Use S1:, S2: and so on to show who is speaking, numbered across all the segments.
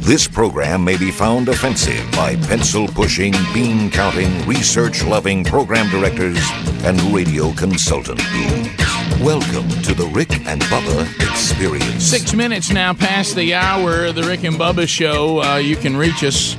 S1: This program may be found offensive by pencil pushing, bean counting, research loving program directors and radio consultant dudes. Welcome to the Rick and Bubba Experience.
S2: Six minutes now past the hour of the Rick and Bubba Show. Uh, you can reach us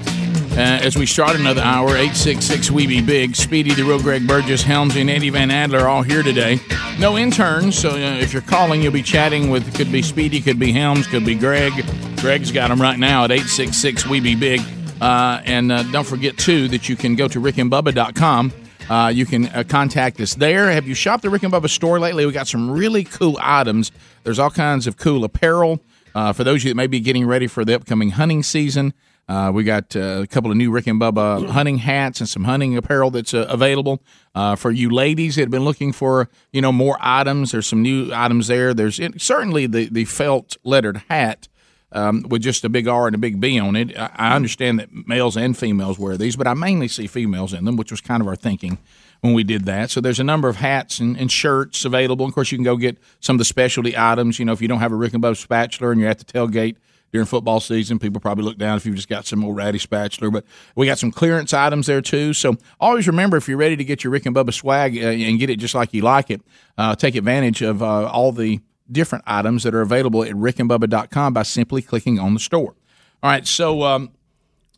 S2: uh, as we start another hour. 866 We Be Big. Speedy, the real Greg Burgess, Helmsy, and Eddie Van Adler are all here today. No interns, so uh, if you're calling, you'll be chatting with could be Speedy, could be Helms, could be Greg. Greg's got them right now at 866 We Be Big. Uh, and uh, don't forget, too, that you can go to rickandbubba.com. Uh, you can uh, contact us there. Have you shopped the Rick and Bubba store lately? We got some really cool items. There's all kinds of cool apparel uh, for those of you that may be getting ready for the upcoming hunting season. Uh, we got uh, a couple of new Rick and Bubba hunting hats and some hunting apparel that's uh, available uh, for you ladies that have been looking for you know more items. There's some new items there. There's it, certainly the the felt lettered hat um, with just a big R and a big B on it. I, I understand that males and females wear these, but I mainly see females in them, which was kind of our thinking when we did that. So there's a number of hats and, and shirts available. Of course, you can go get some of the specialty items. You know, if you don't have a Rick and Bubba spatula and you're at the tailgate during football season, people probably look down if you've just got some old ratty spatula. But we got some clearance items there too. So always remember if you're ready to get your Rick and Bubba swag uh, and get it just like you like it, uh, take advantage of uh, all the different items that are available at rickandbubba.com by simply clicking on the store. All right, so um,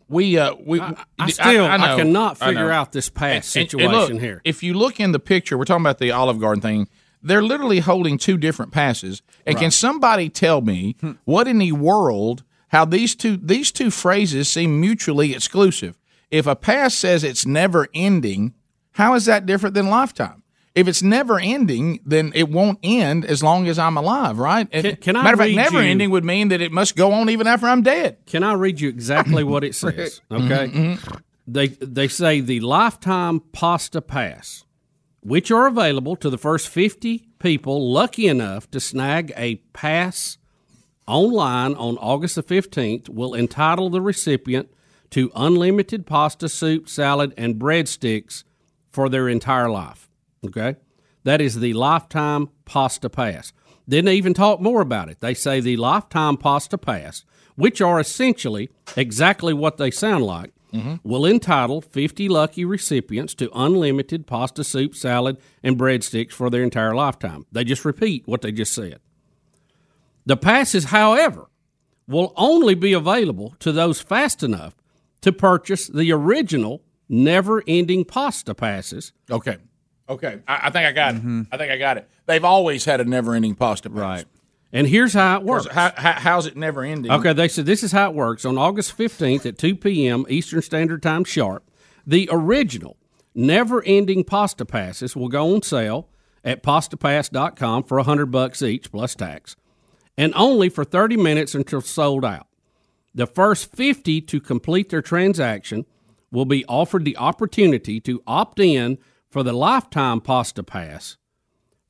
S2: we uh, we
S3: I still I,
S2: know,
S3: cannot
S2: I know.
S3: figure out this pass
S2: And-
S3: situation
S2: and look,
S3: here.
S2: If you look in the picture, we're talking about the Olive Garden thing. They're literally holding two different passes. And can somebody tell me
S3: Hmm.
S2: what in the world how these two these two phrases seem mutually exclusive? If a pass says it's never ending, how is that different than lifetime? If it's never ending, then it won't end as long as I'm alive, right?
S3: Can- can I
S2: Matter of fact,
S3: read
S2: never
S3: you-
S2: ending would mean that it must go Mm-hmm. on even after I'm dead.
S3: Can I read you exactly what it says? Okay. They they say the lifetime pasta pass, which are available to the first 50 people lucky enough to snag a pass online on August the 15th will entitle the recipient to unlimited pasta soup, salad and breadsticks for their entire life. Okay? That is the lifetime pasta pass. Then they even talk more about it. They say the lifetime pasta pass, which are essentially exactly what they sound like, will entitle 50 lucky recipients to unlimited pasta soup, salad, and breadsticks for their entire lifetime. They just repeat what they just said. The passes, however, will only be available to those fast enough to purchase the original never ending pasta passes.
S2: Okay. Okay. I, I think I got it. I think I got it. They've always had a never ending pasta pass. Right.
S3: And here's how it works.
S2: How, how, how's it never ending?
S3: Okay, they said this is how it works. On August 15th at 2 p.m. Eastern Standard Time sharp, the original never ending pasta passes will go on sale at pastapass.com for 100 bucks each plus tax and only for 30 minutes until sold out. The first 50 to complete their transaction will be offered the opportunity to opt in for the lifetime pasta pass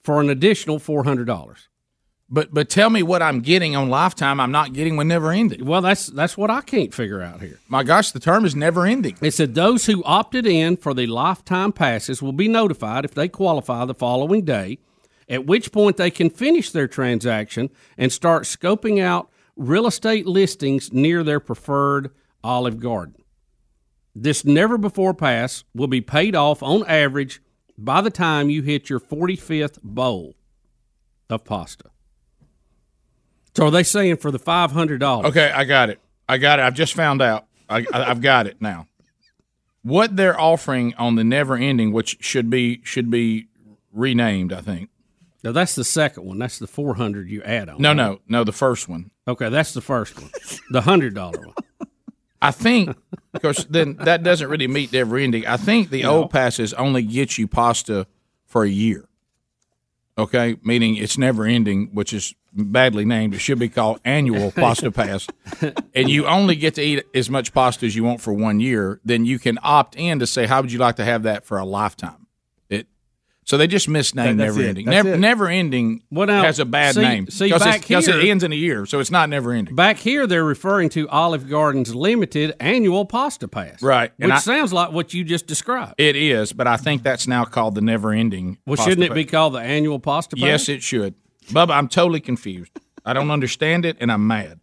S3: for an additional $400.
S2: But but tell me what I'm getting on Lifetime. I'm not getting when never ending.
S3: Well, that's that's what I can't figure out here.
S2: My gosh, the term is never ending.
S3: It said those who opted in for the lifetime passes will be notified if they qualify the following day, at which point they can finish their transaction and start scoping out real estate listings near their preferred Olive Garden. This never before pass will be paid off on average by the time you hit your 45th bowl of pasta. So are they saying for the $500?
S2: Okay, I got it. I got it. I've just found out. I, I, I've got it now. What they're offering on the never ending, which should be should be renamed, I think.
S3: Now that's the second one. That's the 400 you add on.
S2: No, no, no. The first one.
S3: Okay, that's the first one, the hundred dollar one.
S2: I think because then that doesn't really meet the every ending. I think the old passes only get you pasta for a year. Okay, meaning it's never ending, which is badly named. It should be called annual pasta pass, and you only get to eat as much pasta as you want for one year. Then you can opt in to say, "How would you like to have that for a lifetime?" It so they just misnamed
S4: That- that's
S2: never
S4: it.
S2: ending.
S4: That's
S2: Never,
S4: it.
S2: never ending
S3: Well, now,
S2: has a bad
S3: see-
S2: name
S3: see,
S2: because it's-
S3: back
S2: 'cause it
S3: here-
S2: ends in a year, so it's not never ending.
S3: Back here, they're referring to Olive Garden's limited annual pasta pass,
S2: Right, and
S3: Which
S2: I-
S3: sounds like what you just described.
S2: It is, but I think that's now called the never ending.
S3: well, shouldn't it be called the annual pasta pass?
S2: Yes, it should. Bubba, I'm totally confused. I don't understand it, and I'm mad.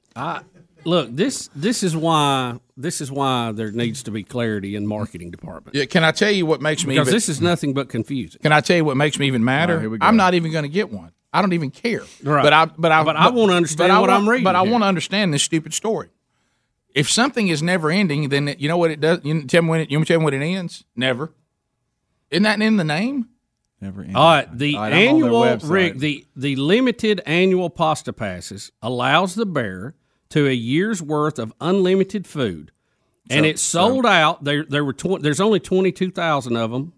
S3: look this this is why this is why there needs to be clarity in marketing department
S2: Yeah, can I tell you what makes me?
S3: because
S2: Even,
S3: this is nothing but confusing.
S2: can I tell you what makes me even madder?
S4: here we go.
S2: I'm not even going to get one. I don't even care.
S3: Right.
S2: But I but I
S3: But I wanna understand
S2: but I
S3: what
S2: want-
S3: I'm reading
S2: But I
S3: here.
S2: want to understand this stupid story. If something is never ending, then it, you know what it does. You tell me when it, you tell me when it ends. Never. Isn't that in the name?
S4: Never ending.
S3: All right, the
S4: All right, I'm on their
S3: annual
S4: website.
S3: Rick, the the limited annual pasta passes allows the bearer to a year's worth of unlimited food, and it's sold out. There there were tw- there's only twenty two thousand of them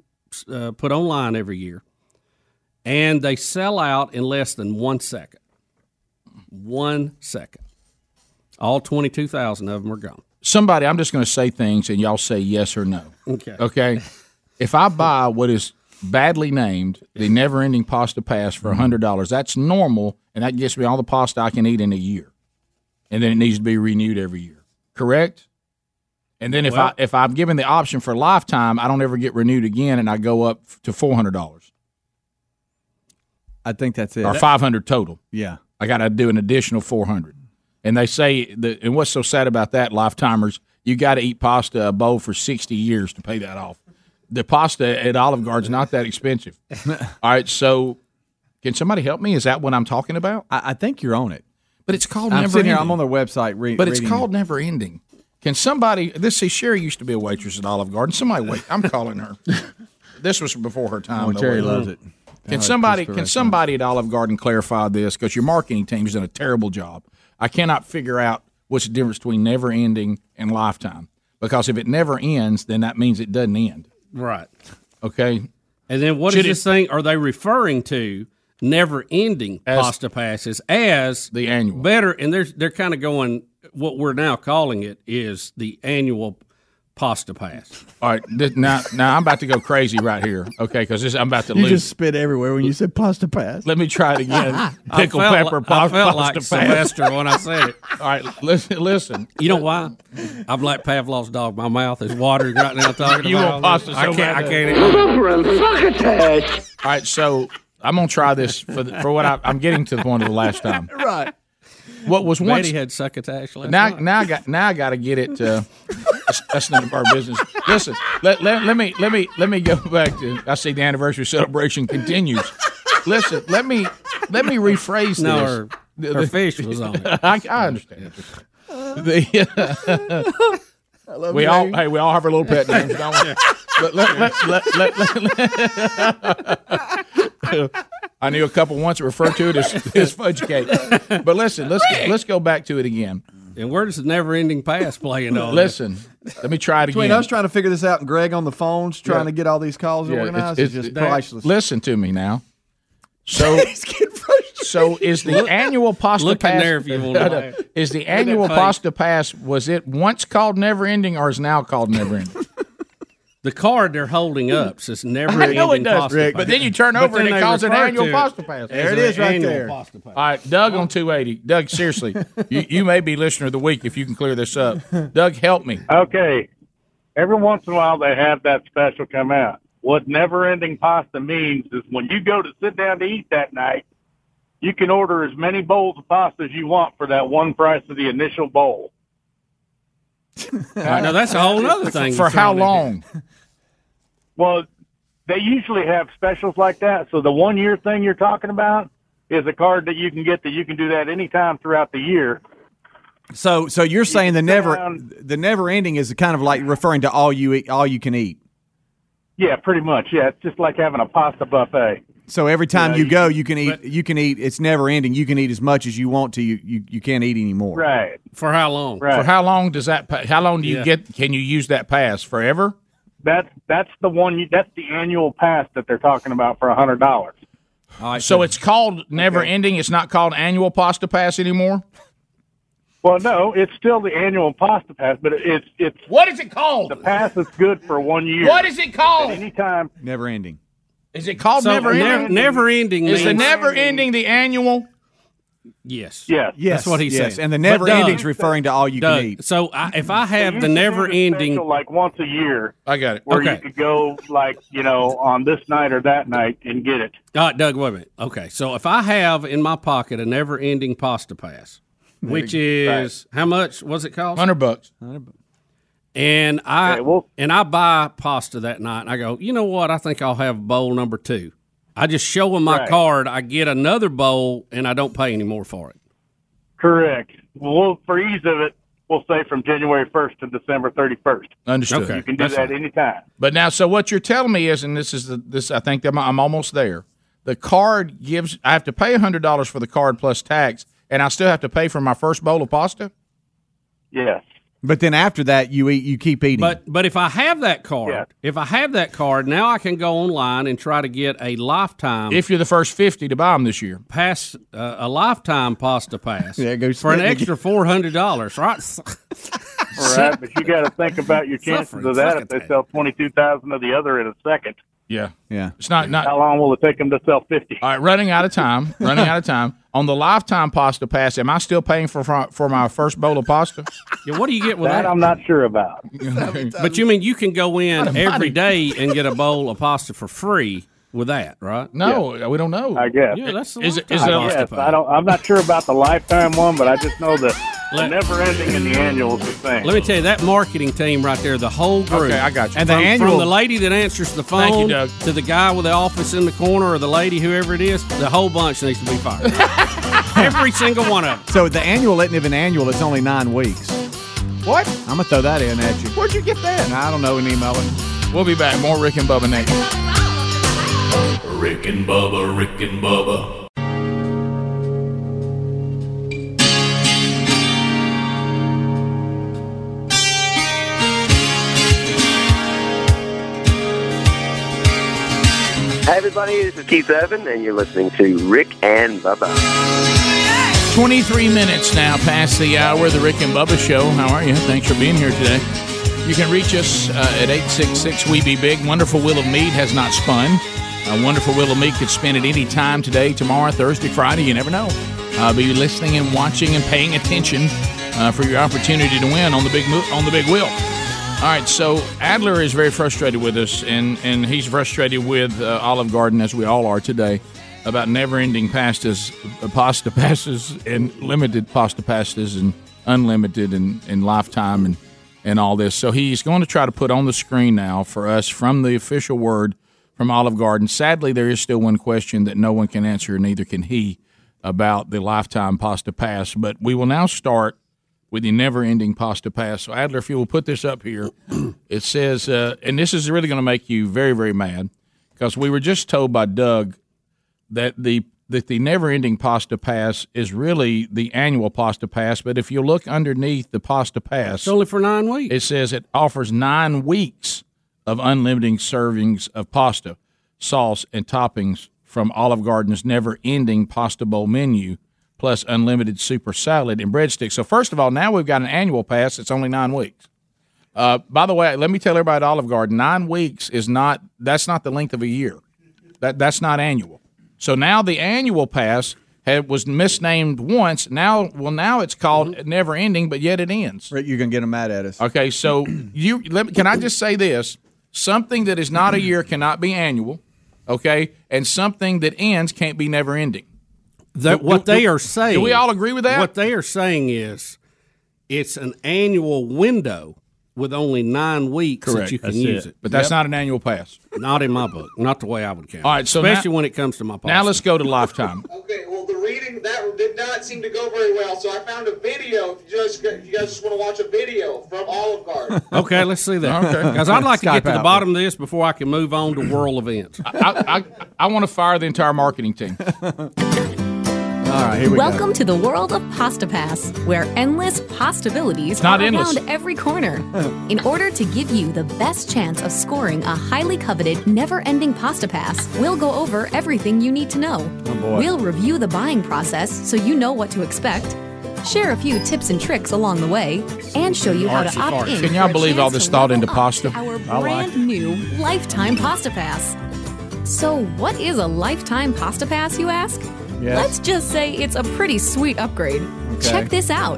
S3: uh, put online every year, and they sell out in less than one second. One second, all twenty two thousand of them are gone.
S2: Somebody, I'm just going to say things, and y'all say yes or no.
S3: Okay,
S2: Okay. If I buy what is badly named the never ending pasta pass for $100, that's normal, and that gets me all the pasta I can eat in a year. And then it needs to be renewed every year. Correct? And then if I
S3: Well-
S2: if I'm given the option for lifetime, I don't ever get renewed again, and I go up f- to four hundred dollars
S4: I think that's it.
S2: or five hundred total.
S4: yeah.
S2: I got to do an additional 400. And they say that, and what's so sad about that, lifetimers, you got to eat pasta a bowl for 60 years to pay that off. The pasta at Olive Garden's not that expensive. All right, so can somebody help me? Is that what I'm talking about?
S4: I, I think you're on it.
S2: But it's called
S4: I'm
S2: never
S4: sitting
S2: ending.
S4: here. I'm on their website. Re-
S2: but it's
S4: reading-
S2: called never ending. Can somebody? This see, Sherry used to be a waitress at Olive Garden. Somebody wait. I'm calling her. This was before her time.
S4: Oh,
S2: though,
S4: Jerry
S2: wasn't it?
S4: loves it.
S2: Can somebody
S4: it's the
S2: can
S4: restaurant.
S2: somebody at Olive Garden clarify this? Because your marketing team's done a terrible job. I cannot figure out what's the difference between never ending and lifetime. Because if it never ends, then that means it doesn't end.
S3: right.
S2: Okay.
S3: And then what is
S2: Should it-
S3: this thing? Are they referring to never ending
S2: As-
S3: pasta passes as
S2: The annual.
S3: better? And they're they're kind of going what we're now calling it is the annual pasta pass.
S2: All right. th- Now, now I'm about to go crazy right here. Okay, because I'm about to
S5: You
S2: lose.
S5: just spit everywhere when you said pasta pass.
S2: Let me try it again. Pickle
S3: I felt
S2: pepper
S3: like,
S2: pasta,
S3: I felt
S2: pasta
S3: like
S2: pass.
S3: Sylvester when I said it.
S2: All right. Listen. Listen.
S3: You know why? I'm like Pavlov's dog. My mouth is watering right now talking
S2: You
S3: about
S2: want
S3: all this.
S2: pasta so
S3: I can't.
S2: bad.
S3: I can't.
S2: All right. So I'm gonna try this for the, for what I, I'm getting to the point of the last time.
S5: Right.
S2: What was once
S3: Betty had succotash last
S2: now,
S3: night.
S2: now I got now I got to get it. Uh, that's, that's none of our business. Listen, let, let, let me let me let me go back to. I see the anniversary celebration continues. Listen, let me let me rephrase
S3: No,
S2: this.
S3: her, her fish was on it.
S2: I, I understand. The, we all hey, we all have our little pet names, don't we? But let- let- let- let- let- I knew a couple once that referred to it as, as fudge cake. But listen, let's let's go back to it again.
S3: And where does the never ending pass play in all this?
S2: Listen, let me try it again.
S5: Between us trying to figure this out and Greg on the phones trying
S2: Yeah.
S5: to get all these calls
S2: Yeah,
S5: organized
S2: it's-
S5: is
S2: it's-
S5: just priceless.
S2: Listen to me now. So So is the annual pasta
S3: look in
S2: pass
S3: there if you want to
S2: No, no.
S3: laugh.
S2: Is the annual
S3: face.
S2: pasta pass was it once called never ending or is now called never ending?
S3: The card they're holding up says never ending pasta pass.
S2: But then you turn
S3: But
S2: over and
S3: then
S2: it
S3: they
S2: calls it
S3: refer
S2: annual
S3: to it
S2: pasta pass.
S5: There it
S3: an
S5: is right
S3: annual
S5: there.
S3: pasta pass.
S2: All right, Doug on 280. Doug, seriously, you, you may be listener of the week if you can clear this up. Doug, help me.
S6: Okay. Every once in a while, they have that special come out. What never ending pasta means is when you go to sit down to eat that night, you can order as many bowls of pasta as you want for that one price of the initial bowl.
S3: Now that's a whole other thing.
S2: For
S3: that's
S2: how
S3: thrown in here.
S2: long?
S6: Well, they usually have specials like that. So the one year thing you're talking about is a card that you can get that you can do that anytime throughout the year.
S4: So, so you're saying the
S6: sit
S4: never,
S6: down.
S4: the never ending is kind of like referring to all you eat, all you can eat.
S6: Yeah, pretty much. Yeah, it's just like having a pasta buffet.
S4: So every time
S6: Yeah,
S4: you
S6: you
S4: go, you can eat, you can eat. It's never ending. You can eat as much as you want to. You you, you can't eat anymore.
S6: Right.
S3: For how long?
S6: Right.
S2: For how long does that? pa- How long do you
S3: Yeah.
S2: get? Can you use that pass forever?
S6: That's that's the one. you- That's the annual pass that they're talking about for a hundred dollars.
S2: So it's called never ending. It's not called annual pasta pass anymore.
S6: Well, no, it's still the annual pasta pass, but it's it's
S2: What is it called?
S6: the pass is good for one year.
S2: What is it called?
S6: Anytime.
S4: Never ending.
S2: Is it called
S3: So
S2: never
S3: ne-
S2: ending?
S3: never ending
S2: Is the
S3: means-
S2: never ending the annual?
S3: yes.
S6: Yes.
S4: Yes,
S3: what he's
S4: yes.
S3: saying.
S4: And the
S3: But
S4: never
S3: Doug-
S4: ending's referring to all you can
S3: Doug,
S4: eat.
S3: so I, if I have the
S6: Usually
S3: never
S6: there's a
S3: ending,
S6: special, like once a year
S2: I got it.
S6: where
S3: Okay.
S6: you could go like you know on this night or that night and get it.
S3: uh, Doug, wait a minute. Okay, so if I have in my pocket a never ending pasta pass, which is how much was it cost?
S2: Hundred bucks.
S3: And I
S6: Okay, well-
S3: and I buy pasta that night, and I go, you know what? I think I'll have bowl number two. I just show them my
S6: Right.
S3: card. I get another bowl, and I don't pay any more for it.
S6: Correct. Well, for ease of it, we'll say from January 1st to December 31st.
S2: Understood.
S3: Okay.
S6: You can do
S3: That's
S6: that anytime.
S2: But now, so what you're telling me is, and this is the, this, I think I'm, I'm almost there. The card gives, I have to pay hundred dollars for the card plus tax, and I still have to pay for my first bowl of pasta.
S6: Yes.
S4: But then after that, you eat. You keep eating.
S3: But but if I have that card,
S6: Yeah.
S3: if I have that card, now I can go online and try to get a lifetime
S2: If you're the first fifty to buy them this year,
S3: pass, uh, a lifetime pasta pass
S4: Yeah, go
S3: for an
S4: spend it
S3: extra four hundred dollars, right?
S6: All right. but you got to think about your chances
S3: Suffering
S6: of that if
S3: fucking
S6: they sell 22,000 of the other in a second.
S2: yeah,
S4: yeah.
S2: it's not not
S6: How long will it take them to sell 50?
S2: All right, running out of time. Running out of time. On the lifetime pasta pass, am I still paying for for, for my first bowl of pasta?
S3: Yeah, what do you get with
S6: That
S3: that?
S6: I'm not sure about.
S3: But you mean you can go in every day and get a bowl of pasta for free with that, right?
S2: No, we don't know.
S6: I guess.
S3: Yeah, that's the
S2: Is it- is
S3: lifetime
S2: it a-
S3: pasta
S6: Yes,
S3: pass.
S6: I don't. I'm not sure about the lifetime one, but I just know that the
S3: Let-
S6: never-ending and the annual is the same.
S3: Let me tell you, that marketing team right there, the whole group.
S2: Okay, I got you.
S3: And
S2: And
S3: the
S2: the
S3: from,
S2: annual-
S3: from the lady that answers the phone
S2: Thank you, Doug.
S3: to the guy with the office in the corner or the lady, whoever it is, the whole bunch needs to be fired. Every single one of them.
S4: So the annual isn't even annual. It's only nine weeks. What? I'm gonna throw that in at you. Where'd you get that? I don't know. An email.
S2: We'll be back. More Rick and Bubba next.
S7: Rick and Bubba, Rick and Bubba.
S8: Hey everybody, this is Keith Urban, and you're listening to Rick and Bubba.
S2: 23 minutes now past the hour, the Rick and Bubba Show. How are you? Thanks for being here today. You can reach us uh, at 866 We Be Big. Wonderful Wheel of Meat has not spun. A wonderful Wheel of Meat could spin at any time today, tomorrow, Thursday, Friday. You never know. Uh, be listening and watching and paying attention uh, for your opportunity to win on the big mo- on the big wheel. All right, so Adler is very frustrated with us, and, and he's frustrated with uh, Olive Garden, as we all are today, about never ending pastas, uh, pasta pastas, and limited pasta pastas, and unlimited, and, and lifetime, and, and all this. So he's going to try to put on the screen now for us from the official word from Olive Garden. Sadly, there is still one question that no one can answer, and neither can he, about the lifetime pasta pass. But we will now start with the never-ending pasta pass. So Adler, if you will put this up here, it says, uh, and this is really going to make you very, very mad because we were just told by Doug that the that the never-ending pasta pass is really the annual pasta pass. But if you look underneath the pasta pass,
S3: It's only for nine weeks.
S2: it says it offers nine weeks of unlimited servings of pasta, sauce, and toppings from Olive Garden's never ending pasta bowl menu, plus unlimited super salad and breadsticks. So, first of all, now we've got an annual pass. It's only nine weeks. Uh, by the way, let me tell everybody at Olive Garden, nine weeks is not, that's not the length of a year. That, that's not annual. So now the annual pass had, was misnamed once. Now, well, now it's called never ending, but yet it ends.
S4: Rick, Mm-hmm. you're gonna get them mad at us.
S2: Okay, so you let me, can I just say this? Something that is not a year cannot be annual, okay? And something that ends can't be never ending.
S3: That what
S2: do-
S3: they
S2: do-
S3: are saying.
S2: do we all agree with that?
S3: What they are saying is it's an annual window with only nine weeks that you can use it.
S2: But that's not an annual pass.
S3: Not in my book. Not the way I would count. it.
S2: All right, so now-
S3: especially when it comes to my pasta.
S2: Now let's go to lifetime.
S9: Okay, well, the reading that did not seem to go very well, so I found a video. If you guys, if you guys just want to watch a video from Olive Garden.
S3: Okay, let's see that. Because I'd like to get to the bottom of this before I can move on to world events.
S2: I, I, I want to fire the entire marketing team.
S4: All right, here we
S10: Welcome to the world of Pasta Pass, where endless possibilities
S2: not
S10: are
S2: endless.
S10: around every corner. In order to give you the best chance of scoring a highly coveted, never ending Pasta Pass, we'll go over everything you need to know.
S4: Oh,
S10: We'll review the buying process so you know what to expect. Share a few tips and tricks along the way, and show you how to opt in.
S2: Can y'all
S10: for a
S2: believe all
S10: chance
S2: this
S10: to
S2: thought
S10: level
S2: into
S10: up
S2: pasta?
S10: to Our brand new lifetime Pasta Pass. So, what is a lifetime Pasta Pass, you ask? Let's just say it's a pretty sweet upgrade. Check this out.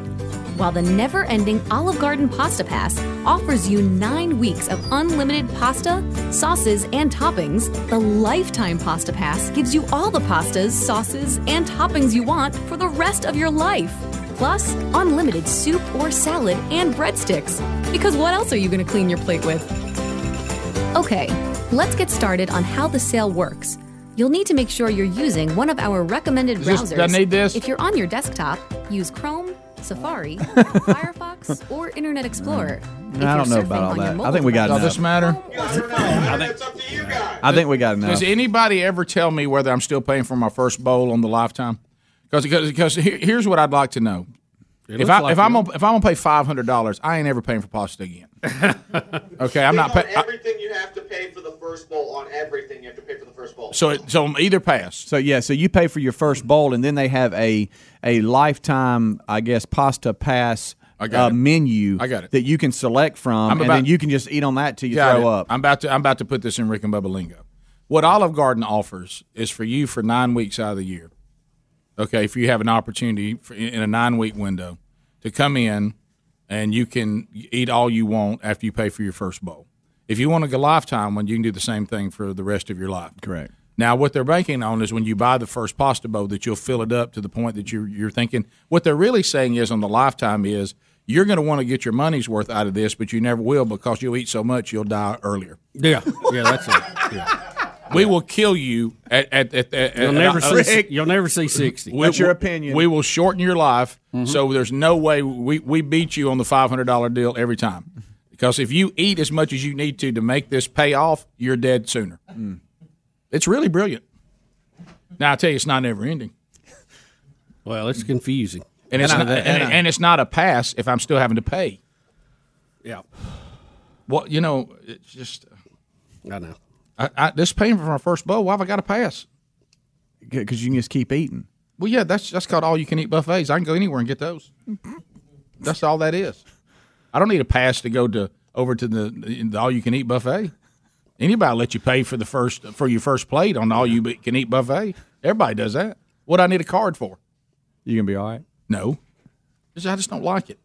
S10: While the never ending Olive Garden Pasta Pass offers you nine weeks of unlimited pasta, sauces, and toppings, the Lifetime Pasta Pass gives you all the pastas, sauces, and toppings you want for the rest of your life. Plus, unlimited soup or salad and breadsticks. Because what else are you going to clean your plate with? Okay, let's get started on how the sale works. You'll need to make sure you're using one of our recommended
S2: Is this-
S10: browsers.
S2: do I need this?
S10: If you're on your desktop, use Chrome, Safari, Firefox, or Internet Explorer. If
S4: I
S10: you're
S4: don't know
S10: surfing
S4: about all
S10: on your
S4: that. I
S10: mobile
S4: think we got
S2: Does
S4: enough.
S2: this matter?
S4: I think, I think we got enough.
S2: Does anybody ever tell me whether I'm still paying for my first bowl on the lifetime? Because because here's what I'd like to know.
S3: It
S2: if
S3: looks
S2: I
S3: like
S2: if I'm
S3: it.
S2: gonna, if I'm gonna pay five hundred dollars, I ain't ever paying for pasta again. okay, I'm not. Pay, I-
S9: Everything you have to pay for the first bowl on everything you have to pay for the first bowl.
S2: so it, so either pass.
S4: So yeah, so you pay for your first bowl, and then they have a a lifetime, I guess, pasta pass.
S2: got
S4: uh,
S2: it.
S4: menu
S2: I got it.
S4: that you can select from,
S2: I'm
S4: and
S2: about-
S4: then you can just eat on that till you
S2: Got
S4: throw
S2: it.
S4: up.
S2: I'm about to I'm about to put this in Rick and Bubba lingo. What Olive Garden offers is for you for nine weeks out of the year. Okay, if you have an opportunity for, in a nine week window to come in and you can eat all you want after you pay for your first bowl. If you want to go lifetime one, you can do the same thing for the rest of your life.
S4: Correct.
S2: Now, what they're banking on is when you buy the first pasta bowl that you'll fill it up to the point that you're, you're thinking. What they're really saying is on the lifetime is you're going to want to get your money's worth out of this, but you never will because you'll eat so much you'll die earlier.
S3: Yeah, yeah, that's it. Yeah.
S2: We will kill you at at at. at
S3: You'll
S2: at-
S3: never
S2: uh,
S3: see. You'll never see sixty.
S2: we- we- We will shorten your life,
S3: Mm-hmm.
S2: so there's no way we, we beat you on the five hundred dollar deal every time. Because if you eat as much as you need to to make this pay off, you're dead sooner.
S3: Mm.
S2: It's really brilliant. Now I tell you, it's not never ending.
S3: Well, it's confusing.
S2: And it's,
S3: And I-
S2: not, and,
S3: and I-
S2: and it's not a pass if I'm still having to pay.
S3: Yeah.
S2: Well, you know, it's just.
S3: I know.
S2: I, I, this paying for my first bowl, why have I got to pass?
S4: Because you can just keep eating.
S2: Well, yeah, that's that's called all you can eat buffets. I can go anywhere and get those. That's all that is. I don't need a pass to go to over to the, the all you can eat buffet. Anybody let you pay for the first for your first plate on all you can eat buffet? Everybody does that. What do I need a card for?
S4: You can be all right.
S2: No, Just- I just don't like it.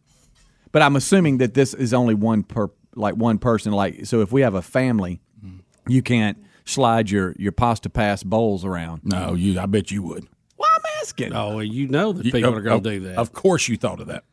S4: But I'm assuming that this is only one per like one person. Like so, if we have a family,
S2: Mm-hmm.
S4: you can't slide your your pasta pass bowls around.
S2: No, you. I bet you would.
S4: Well, I'm asking.
S3: Oh, well, you know that
S2: You-
S3: people
S2: oh,
S3: are going
S2: oh,
S3: to do that.
S2: Of course, you thought of that.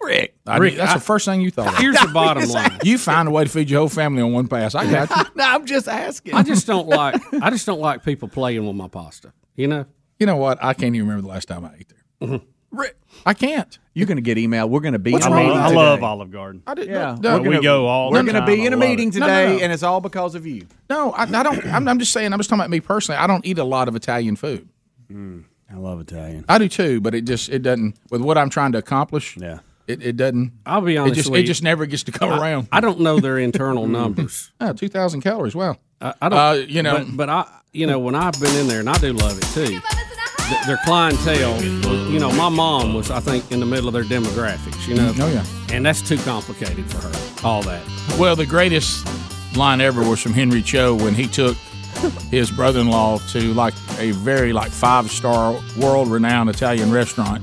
S4: Rick,
S2: I
S3: Rick,
S2: knew- that's
S3: I-
S2: the first thing you thought. of.
S3: Here's the bottom line.
S2: You find a way to feed your whole family on one pass. I got you.
S4: no, I'm just asking.
S3: I just don't like. I just don't like people playing with my pasta. You know. Mm-hmm.
S2: You know what? I can't even remember the last time I ate there. Rick, I can't.
S4: You're going to get email. We're going to be.
S2: What's
S4: in a
S2: wrong
S4: meeting
S2: with
S11: I
S4: today.
S11: love Olive Garden.
S2: I did
S4: Yeah.
S2: no,
S11: we go all.
S4: We're
S11: the
S4: going to
S11: time.
S4: be in
S11: I
S4: a
S11: love
S4: meeting
S11: it.
S2: No, no,
S4: today,
S2: no.
S4: and it's all because of you.
S2: No, I, I don't. I'm, I'm just saying. I'm just talking about me personally. I don't eat a lot of Italian food.
S11: I love Italian.
S2: I do too, but it just it doesn't with what I'm trying to accomplish.
S11: Yeah.
S2: It, it doesn't.
S3: I'll be
S2: It
S3: honest
S2: just
S3: with
S2: it
S3: you.
S2: just never gets to come around.
S3: I don't know their internal numbers.
S2: Oh, Two thousand calories. Wow.
S3: I, I don't.
S2: Uh, you know-
S3: but, but I, you know, when I've been in there, and I do love it too. th- their clientele, you know, my mom was, I think, in the middle of their demographics. You know.
S2: Oh, yeah.
S3: And that's too complicated for her. All that.
S2: Well, the greatest line ever was from Henry Cho when he took his brother-in-law to like a very like five-star world-renowned Italian restaurant.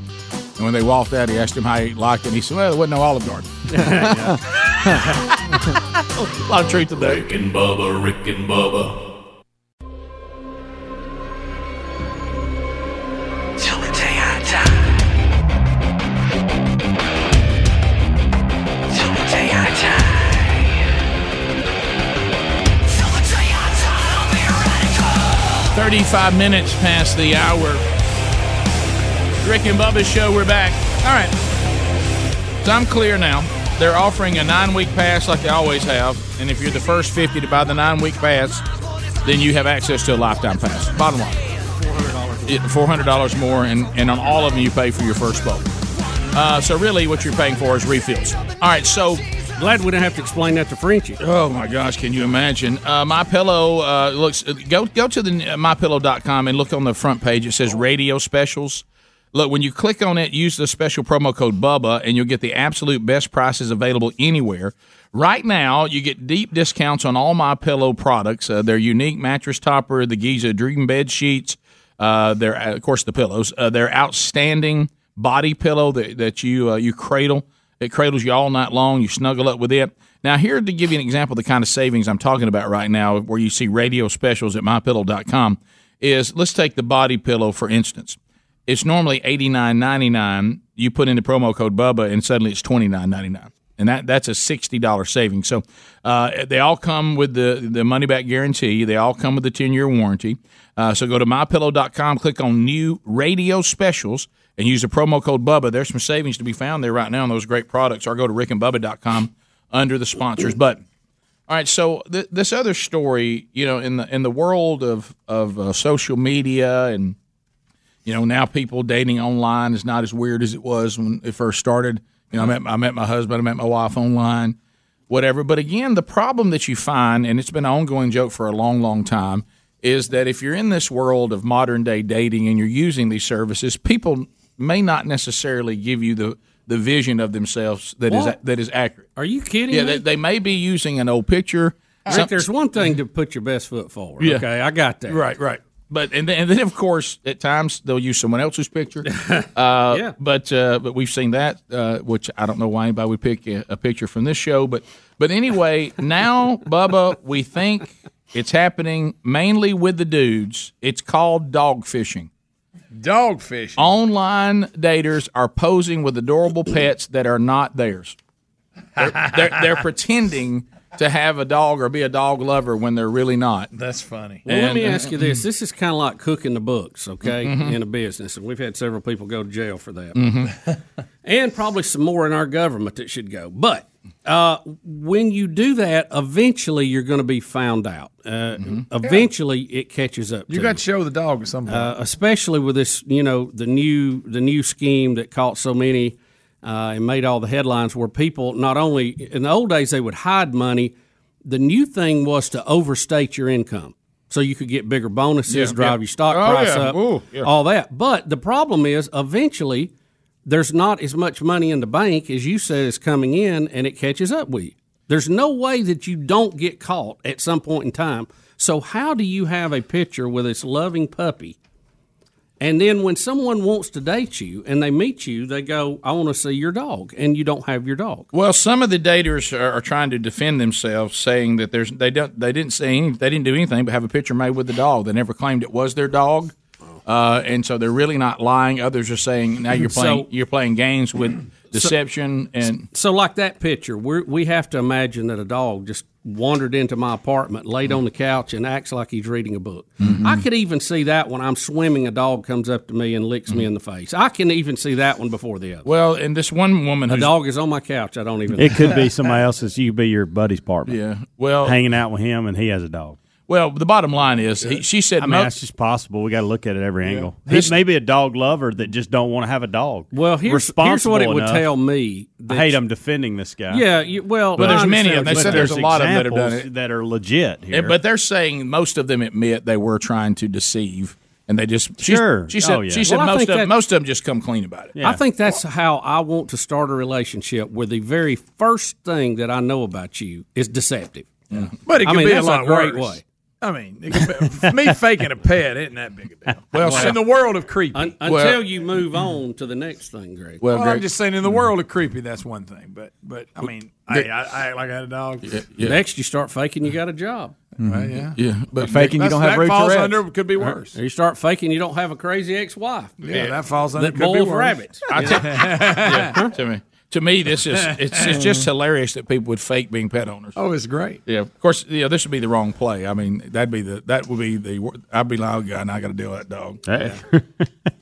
S2: And when they walked out, he asked him how he liked it. He said, "Well, there wasn't no Olive Garden." a lot of truth to that.
S7: Rick and Bubba, Rick and Bubba.
S2: Thirty-five minutes past the hour. Rick and Bubba's show. We're back. All right. So I'm clear now. They're offering a nine week pass like they always have. And if you're the first 50 to buy the nine week pass, then you have access to a lifetime pass. Bottom line it- $400 more. And, and on all of them, you pay for your first bowl. Uh, so really, what you're paying for is refills. All right. So.
S3: Glad we didn't have to explain that to Frenchie.
S2: Oh my gosh! Can you imagine? Uh, my pillow uh, looks. Go go to the uh, mypillow.com and look on the front page. It says radio specials. Look, when you click on it, use the special promo code Bubba, and you'll get the absolute best prices available anywhere. Right now, you get deep discounts on all my pillow products. Uh, their unique mattress topper, the Giza Dream Bed sheets, uh, their uh, of course the pillows, uh, their outstanding body pillow that, that you uh, you cradle. It cradles you all night long. You snuggle up with it. Now, here to give you an example of the kind of savings I'm talking about right now, where you see radio specials at mypillow.com, is let's take the body pillow for instance. it's normally eighty nine ninety nine. You put in the promo code Bubba, and suddenly it's twenty nine ninety nine, and that that's a sixty dollar saving. So uh, they all come with the the money back guarantee. They all come with the ten year warranty. Uh, so go to mypillow.com, click on new radio specials, and use the promo code Bubba. There's some savings to be found there right now on those great products. Or go to rickandbubba.com under the sponsors button. All right, so th- this other story, you know, in the in the world of of uh, social media and you know now people dating online is not as weird as it was when it first started. You know, I met I met my husband, I met my wife online, whatever. But again, the problem that you find, and it's been an ongoing joke for a long, long time, is that if you're in this world of modern day dating and you're using these services, people may not necessarily give you the the vision of themselves that is
S3: What?
S2: that is accurate.
S3: Are you kidding
S2: Yeah,
S3: me?
S2: they, they may be using an old picture.
S3: Rick, there's one thing to put your best foot forward.
S2: Yeah.
S3: Okay, I got that.
S2: Right, right. But and then, and then of course at times they'll use someone else's picture. Uh, yeah. But uh, but we've seen that, uh, which I don't know why anybody would pick a, a picture from this show. But but anyway, now Bubba, we think it's happening mainly with the dudes. It's called dog fishing. Dog fishing. Online daters are posing with adorable pets that are not theirs. They're, they're, they're pretending to have a dog or be a dog lover when they're really not.
S12: That's funny.
S3: Well, let
S2: And- uh, mm-hmm.
S3: me ask you this. This is kind of like cooking the books, okay,
S2: Mhm.
S3: in a business. And we've had several people go to jail for that.
S2: Mhm.
S3: and probably some more in our government that should go. But uh, when you do that, eventually you're going to be found out. Uh, Eventually it catches up.
S12: Mm-hmm. You
S3: to
S12: got to show the dog at some point.
S3: uh, especially with this, you know, the new the new scheme that caught so many uh, and made all the headlines, where people not only in the old days they would hide money, the new thing was to overstate your income so you could get bigger bonuses,
S2: Yeah,
S3: drive
S2: yeah.
S3: your stock
S2: Oh,
S3: price
S2: yeah.
S3: up,
S2: Ooh, yeah.
S3: all that. But the problem is, eventually, there's not as much money in the bank as you said is coming in, and it catches up with you. There's no way that you don't get caught at some point in time. So how do you have a picture with this loving puppy? And then when someone wants to date you and they meet you, they go, "I want to see your dog," and you don't have your dog.
S2: Well, some of the daters are, are trying to defend themselves, saying that there's they don't they didn't say any, they didn't do anything but have a picture made with the dog. They never claimed it was their dog, uh, and so they're really not lying. Others are saying now you're playing
S3: So-
S2: you're playing games with deception and
S3: So, like that picture, we're, we have to imagine that a dog just wandered into my apartment, laid
S2: Mm-hmm.
S3: on the couch, and acts like he's reading a book. I could even see that when I'm swimming, a dog comes up to me and licks me in the face. I can even see that one before the other.
S2: Mm-hmm. Well, and this one woman,
S3: a
S2: who's-
S3: dog is on my couch. I don't even.
S11: It could be somebody else's. You could be your buddy's partner.
S2: Yeah. Well-
S11: hanging out with him, and he has a dog.
S2: well. The bottom line is, he, she said
S11: I mean,
S2: mo-
S11: that's just possible. We got to look at it every angle.
S2: This-
S11: He may be a dog lover that just don't want to have a dog.
S3: Well, here's, here's what it would
S11: enough.
S3: tell me.
S11: I hate I'm defending this guy.
S3: Yeah, you- well,
S11: But
S3: I
S11: there's many
S3: understand
S11: of them. They
S3: what you're
S11: said there's
S3: saying.
S11: a lot of them that have done it. that are legit
S2: Yeah, Eh, but they're saying most of them admit they were trying to deceive, and they just she-
S3: Sure.
S2: She said
S3: Oh, yeah.
S2: she said
S3: Well, I
S2: most of
S3: think that-
S2: most of them just come clean about it.
S3: I think that's how I want to start a relationship where the very first thing that I know about you is deceptive.
S12: But it
S3: I
S12: could
S3: mean,
S12: be a
S3: that's
S12: lot
S3: great
S12: worse.
S3: way.
S12: I mean, it could be, for me faking a pet isn't that big a deal.
S2: Well,
S12: in the world of creepy,
S3: Un- until you move on to the next thing, Greg.
S12: Well, I'm just saying, in the world of creepy, that's one thing. But but I mean,
S3: The-
S12: hey, I, I act like I had a dog.
S3: Next, you start faking you got a job.
S12: Right, yeah.
S2: Yeah,
S12: but- Faking you don't have Mm-hmm. That Ray falls Tourette's. under- could be worse.
S3: You start faking you don't have a crazy ex-wife.
S12: Yeah, that falls under-
S3: That
S12: could be
S3: boils
S12: worse.
S3: rabbits.
S2: I tell- yeah, to me, to me, this is it's, it's just hilarious that people would fake being pet owners.
S12: Oh, it's great.
S2: Yeah, of course. Yeah, this would be the wrong play. I mean, that'd be the that would be the wor- I'd be like, oh god, now I got to deal with that dog.
S11: Hey.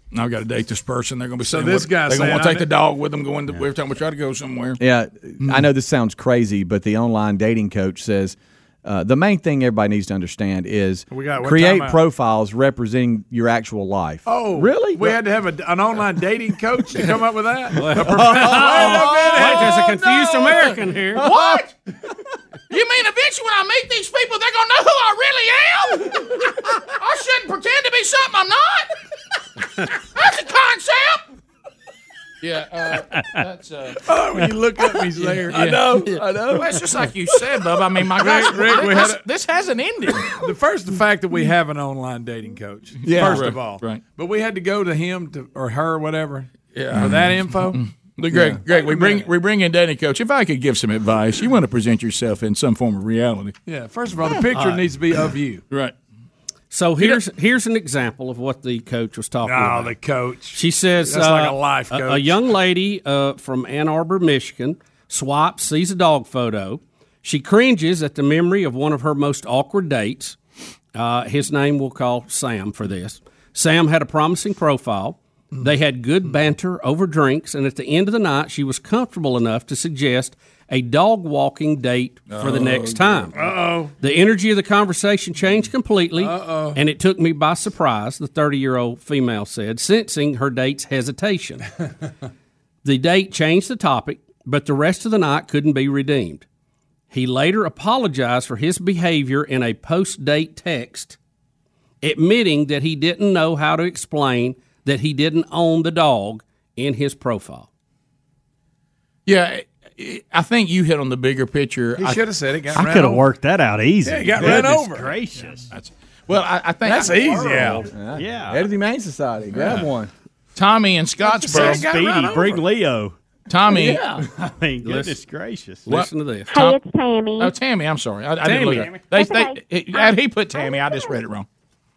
S2: Now I got to date this person. They're going to be
S12: So
S2: saying
S12: this
S2: what-
S12: guy's
S2: they're going
S12: saying,
S2: to want to
S12: I
S2: take the
S12: need-
S2: dog with them. Going to, every time we try to go somewhere.
S4: Yeah,
S2: Hmm.
S4: I know this sounds crazy, but the online dating coach says uh, the main thing everybody needs to understand is
S12: We got- what
S4: create
S12: timeout?
S4: profiles representing your actual life.
S12: Oh,
S4: really?
S12: We had to have a, an online dating coach to come up with that. A Oh, prof-
S3: Wait, there's a confused American here.
S2: What? you mean eventually when I meet these people, they're going to know who I really am? I shouldn't pretend to be something I'm not. That's a concept. Yeah, uh, that's. Uh,
S12: oh, when you look up, he's there.
S2: Yeah. Well, it's just like you said, Bub. I mean, my
S12: Rick-
S2: gosh,
S12: Rick, we
S2: this,
S12: had a-
S2: this has an ending.
S12: the first the fact that we have an online dating coach.
S2: Yeah.
S12: first
S2: Right,
S12: of all,
S2: right.
S12: But we had to go to him to or her, whatever.
S2: Mm-hmm. Yeah.
S12: For that info.
S2: Look, Greg, Greg, we bring we bring in Danny Coach. If I could give some advice, you want to present yourself in some form of reality,
S12: Yeah. First of all, the picture
S2: Uh,
S12: needs to be of you.
S2: right?
S3: So here's here's an example of what the coach was talking
S12: Oh,
S3: about.
S12: the coach.
S3: She says
S12: That's like
S3: uh,
S12: a life
S3: a- A,
S12: coach.
S3: young lady uh, from Ann Arbor, Michigan, swipes, sees a dog photo. She cringes at the memory of one of her most awkward dates. Uh, his name we'll call Sam for this. Sam had a promising profile. They had good banter over drinks, and at the end of the night, she was comfortable enough to suggest a dog walking date for the
S12: Oh,
S3: next time.
S12: Uh-oh.
S3: The energy of the conversation changed completely,
S12: Uh-oh.
S3: and it took me by surprise, the 30 year old female said, sensing her date's hesitation. the date changed the topic, but the rest of the night couldn't be redeemed. He later apologized for his behavior in a post date text, admitting that he didn't know how to explain that he didn't own the dog in his profile.
S2: Yeah, I- I think you hit on the bigger picture.
S12: He
S2: I-
S12: should have said it. Got
S11: I
S12: ran
S11: could have
S12: over.
S11: worked that out easy.
S12: Yeah, he got
S11: Goodness
S12: ran over.
S11: Gracious. That's,
S2: well, I, I think
S12: That's easy out.
S4: Yeah.
S11: Yeah.
S4: Head of the Humane Society. Grab
S2: Yeah.
S4: one.
S2: Tommy and Scottsboro.
S11: Speedy, bring Leo.
S2: Tommy.
S11: Yeah. I mean, goodness
S2: Listen-
S11: gracious.
S2: Listen
S3: to this.
S2: Tom-
S13: it's Tammy.
S2: Oh, Tammy. I'm sorry. I, I didn't
S11: Tammy.
S2: look. at it. They, they,
S13: That's
S2: he- uh, he put Tammy. I just read it wrong.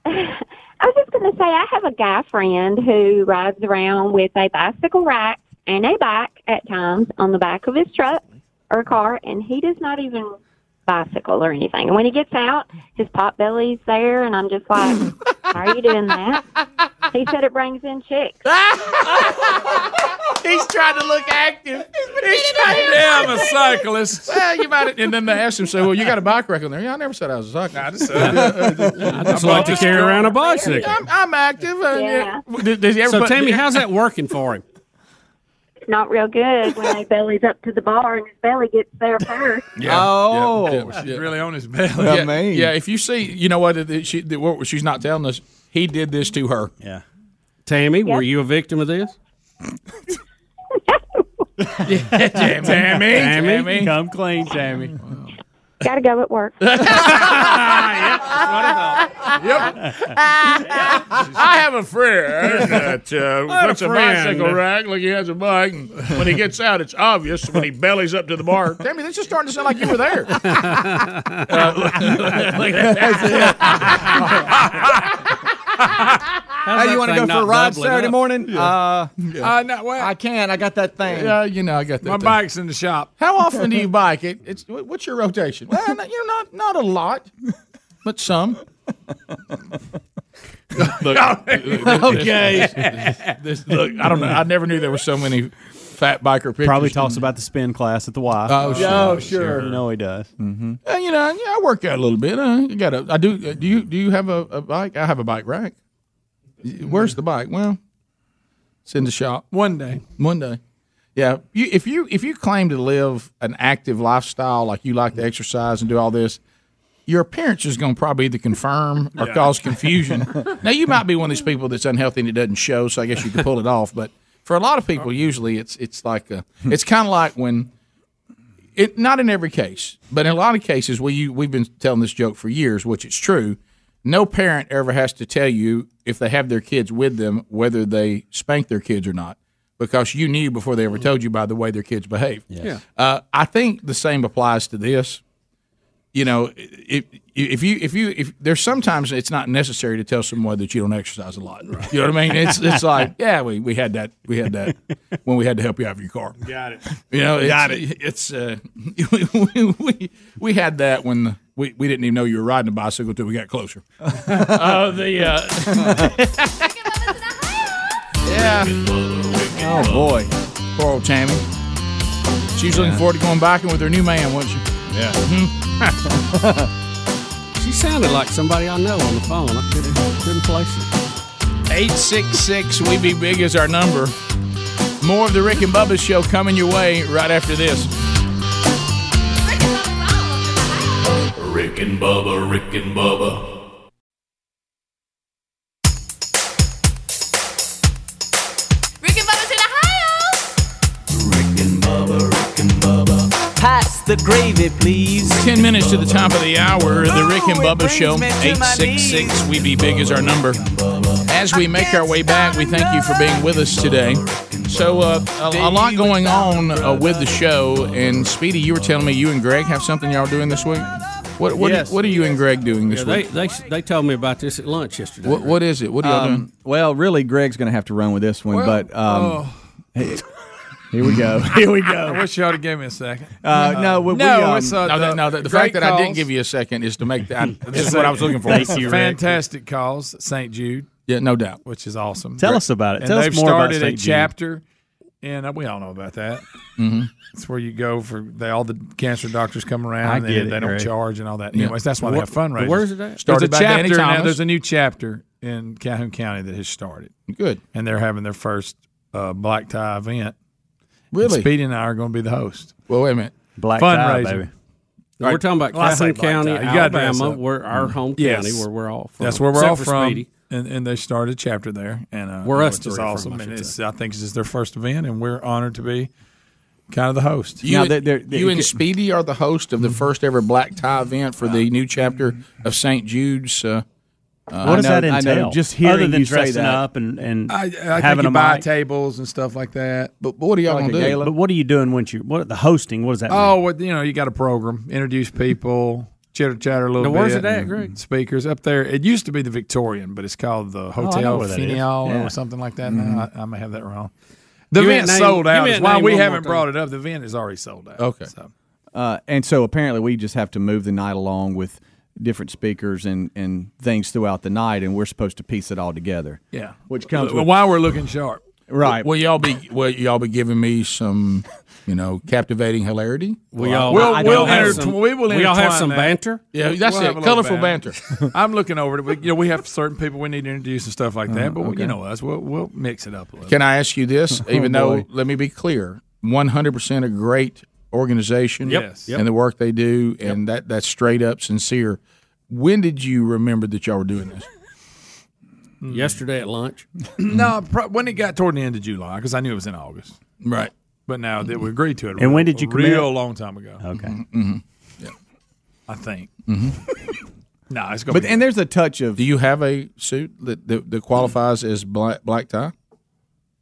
S13: I was just going to say, I have a guy friend who rides around with a bicycle rack and a bike at times on the back of his truck or car, and he does not even bicycle or anything. And when he gets out, his pot belly's there, and I'm just like, "Why are you doing that?" He said it brings in chicks.
S2: He's trying to look active. He's
S12: Yeah, I'm a cyclist.
S2: Well, you might. And then they asked him, "So, well, you got a bike rack on there?" Yeah, I never said I was a cyclist. I just,
S3: I just like to carry around a bicycle.
S2: I'm, I'm active. uh, yeah.
S13: Yeah.
S2: Does, does he ever
S3: So,
S2: put-
S3: Tammy, how's that working for him?
S13: It's not real good when a belly's up to the bar and his belly gets there first.
S2: Yeah,
S12: Oh.
S2: yeah, yeah, yeah.
S12: Really on his belly.
S2: yeah, yeah, if you see, you know what? it- it- She, the- what she's not telling us, he did this to her.
S11: Yeah.
S3: Tammy, were you a victim of this?
S2: Tammy, Tammy, Tammy.
S11: Come clean, Tammy.
S13: Got to go at work.
S2: Yep. I have a friend that
S12: I
S2: uh,
S12: had
S2: puts
S12: a
S2: a,
S12: friend.
S2: bicycle rack like he has a bike. And when he gets out, it's obvious when he bellies up to the bar. Tammy, this is starting to sound like you were there. Uh, look at that.
S5: Hey, you want to go for a ride Saturday morning? Uh,
S12: Uh, no, well,
S5: I can. I got that thing.
S2: Yeah, you know, I got that.
S12: my
S2: thing.
S12: bike's in the shop.
S2: How often do you bike? It, it's wh- what's your rotation? Well, not, you know, not not a lot, but some. look,
S12: Okay.
S2: This, look, I don't know. I never knew there were so many fat biker pictures.
S11: Probably talks about the spin class at the Y.
S2: Oh, sure. Oh, sure.
S11: You know he does. Mm-hmm.
S2: Uh, you know, yeah, I work out a little bit. Uh, you got a, I do. Uh, do you do you have a, a bike? I have a bike rack. Where's the bike? Well, it's in the shop.
S12: One day.
S2: One day. Yeah. You, if you if you claim to live an active lifestyle, like you like to exercise and do all this, your appearance is going to probably either confirm or
S12: Yeah.
S2: cause confusion. now you might be one of these people that's unhealthy and it doesn't show, so I guess you can pull it off. But for a lot of people, usually it's it's like a, it's kind of like when it not in every case, but in a lot of cases, we you, we've been telling this joke for years, which is true. No parent ever has to tell you if they have their kids with them whether they spank their kids or not, because you knew before they ever
S12: Mm-hmm.
S2: told you by the way their kids behave.
S12: Yeah.
S2: Uh, I think the same applies to this. You know, if if you if you if there's sometimes it's not necessary to tell someone that you don't exercise a lot. You know what I mean? It's it's like yeah, we, we had that we had that when we had to help you out of your car.
S12: Got it.
S2: You know, it's,
S12: Got
S2: It's uh, we, we we had that when the, we we didn't even know you were riding a bicycle till we got closer.
S3: Oh,
S2: uh, the uh, yeah. Oh boy, poor old Tammy. She's looking
S4: Yeah.
S2: forward to going biking with her new man, wasn't she? Mm-hmm.
S11: Yeah.
S3: She sounded like somebody I know on the phone. I couldn't, couldn't place it.
S2: 866 We Be Big is our number. More of the Rick and Bubba show coming your way right after this.
S7: Rick and Bubba, Rick and Bubba,
S14: Rick and Bubba's in Ohio.
S2: Pass the gravy, please. 10 minutes to the top of the hour. The Rick and Bubba Show, 866 We Be Big is our number. As we make our way back, we thank you for being with us today. So, uh, a, a lot going on uh, with the show. And, Speedy, you were telling me you and Greg have something y'all doing this week? What what,
S3: Yes.
S2: do, what are you and Greg doing this
S3: Yeah, they,
S2: week?
S3: they they told me about this at lunch yesterday.
S2: What- what is it? What are y'all
S4: Um,
S2: doing?
S4: Well, really, Greg's going to have to run with this one,
S12: Well,
S4: but um,
S12: oh.
S4: hey, here we go. Here we go.
S12: I wish y'all would give me a second.
S4: Uh, no, we- we, um,
S12: it's, uh,
S2: no, that- no, that- the
S12: great
S2: fact that I didn't
S12: calls.
S2: give you a second is to make that. this is what I was looking for.
S12: It's a fantastic calls, St. Jude.
S2: Yeah, no doubt.
S12: Which is awesome.
S2: Tell us about it.
S12: And
S2: Tell us
S12: they've
S2: more about
S12: started a
S2: St. Jude.
S12: chapter, and uh, we all know about that.
S2: Mhm.
S12: It's where you go for they, all the cancer doctors come around.
S2: I
S12: and
S2: get
S12: they,
S2: it,
S12: they don't
S2: Greg.
S12: charge and all that.
S2: Yeah.
S12: Anyways, that's why
S2: Wh-
S12: they have fundraisers.
S2: where's it at?
S12: There's a
S2: Started by Danny
S12: chapter now.
S2: Thomas.
S12: There's a new chapter in Calhoun County that has started.
S2: Good.
S12: And they're having their first uh, black tie event. And
S2: Really?
S12: Speedy and I are going to be the host.
S2: Well, wait a minute.
S12: Black
S3: tie,
S12: fundraiser.
S3: baby. We're talking about
S12: Well, I say
S3: Calhoun
S12: black
S3: County,
S12: tie. You gotta dress
S3: Alabama,
S12: up. Mm-hmm.
S3: where our home
S12: Yes.
S3: county, where we're all from.
S12: That's where we're
S3: Except
S12: all
S3: for
S12: from.
S3: Speedy.
S12: And, and they started a chapter there, and uh,
S3: We're us
S12: which is
S3: three from, I
S12: awesome.
S3: should
S12: And it's, I think this is their first event, and we're honored to be kind of the host.
S2: You, and- you and Speedy are the host
S11: Mm-hmm.
S2: of the first ever black tie event for the new chapter of St. Jude's. Uh, uh,
S11: Ah. What does that entail? other than dressing up and and
S12: I, I think
S11: having
S12: you
S11: a
S12: buy
S11: mic.
S12: tables and stuff like that. But, but what are y'all
S11: Like a
S12: gonna do?
S11: gala. But what are you doing once you what the hosting? What does that?
S12: Oh, well, you know, you got a program. Introduce people, chitter chatter a little
S11: Now, where's
S12: bit.
S11: it at,
S12: and
S11: Greg? Oh,
S12: Speakers up there. It used to be the Victorian, but it's called the
S11: know
S12: Hotel
S11: where that is.
S12: Finial
S11: Yeah.
S12: or something like that.
S11: Mhm.
S12: No, I, I may have that wrong. The
S11: You
S12: event
S11: ain't name-
S12: sold
S11: you
S12: out.
S11: ain't
S12: Is why
S11: name
S12: we
S11: one more
S12: haven't
S11: time.
S12: brought it up. The event is already sold out.
S4: Okay.
S12: So.
S4: Uh, and so apparently we just have to move the night along with different speakers and, and things throughout the night, and we're supposed to piece it all together.
S12: Yeah.
S4: Which comes
S12: Well,
S4: with-
S12: while we're looking sharp.
S4: Right.
S2: Will y'all be will y'all be giving me some, you know, captivating hilarity?
S12: Well, y'all- We'll- I don't we'll have inter- some- we will we all have intertwine some that. banter?
S2: Yeah,
S12: We'll
S2: that's
S12: have a
S2: it.
S12: little
S2: Colorful banter.
S12: banter. I'm looking over to, we- you know, we have certain people we need to introduce and stuff like
S2: Uh,
S12: that, but we-
S2: okay.
S12: you know us, we'll, we'll mix it up a little.
S2: Can I ask you this?
S12: Oh,
S2: Even
S12: boy.
S2: though, let me be clear, 100% a great organization
S12: Yep. Yes.
S2: and the work they do, and that that's straight up sincere. When did you remember that y'all were doing this?
S12: Mm-hmm.
S3: Yesterday at lunch.
S12: no, pro- when it got toward the end of July, because I knew it was in August.
S2: Right.
S12: But now that we agreed to it.
S11: And when did you commit?
S12: Real long time ago.
S11: Okay.
S12: Mm-hmm, I think.
S2: Mhm.
S12: no, it's going to mm-hmm.
S2: But
S12: be.
S2: and
S4: there's a touch of.
S2: Do you have a suit that that, that qualifies as black black tie?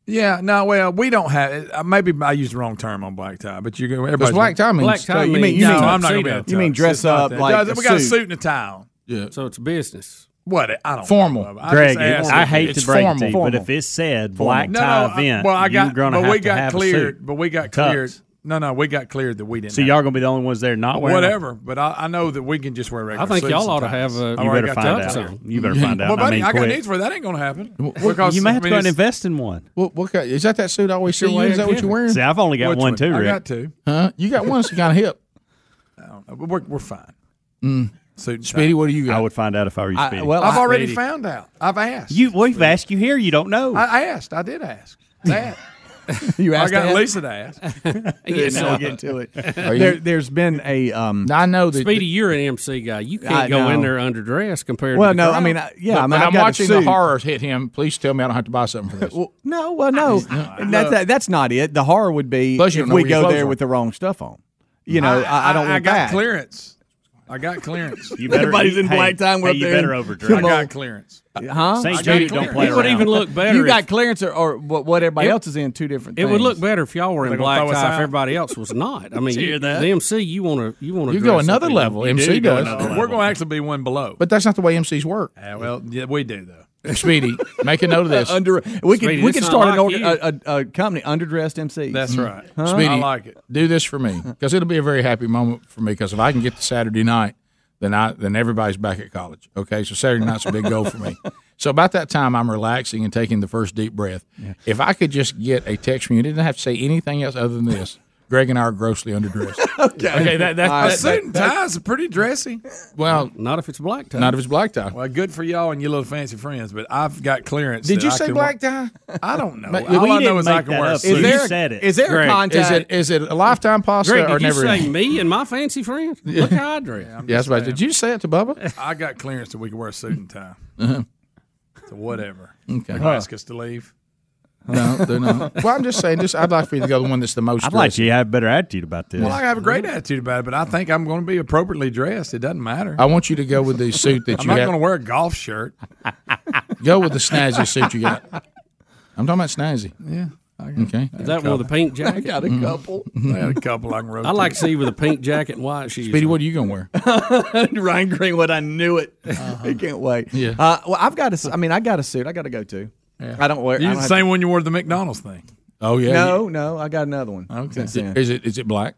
S12: yeah, no, well, we don't have. uh, Maybe I used the wrong term on black tie, but you're going to.
S2: black tie means- Black tie
S12: you
S2: means-
S12: mean, you
S2: No,
S12: mean I'm not
S2: tuxedo.
S12: going to be
S2: You mean dress up like
S12: We
S2: a
S12: got a
S2: suit.
S12: suit and a tie on.
S2: Yeah.
S3: So it's business.
S12: What? I don't
S2: Formal.
S12: know. I
S11: Greg,
S12: just asked
S11: I
S12: if-
S11: hate
S12: it's
S11: to break it to you,
S12: formal.
S11: but if it said
S12: Formal.
S11: black
S12: No,
S11: tie
S12: no, I-
S11: event,
S12: well, I got,
S11: you're going
S12: but
S11: have
S12: we
S11: to
S12: got
S11: have a
S12: cleared,
S11: suit.
S12: but we got
S11: Tux.
S12: cleared. No, no, we got cleared that we didn't.
S11: So y'all going to be the only ones there not wearing.
S12: whatever. But I, I know that we can just wear regular.
S11: I think
S12: suits
S11: y'all ought to
S12: sometimes.
S11: have a-
S12: I
S11: You
S12: already
S11: better
S12: got
S11: find
S12: tux
S11: out.
S12: on.
S11: You better find out.
S12: Well,
S11: I
S12: buddy,
S11: mean,
S12: I, got
S11: quick.
S12: needs for it. that. Ain't gonna happen.
S11: Well,
S12: Because,
S11: you might
S12: I
S11: have to
S12: mean,
S11: go and
S12: it's-
S11: invest in one.
S2: What, what kind, is that that suit I always see?
S12: See, you
S2: Is that
S12: ain't
S2: what you're wearing?
S11: See, I've only got one too,
S12: I
S11: Rick.
S12: got two.
S2: Huh? You got one that's kind of hip.
S12: I don't know. But We're, we're fine.
S2: Mm.
S12: Suit
S2: Speedy, what do you got? I
S11: would find out if I were you, Speedy.
S12: I've already found out. I've asked.
S11: You, we've asked you here. You don't know.
S12: I asked. I did ask. That.
S4: You
S12: I
S4: asked
S12: got
S4: that?
S12: Lisa to ask.
S4: Yeah, so we'll get to it. There, there's been a. Um,
S2: I know
S3: Speedy, you're an MC guy. You can't
S4: I
S3: go in
S4: know.
S3: there underdressed compared.
S4: Well,
S3: to the
S4: no,
S3: crowd.
S4: I mean, I- yeah,
S2: Look,
S4: I mean,
S2: but
S4: I've
S2: I'm
S4: got a
S2: watching the
S4: suit.
S2: horror hit him. Please tell me I don't have to buy something for this.
S4: no, well, no, and that's, that's not it. The horror would be
S2: Plus
S4: if
S2: you don't know
S4: we
S2: where your
S4: go
S2: clothes
S4: there
S2: are.
S4: with the wrong stuff on. You know, I, I, don't want
S12: I got
S4: that.
S12: clearance. I got clearance.
S11: You better- Everybody's in hey, black time, we're hey, up you there better in- overdress.
S12: I
S11: Come on.
S12: got clearance.
S4: Huh?
S12: St. I got Jude don't clearance. play
S4: You would
S12: around.
S4: even look better.
S3: You got
S4: clearance or, or what everybody
S3: else
S4: is in. Two different.
S3: It would look better if y'all were in
S4: They're gonna
S3: black
S4: throw us
S3: tie. If
S4: out.
S3: everybody else was not. I mean,
S4: Did you
S3: you-
S4: hear that?
S3: the MC, you want to, you want to.
S2: You go another level. You do MC go does. another level.
S12: We're going to actually be one below.
S2: But that's not the way MCs work.
S12: Yeah, Uh, well, yeah, we do though.
S2: Speedy, make a note of this.
S4: Under we could
S2: Speedy,
S4: we
S2: this
S4: could
S2: sound
S4: start
S2: like
S4: an order,
S2: you. Hmm.
S4: a, a, a company underdressed MC.
S12: That's right.
S2: Speedy,
S12: I like it.
S2: Do this for me because it'll be a very happy moment for me. Because if I can get to Saturday night, then I then everybody's back at college. Okay, so Saturday night's a big goal for me. So about that time, I'm relaxing and taking the first deep breath. If I could just get a text from you, didn't have to say anything else other than this. Greg and I are grossely underdressed. okay, that, that,
S12: a
S2: that,
S12: suit and
S2: that-
S12: ties are pretty dressy.
S2: well,
S3: not if it's black tie.
S2: Not if it's black tie.
S12: Well, good for y'all and your little fancy friends, but I've got clearance.
S2: Did
S12: that
S2: you
S12: I
S2: say
S12: can
S2: black
S12: wa-
S2: tie?
S12: I don't know.
S2: But-
S12: All
S2: We
S12: I
S2: didn't
S12: know is I
S2: make
S12: can
S2: that
S12: wear. a
S2: up.
S12: suit.
S2: Is there- You said it. is there a Greg, contact- is it- is it a lifetime pasta
S3: Greg, did
S2: or
S3: you
S2: never
S3: say
S2: ending?
S3: me and my fancy friends? Look how I dress.
S2: Yeah, that's right. Did you say it to Bubba?
S12: I got clearance that we can wear a suit and tie.
S2: Uh-huh.
S12: So whatever.
S2: Okay.
S12: They're gonna
S2: Huh.
S12: ask us to leave.
S2: No, they're not. well, I'm just saying. Just I'd like for you to go the one that's the most.
S11: I'd like you to have a better attitude about this.
S12: Well, I have a great attitude about it, but I think I'm going to be appropriately dressed. It doesn't matter.
S5: Oh,
S2: I want you to go with the suit that
S12: I'm
S2: you
S12: not
S2: have.
S12: going to wear a golf shirt.
S2: Go with the snazzy suit you got. I'm talking about snazzy.
S12: Yeah, I
S2: Okay.
S3: Is that one with the pink jacket?
S12: I got a couple. I got a couple I can rotate.
S3: I like to see with a pink jacket and white shoes.
S2: Speedy, what are you going to wear? Uh-huh.
S5: Ryan Greenwood, I knew it. He can't wait.
S2: Yeah.
S5: Uh, well, I've got a. s- I mean, I got a suit. I got to go to. I don't wear. I
S12: You
S5: don't
S12: the
S5: have
S12: same one you wore to the McDonald's thing.
S2: Oh yeah.
S5: No, no, I got another one.
S2: Okay.
S5: Since then.
S2: Is it is it black?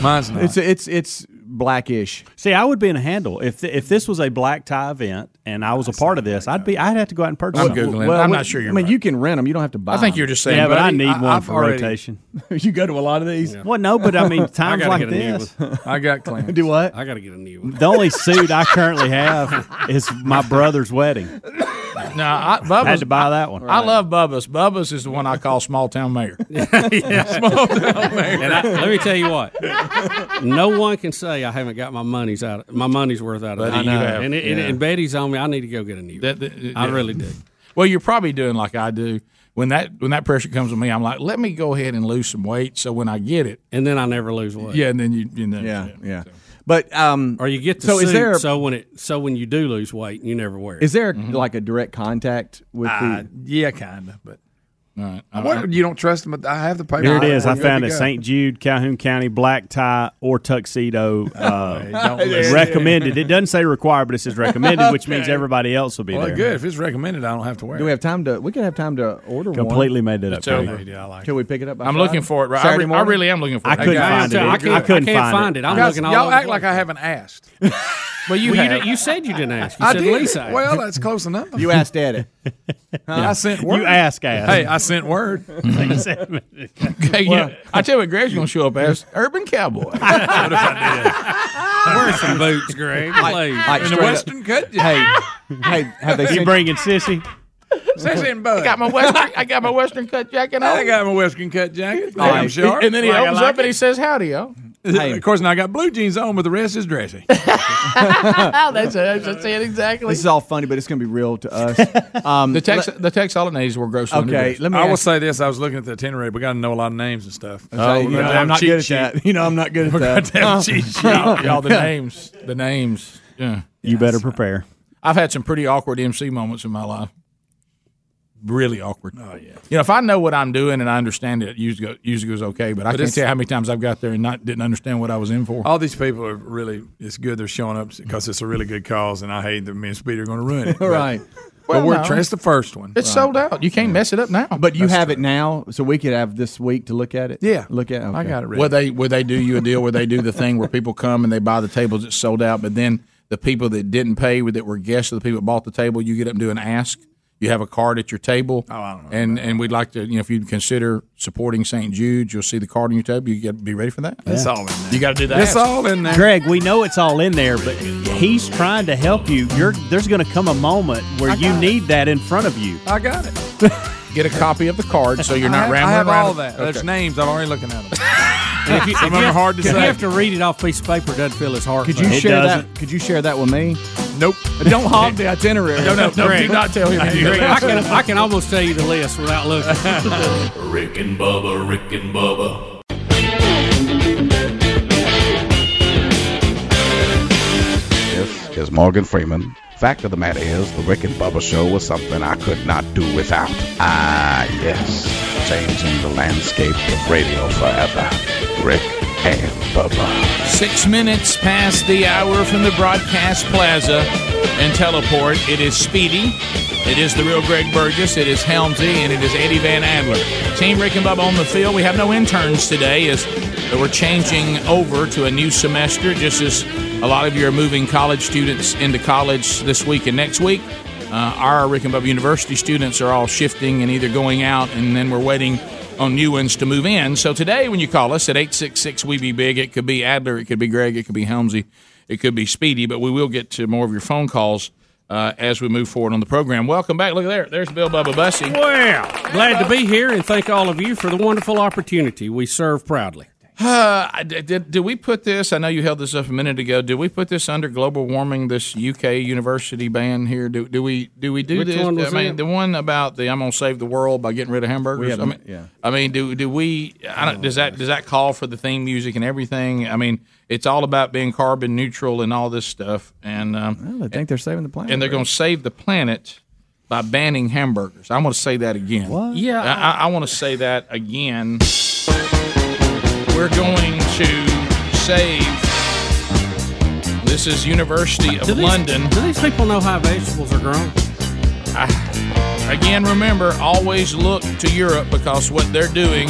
S2: Mine's
S11: not.
S5: It's it's it's blackish.
S11: See, I would be in a handle if th- if this was a black tie event and I was a part of this. I'd be. I'd have to go out and purchase.
S5: I'm
S11: one.
S5: Googling it. Well, I'm not sure you're
S11: I mean,
S5: you can rent them. You don't have to buy.
S11: I think
S5: them.
S11: you're just saying, Yeah, but I buddy, need I- one I've for already- rotation.
S5: you go to a lot of these.
S11: Well, no, but I mean, times like this.
S12: I got clean.
S5: Do what?
S3: I got to get a new one.
S11: The only suit I currently have is my brother's wedding.
S2: No, I, Bubba's,
S11: I had to buy that one.
S2: I love Bubba's. Bubba's is the one I call small town mayor.
S3: small town man. And I, let me tell you what, no one can say I haven't got my money's out. my money's worth out of
S2: Buddy,
S3: it.
S2: you
S3: I know.
S2: have-
S3: and, it, and,
S2: yeah.
S3: and Betty's on me. I need to go get a new. One. I really do.
S2: Well, you're probably doing like I do. When that when that pressure comes to me, I'm like, let me go ahead and lose some weight. So when I get it,
S3: and then I never lose weight.
S2: Yeah, and then you, you know,
S5: Yeah, yeah. But um,
S3: or you get the
S5: so
S3: suit,
S5: is there
S3: so when it so when you do lose weight, you never wear it.
S5: is there
S2: Mm-hmm.
S5: like a direct contact with
S12: Uh,
S5: the?
S12: yeah, kind of. But
S2: I-
S12: what, you don't trust them? I have the paper.
S11: Here it is. I
S12: I'm good
S11: found
S12: to
S11: it.
S12: go.
S11: St. Jude, Calhoun County, black tie or tuxedo uh,
S12: don't listen.
S11: recommended. It doesn't say required, but it says recommended, which means
S12: Okay.
S11: everybody else will be
S12: Well,
S11: there.
S12: good. If it's recommended, I don't have to wear.
S5: Do we have time to? We could have time to order
S11: Completely
S5: one.
S11: made it up.
S5: It's over.
S11: Cody.
S12: Yeah, I like
S5: Till we pick it up. By
S2: I'm
S5: Friday?
S2: looking for it. Right, I,
S5: Saturday
S2: re- I
S5: morning?
S2: really am looking for it.
S11: I couldn't find it.
S3: I
S11: either.
S3: couldn't-
S11: I couldn't
S3: I can't
S11: find
S3: find
S11: it.
S3: it. I'm
S12: Guys,
S3: looking all
S12: y'all
S3: over
S12: act
S3: the
S12: like
S3: place.
S12: I haven't asked.
S2: Well, you
S3: well,
S2: have.
S3: you, did- you said you didn't ask. You
S12: I
S3: said
S12: did.
S3: Lisa. asked.
S12: Well, that's close enough.
S5: You asked at it.
S12: I sent word.
S11: You ask, ask.
S12: Hey, I sent word.
S2: Hey, you know, I tell you, what Greg's gonna show up as Urban Cowboy.
S3: Wear some boots, Greg. Please.
S5: Like
S12: In the
S5: straight up-
S12: Western country.
S5: Hey, hey, have they
S11: You
S5: sent
S11: bringing sissy?
S12: Sissy and Bud.
S2: I got my western. I got my western cut jacket
S12: I
S2: on.
S12: got my Western cut jacket.
S5: All
S12: I'm
S5: right.
S12: sure.
S2: And then he
S12: Like I
S2: opens
S12: like
S2: up and he says, "Howdy, yo."
S12: it. Of course, now I got blue jeans on, but the rest is dressy.
S2: that's, that's, that's it exactly.
S5: This is all funny, but it's going to be real to us. Um,
S2: The Tex the Texalonades were grossly
S5: okay,
S2: underdressed.
S5: let me.
S12: I will
S5: ask-
S12: say this: I was looking at the itinerary. We got to know a lot of names and stuff.
S5: Oh, you
S12: we're
S5: know,
S12: gonna
S5: I'm
S12: have
S5: not
S12: cheat
S5: good at
S12: sheet.
S5: that. You know, I'm not good at
S12: We're gonna
S5: that.
S12: have cheat sheet.
S2: Y'all, y'all, the names, the names. Yeah,
S11: You better prepare.
S2: I've had some pretty awkward MC moments in my life. Really awkward. Oh yeah. You know, if I know what I'm doing and I understand it, usually go- usually goes okay. But I can't
S12: it's-
S2: tell you how many times I've got there and not didn't understand what I was in for.
S12: All these people are really. It's good they're showing up because it's a really good cause, and I hate that me and Speedy are going to ruin it.
S5: All right,
S12: But, but
S2: Well,
S12: we're
S2: no.
S12: that's the first one.
S2: It's sold out. You can't mess it up now.
S5: but you have it now, so we could have this week to look at it.
S12: Yeah.
S5: look at. Okay.
S12: I got it. Ready.
S2: Where they where they do you a deal where they do the thing where people come and they buy the tables that's sold out, but then the people that didn't pay that were guests of the people that bought the table, you get up and do an ask. You have a card at your table. Oh,
S12: I don't know
S2: And and we'd like to you know if you'd consider supporting St. Jude, you'll see the card on your table. You get be ready for that.
S12: It's all in there.
S2: You got to do that.
S12: It's all in there.
S11: Greg, we know it's all in there, but he's trying to help you. You're, there's going to come a moment where you need that in front of you.
S12: I got it.
S2: Get a copy of the card so you're
S12: I
S2: not
S12: have, I
S2: rambling
S12: have
S2: around.
S12: all that. There's
S2: Okay.
S12: names. I'm already looking at them.
S3: And if you,
S12: Some of them are hard to
S3: if you
S12: say.
S3: have to read it off a piece of paper, it doesn't feel as hard.
S5: Could you
S11: It
S5: share
S11: doesn't.
S5: that? Could you share that with me?
S12: Nope.
S5: Don't hog the itinerary.
S2: No, no, no, do not tell him.
S3: I can, I can almost tell you the list without looking.
S7: Rick and Bubba, Rick and Bubba,
S15: This is Morgan Freeman. Fact of the matter is, the Rick and Bubba Show was something I could not do without. Ah, yes, changing the landscape of radio forever. Rick and Bubba.
S2: Six minutes past the hour from the broadcast plaza and teleport. It is Speedy. It is the real Greg Burgess. It is Helmsy, and it is Eddie Van Adler. Team Rick and Bubba on the field. We have no interns today, as we're changing over to a new semester. Just as a lot of you are moving college students into college this week and next week, uh, our Rick and Bubba University students are all shifting and either going out, and then we're waiting on new ones to move in. So today, when you call us at 866 We Be Big, it could be Adler, it could be Greg, it could be Helmsy, it could be Speedy, but we will get to more of your phone calls uh, as we move forward on the program. Welcome back. Look there. There's Bill Bubba Bussy.
S3: Well, glad to be here and thank all of you for the wonderful opportunity we serve proudly.
S2: Uh, I- did, did, did we put this? I know you held this up a minute ago. Did we put this under global warming? This UK university ban here. Do, do we do we do
S3: Which
S2: this?
S3: one was
S2: I mean,
S3: it?
S2: the one about the I'm gonna save the world by getting rid of hamburgers. I mean,
S5: haven't, yeah.
S2: I mean, do do we? I don't, does that does that call for the theme music and everything? I mean, it's all about being carbon neutral and all this stuff, and um,
S5: I think they're saving the planet.
S2: and they're
S5: Rick.
S2: gonna save the planet by banning hamburgers. I want to say that again.
S3: What?
S2: Yeah. I, I want to say that again. We're going to save. This is University of
S3: do these,
S2: London.
S3: Do these people know how vegetables are grown?
S2: I, again, remember, always look to Europe because what they're doing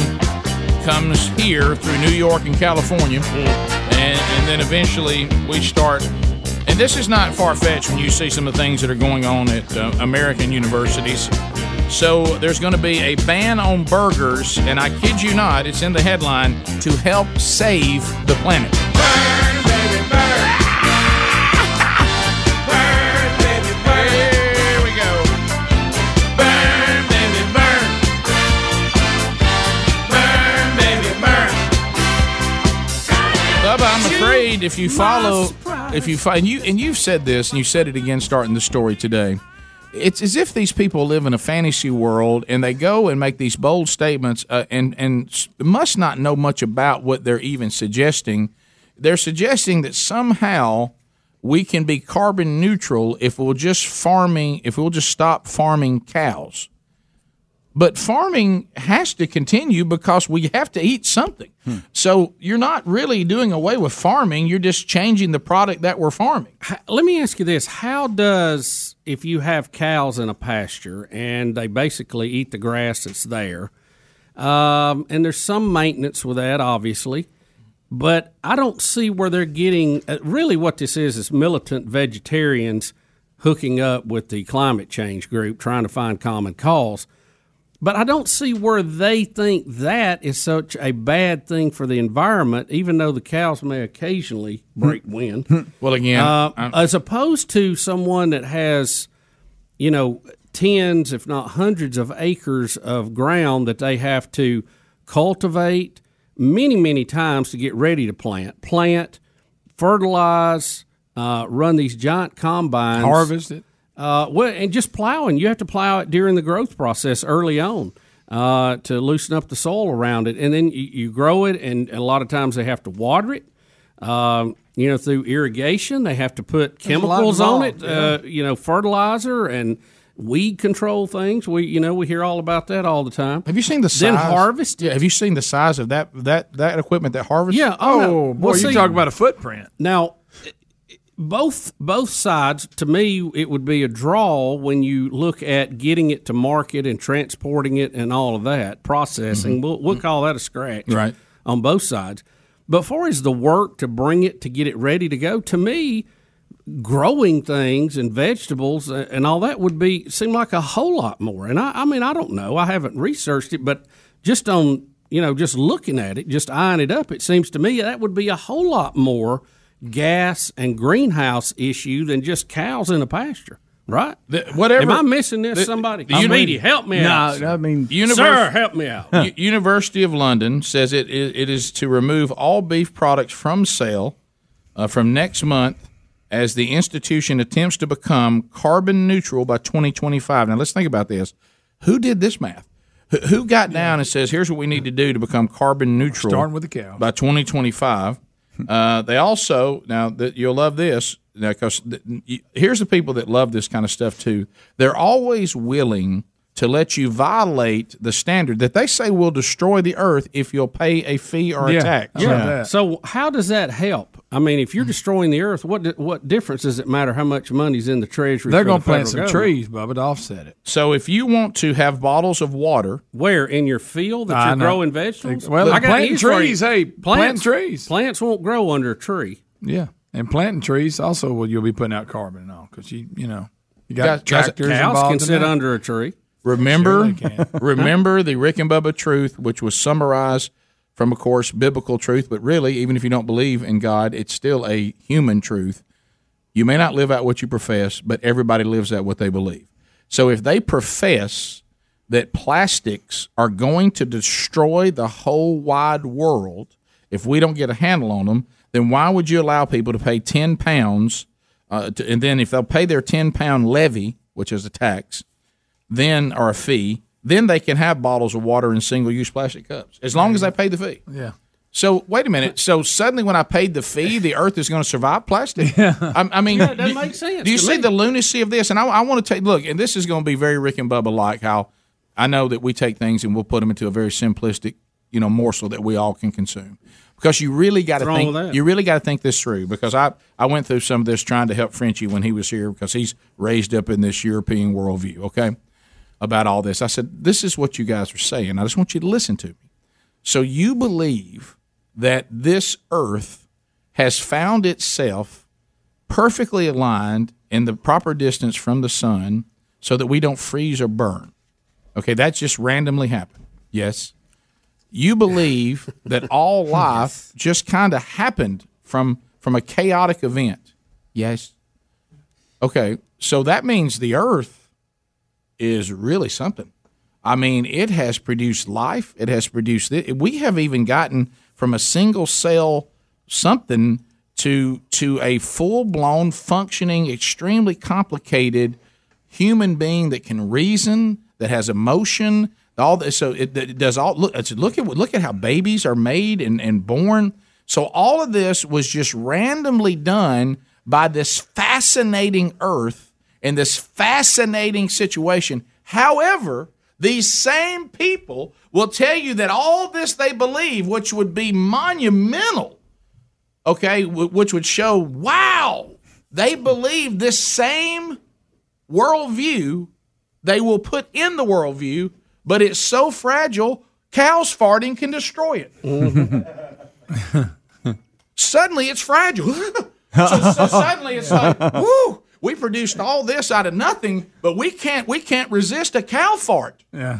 S2: comes here through New York and California, and, and then eventually we start. And this is not far fetched when you see some of the things that are going on at uh, American universities. So there's going to be a ban on burgers, and I kid you not, it's in the headline to help save the planet. Here we go. Burn, baby, burn. Burn, baby, burn. Bubba, I'm afraid if you follow, if you find you, and you've said this, and you said it again, starting the story today. It's as if these people live in a fantasy world, and they go and make these bold statements, uh, and and s- must not know much about what they're even suggesting. They're suggesting that somehow we can be carbon neutral if we'll just farming if we'll just stop farming cows. But farming has to continue because we have to eat something. So you're not really doing away with farming, you're just changing the product that we're farming.
S3: Let me ask you this: How does if you have cows in a pasture and they basically eat the grass that's there, um, and there's some maintenance with that, obviously, but I don't see where they're getting uh, really what this is is militant vegetarians hooking up with the climate change group trying to find common cause. But I don't see where they think that is such a bad thing for the environment, even though the cows may occasionally break wind.
S2: Hmm. Well, again,
S3: Uh,
S2: I'm-
S3: as opposed to someone that has, you know, tens, if not hundreds of acres of ground that they have to cultivate many, many times to get ready to plant, plant, fertilize, uh, run these giant combines,
S12: Harvest it.
S3: Uh, well, and just plowing. You have to plow it during the growth process early on uh, to loosen up the soil around it, and then you, you grow it. And a lot of times they have to water it. Um, you know, through irrigation, they have to put
S5: There's a lot
S3: chemicals on it.
S5: involved, yeah.
S3: Uh, you know, fertilizer and weed control things. We you know we hear all about that all the time.
S2: Have you seen the
S3: Then
S2: size-
S3: harvest.
S2: Yeah, have you seen the size of that that that equipment that harvests?
S3: Yeah.
S12: Oh,
S3: Oh, no.
S12: boy,
S3: Well,
S12: you
S3: see-
S12: talk about a footprint.
S3: Now, both both sides to me, it would be a draw when you look at getting it to market and transporting it and all of that
S12: Mm-hmm.
S3: processing. We'll, we'll call that a scratch,
S2: Right.
S3: On both sides, but far as the work to bring it to get it ready to go, to me, growing things and vegetables a- and all that would be seem like a whole lot more. And I, I mean, I don't know. I haven't researched it, but just on you know, just looking at it, just eyeing it up, it seems to me that would be a whole lot more gas and greenhouse issue than just cows in a pasture, right?
S2: whatever-
S3: Am I missing this?
S2: The-
S3: Somebody,
S2: the uni-
S3: media, help me
S2: No,
S3: out.
S2: I mean-
S3: sir,
S2: Univers-
S3: help me out.
S2: U- University of London says it, it, it is to remove all beef products from sale uh, from next month as the institution attempts to become carbon neutral by 2025. Now, let's think about this. Who did this math? Who- Who got down and says, here's what we need to do to become carbon neutral?
S12: Starting with the cow.
S2: by 2025. Uh, they also now that you'll love this because here's the people that love this kind of stuff too. They're always willing to let you violate the standard that they say will destroy the earth if you'll pay a fee or
S3: yeah.
S2: a tax.
S3: Yeah. So how does that help? I mean, if you're destroying the earth, what di- what difference does it matter how much money's in the treasury?
S12: They're
S3: going to
S12: plant some trees, Bubba, to offset it.
S2: So if you want to have bottles of water,
S3: where in your field that
S2: I
S3: you're
S2: know.
S3: growing vegetables?
S12: Well,
S3: I got
S12: planting
S3: news for you.
S12: trees, hey, planting trees.
S3: Plants won't grow under a tree.
S12: Yeah, and planting trees also. Well, you'll be putting out carbon and all because you you know you
S2: Guys-
S12: got
S2: guys,
S12: tractors.
S2: cows
S12: involved
S2: can
S12: in
S2: sit
S12: that.
S3: under a tree.
S2: Remember,
S12: Sure they can.
S2: remember the Rick and Bubba truth, which was summarized from, of course, biblical truth. But really, even if you don't believe in God, it's still a human truth. You may not live out what you profess, but everybody lives out what they believe. So if they profess that plastics are going to destroy the whole wide world if we don't get a handle on them, then why would you allow people to pay ten pounds? Uh, to, and then if they'll pay their ten pound levy, which is a tax, then or a fee, then they can have bottles of water in single use plastic cups as long as they pay the fee.
S12: Yeah.
S2: So wait a minute. So suddenly, when I paid the fee, the Earth is going to survive plastic. I, I mean,
S3: Yeah, it doesn't
S2: you-
S3: make sense
S2: Do you
S3: to
S2: see
S3: me.
S2: the lunacy of this? And I, I want to take look, and this is going to be very Rick and Bubba like. How I know that we take things and we'll put them into a very simplistic, you know, morsel that we all can consume. Because you really got to
S3: What's wrong with
S2: think
S3: that?
S2: you really got to think this through. Because I I went through some of this trying to help Frenchie when he was here because he's raised up in this European worldview. Okay, about all this, I said this is what you guys are saying. I just want you to listen to me. So you believe that this earth has found itself perfectly aligned in the proper distance from the sun so that we don't freeze or burn. Okay, that just randomly happened. Yes. You believe that all life just kind of happened from from a chaotic event. Yes. Okay, so that means the earth is really something. I mean, it has produced life. It has produced it. We have even gotten from a single cell something to to a full blown functioning, extremely complicated human being that can reason, that has emotion. All this, so it, it does all look. It's, look at look at how babies are made and, and born. So all of this was just randomly done by this fascinating Earth in this fascinating situation. However, these same people will tell you that all this they believe, which would be monumental, okay, wh- which would show, wow, they believe this same worldview they will put in the worldview, but it's so fragile, cows farting can destroy it.
S6: Mm-hmm.
S2: Suddenly it's fragile. so, so suddenly it's like, whoo, we produced all this out of nothing, but we can't we can't resist a cow fart.
S12: Yeah.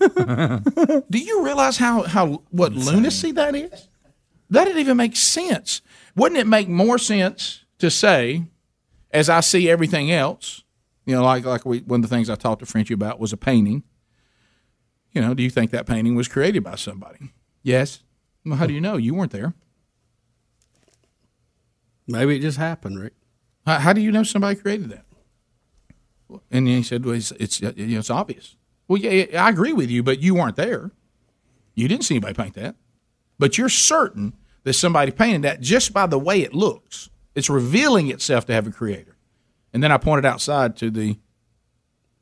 S2: Do you realize how how what lunacy that is? That didn't even make sense. Wouldn't it make more sense to say, as I see everything else, you know, like like we, one of the things I talked to Frenchie about was a painting. You know, do you think that painting was created by somebody? Yes. Well, how do you know? You weren't there.
S3: Maybe it just happened, Rick.
S2: How, how do you know somebody created that? And he said, "Well, it's it's, uh, you know, it's obvious." Well, yeah, yeah, I agree with you, but you weren't there. You didn't see anybody paint that, but you're certain that somebody painted that just by the way it looks. It's revealing itself to have a creator. And then I pointed outside to the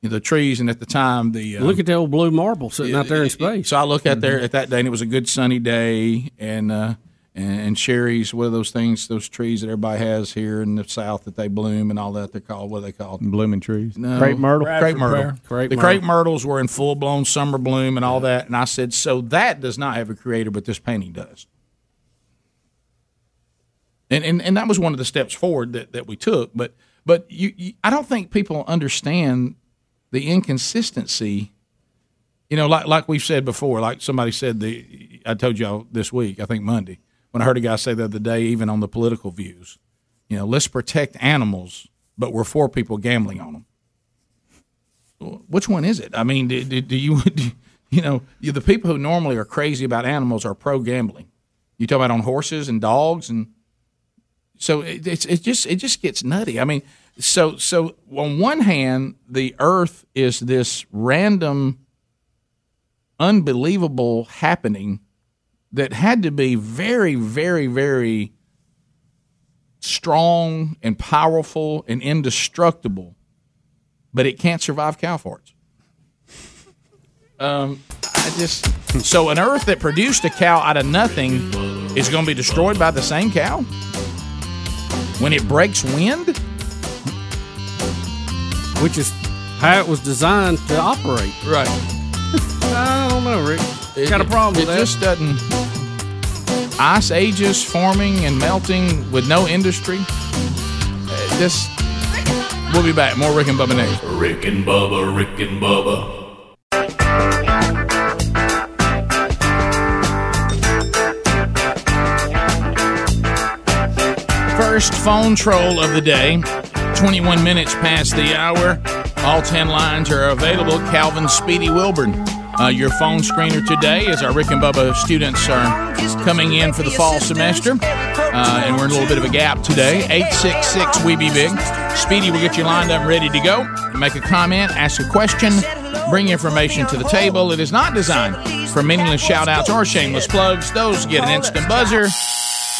S2: the trees, and at the time, the uh,
S3: Look at the old blue marble sitting out there in space. Mm-hmm.
S2: So I looked out there at that day, and it was a good sunny day, and uh, and, and cherries, what are those things, those trees that everybody has here in the South that they bloom and all that? They're called what are they called?
S4: Blooming trees.
S2: No.
S4: Crepe myrtle.
S2: Crepe myrtle.
S4: Crepe
S2: the
S4: myrtle.
S2: crepe myrtles were in full blown summer bloom and all that. And I said, so that does not have a creator, but this painting does. And and, and that was one of the steps forward that, that we took. But but you, you, I don't think people understand the inconsistency. You know, like like we've said before, like somebody said the I told y'all this week, I think Monday, when I heard a guy say the other day, even on the political views, you know, let's protect animals, but we're for people gambling on them which one is it? I mean, do, do, do you do, you know you, the people who normally are crazy about animals are pro gambling. You talk about on horses and dogs, and so it, it's it just it just gets nutty. I mean, so so on one hand, the Earth is this random, unbelievable happening that had to be very very very strong and powerful and indestructible but it can't survive cow farts. Um, I just so an Earth that produced a cow out of nothing is going to be destroyed by the same cow when it breaks wind.
S3: Which is how it was designed to operate.
S2: Right.
S3: I don't know, Rick.
S2: It-
S3: Got a problem
S2: It
S3: with that.
S2: just doesn't. Ice ages forming and melting with no industry. Uh, This. We'll be back. More Rick and Bubba next.
S7: Rick and Bubba, Rick and Bubba,
S2: First phone troll of the day. 21 minutes past the hour. All 10 lines are available. Calvin Speedy Wilburn. Uh, your phone screener today is our Rick and Bubba students are coming in for the fall semester. Uh, and we're in a little bit of a gap today. E 866 We Be Big. Speedy will get you lined up and ready to go. Make a comment, ask a question, bring information to the table. It is not designed for meaningless shout outs or shameless plugs. Those get an instant buzzer.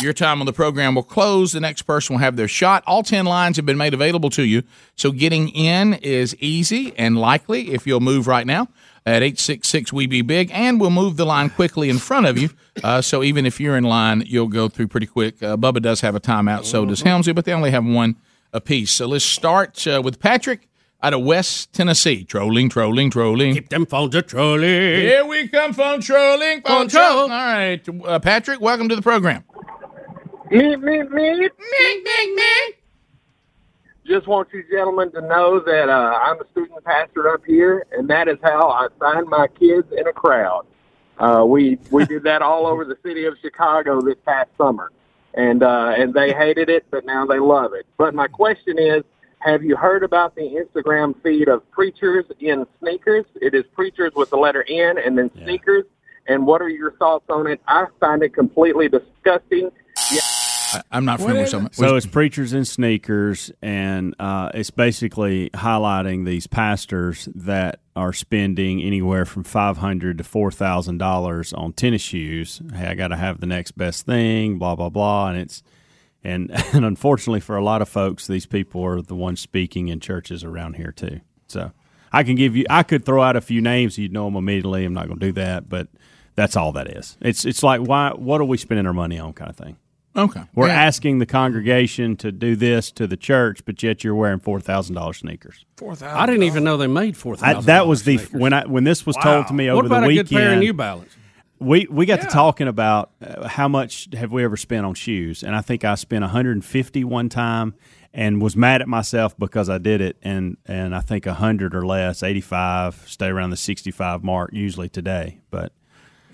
S2: Your time on the program will close. The next person will have their shot. All 10 lines have been made available to you. So getting in is easy and likely if you'll move right now at 866 We Be Big. And we'll move the line quickly in front of you. Uh, so even if you're in line, you'll go through pretty quick. Uh, Bubba does have a timeout, so does Helmsy, but they only have one apiece. So let's start uh, with Patrick out of West Tennessee. Trolling, trolling, trolling.
S3: Keep them phones a trolling.
S2: Here we come, phone trolling, phone trolling. All right, uh, Patrick, welcome to the program.
S16: Me, me, me. Me, me, me. Just want you gentlemen to know that uh, I'm a student pastor up here, and that is how I sign my kids in a crowd. Uh, we we did that all over the city of Chicago this past summer, and uh, and they hated it, but now they love it. But my question is, have you heard about the Instagram feed of preachers in sneakers? It is preachers with the letter N and then sneakers. And what are your thoughts on it? I find it completely disgusting. Yeah.
S2: I, I'm not familiar with some.
S11: So it's preachers in sneakers, and uh, it's basically highlighting these pastors that are spending anywhere from five hundred to four thousand dollars on tennis shoes. Hey, I got to have the next best thing, blah blah blah, and it's and and unfortunately for a lot of folks, these people are the ones speaking in churches around here too. So I can give you, I could throw out a few names, you'd know them immediately. I'm not going to do that, but that's all that is. It's it's like why what are we spending our money on kind of thing.
S2: Okay,
S11: We're
S2: Yeah.
S11: asking the congregation to do this to the church, but yet you're wearing four thousand dollars sneakers.
S3: I didn't even know they made four
S11: I,
S3: thousand.
S11: that was the when I when this was told to me over
S3: what about
S11: the
S3: a
S11: weekend.
S3: good pair of New Balance?
S11: We we got to talking about uh, how much have we ever spent on shoes, and I think I spent 150 one time, and was mad at myself because I did it, and and I think 100 or less, 85, stay around the 65 mark usually today, but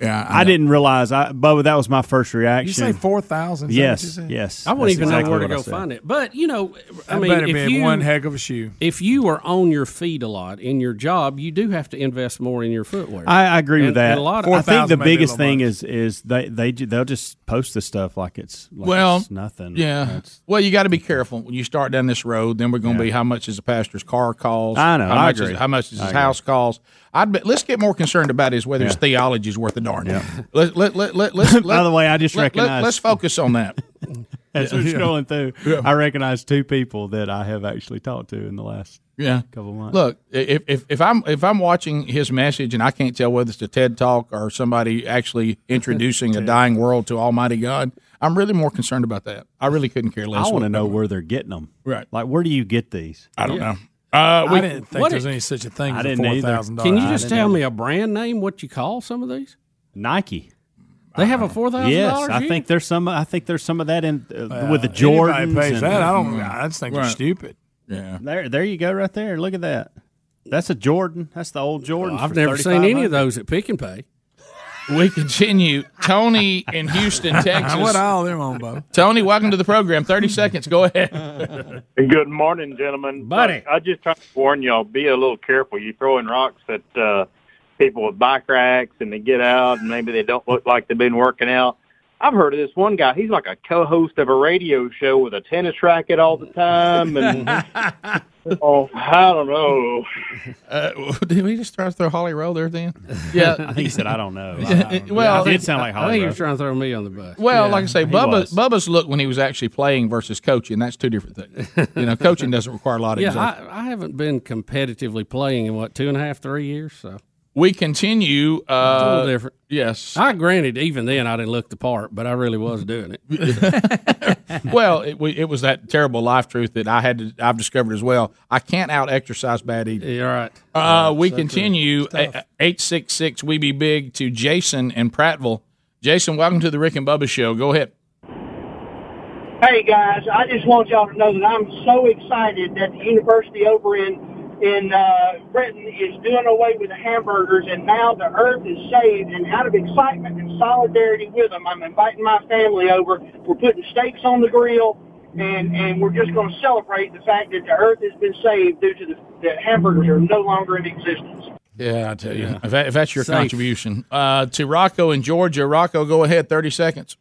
S2: yeah,
S11: I, didn't realize. I Bubba, that was my first reaction.
S12: You say four thousand?
S11: Yes, yes.
S3: I
S11: That's
S3: wouldn't even
S11: exactly
S3: know where to
S11: what I
S3: go
S11: said.
S3: find it. But you know, I
S12: That
S3: mean,
S12: better
S3: if
S12: be
S3: you,
S12: one heck of a shoe.
S3: If you are on your feet a lot in your job, you do have to invest more in your footwear.
S11: I, I agree with
S3: And-
S11: that.
S3: and a lot of-
S11: I think the biggest thing is is they they ju- they'll just post this stuff like it's like
S2: well,
S11: it's nothing.
S2: Yeah. well, you got to be careful when you start down this road. Then we're going to be how much is a pastor's car cost?
S11: I know,
S2: How
S11: I
S2: much
S11: agree.
S2: Is, how much is
S11: I
S2: his
S11: agree.
S2: house cost? I'd be, let's get more concerned about is whether his
S11: Yeah.
S2: theology is worth a darn. Let, let, let, let, let's, let,
S11: By the way, I just
S2: let,
S11: recognized-
S2: Let, us focus on that.
S11: As we're
S2: Yeah.
S11: scrolling through,
S2: Yeah.
S11: I recognize two people that I have actually talked to in the last
S2: Yeah.
S11: couple months.
S2: Look, if, if if I'm if I'm watching his message and I can't tell whether it's a TED talk or somebody actually introducing a dying world to Almighty God, I'm really more concerned about that. I really couldn't care less.
S11: I want to
S2: what-
S11: know where they're getting them.
S2: Right.
S11: Like, where do you get these?
S2: I don't know. Uh,
S12: I didn't think there was any such a thing
S11: I
S12: as a
S11: didn't either.
S12: four thousand dollars.
S3: Can you just tell me a brand name? What you call some of these?
S11: Nike.
S3: They have a four thousand
S11: Yes,
S3: dollars.
S11: I think there's some. I think there's some of that in uh, with the
S12: anybody
S11: Jordans.
S12: pays
S11: and-
S12: that, I
S3: Mm.
S12: don't- I just think they're Right. stupid.
S2: Yeah.
S11: There, there you go, right there. Look at that. That's a Jordan. That's the old Jordan.
S3: I've
S11: for
S3: never seen any
S11: $3,500.
S3: of those at Pick and Pay.
S2: We continue. Tony in Houston, Texas.
S12: What all them on, Bo?
S2: Tony, welcome to the program. Thirty seconds. Go ahead.
S17: Good morning, gentlemen. Uh,
S2: Buddy.
S17: I, I just try to warn y'all: be a little careful. You throwing rocks at uh, people with bike racks, and they get out, and maybe they don't look like they've been working out. I've heard of this one guy. He's like a co-host of a radio show with a tennis racket all the time, and oh, I don't know.
S2: Uh, did we just try to throw Holly Roll there then?
S11: I think he said, "I don't know."
S2: Yeah,
S11: uh, I don't know.
S2: well,
S11: it did sound like
S3: I think
S11: Holly.
S3: he was trying to throw me on the bus.
S2: Well,
S3: Yeah,
S2: like I say,
S3: he
S2: Bubba,
S3: was.
S2: Bubba's look when he was actually playing versus coaching. That's two different things. You know, coaching doesn't require a lot of.
S3: yeah,
S2: exertion.
S3: I, I haven't been competitively playing in what two and a half, three years. So
S2: we continue. Uh,
S3: a little different.
S2: Yes,
S3: I granted. Even then, I didn't look the part, but I really was doing it.
S2: well, it, we, it was that terrible life truth that I had. To, I've discovered as well. I can't out exercise bad eating.
S3: You're right. Yeah,
S2: Uh, we
S3: so true.
S2: continue eight six six. We be big to Jason and Prattville. Jason, welcome to the Rick and Bubba Show. Go ahead.
S18: Hey guys, I just want y'all to know that I'm so excited that the university over in in uh, Britain is doing away with the hamburgers, and now the Earth is saved. And out of excitement and solidarity with them, I'm inviting my family over. We're putting steaks on the grill, and and we're just going to celebrate the fact that the Earth has been saved due to the that hamburgers are no longer in existence.
S2: Yeah, I tell you, if, that, if that's your
S18: Safe.
S2: contribution uh, to Rocco in Georgia, Rocco, go ahead. Thirty seconds.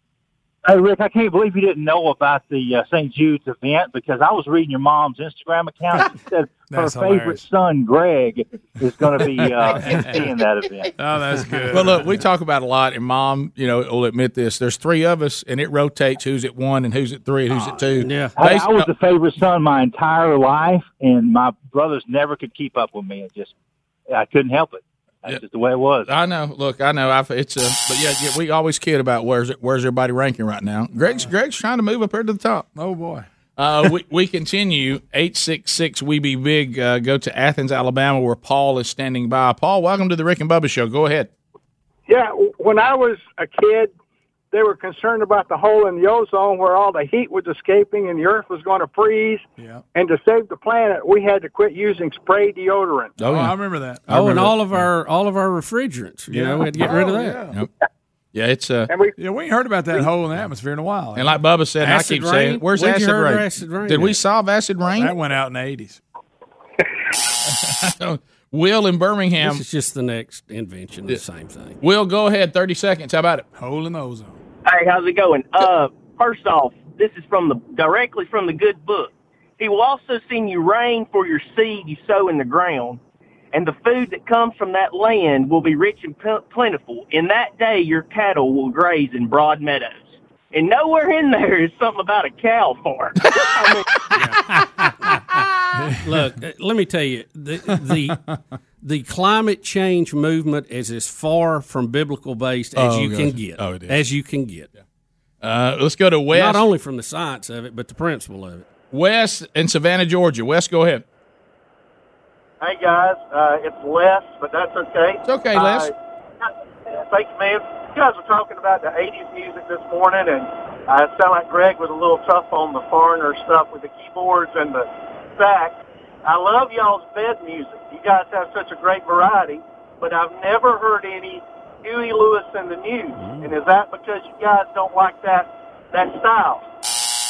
S19: Hey, Rick, I can't believe you didn't know about the uh, St. Jude's event because I was reading your mom's Instagram account. She said
S12: That's
S19: her favorite
S12: hilarious.
S19: son, Greg, is going to be uh, emceeing that event.
S12: Uh,
S2: Oh, that's good. Well, look, we talk about a lot, and Mom, you know, will admit this. There's three of us, and it rotates who's at one and who's at three and who's at two. Yeah,
S19: Hey, I was the favorite son my entire life, and my brothers never could keep up with me. It just, I couldn't help it. That's just the way it was.
S2: I know. Look, I know. I've, it's a, but yeah, yeah, we always kid about where's it, where's everybody ranking right now. Greg's Greg's trying to move up here to the top.
S12: Oh boy.
S2: Uh, we, we continue eight six six. We be big. Uh, go to Athens, Alabama, where Paul is standing by. Paul, welcome to the Rick and Bubba Show. Go ahead.
S20: Yeah, w- when I was a kid, they were concerned about the hole in the ozone where all the heat was escaping and the earth was going to freeze.
S12: Yeah.
S20: And to save the planet, we had to quit using spray deodorant.
S2: Oh, yeah.
S12: I remember that.
S2: I
S3: Oh, and
S2: remember
S3: all of our all of our refrigerants. You know, we had to get rid of
S12: Oh,
S3: that.
S2: Yep. Yeah, it's uh,
S20: and we,
S12: yeah, we ain't heard about that hole in the atmosphere in a while.
S2: and like Bubba said, I
S12: Acid
S2: keep
S12: rain?
S2: saying, where's
S12: When'd you
S2: acid
S12: heard
S2: rain?
S12: acid rain
S2: Did
S12: at?
S2: we solve acid rain?
S12: That went out in the eighties.
S2: Will in Birmingham.
S3: This is just the next invention, the same thing.
S2: Will, go ahead. Thirty seconds. How about it?
S12: Hole in the ozone.
S21: Hey, how's it going? Uh, first off, this is from the directly from the good book. He will also send you rain for your seed you sow in the ground, and the food that comes from that land will be rich and pl- plentiful. In that day, your cattle will graze in broad meadows. And nowhere in there is something about a cow farm.
S3: Look, uh, let me tell you the the the climate change movement is as far from biblical based as
S2: Oh,
S3: you can
S2: gosh.
S3: get.
S2: Oh, it is.
S3: As you can get.
S2: Uh, let's go to Wes.
S3: Not only from the science of it, but the principle of it.
S2: Wes in Savannah, Georgia. Wes, go ahead.
S22: Hey guys, uh, it's Les, but that's okay. It's
S2: okay, Les.
S22: Uh, thanks, man. You guys were talking about the '80s music this morning, and uh, it sounded like Greg was a little tough on the foreigner stuff with the keyboards and the sax. I love y'all's bed music. You guys have such a great variety, but I've never heard any Huey Lewis in the News. And is that because you guys don't like that that style?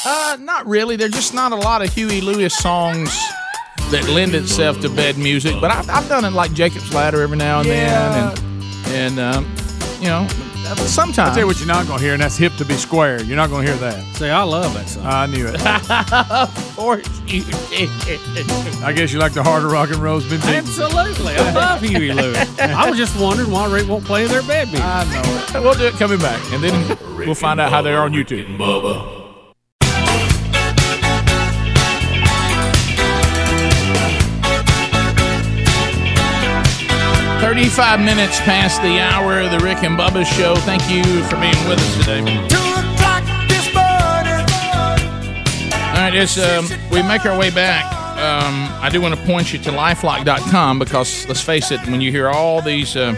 S2: Uh, not really. There's just not a lot of Huey Lewis songs that lend itself to bed music. But I've, I've done it like Jacob's Ladder every now and then, and and um, you know, sometimes.
S12: I tell you what you're not going to hear, and that's "Hip to Be Square." You're not going to hear that.
S3: See, I love that song.
S12: I knew it.
S2: of course you
S12: I guess you like the harder rock and roll's been beaten.
S3: Absolutely. I love Huey Lewis. I was just wondering why Rick won't play their bad music. I
S2: know it. We'll do it coming back, and then we'll find out how they are on YouTube.
S7: Bubba.
S2: Thirty-five minutes past the hour of the Rick and Bubba Show. Thank you for being with us today. All right, as um, we make our way back, um, I do want to point you to lifelock.com because let's face it, when you hear all these uh,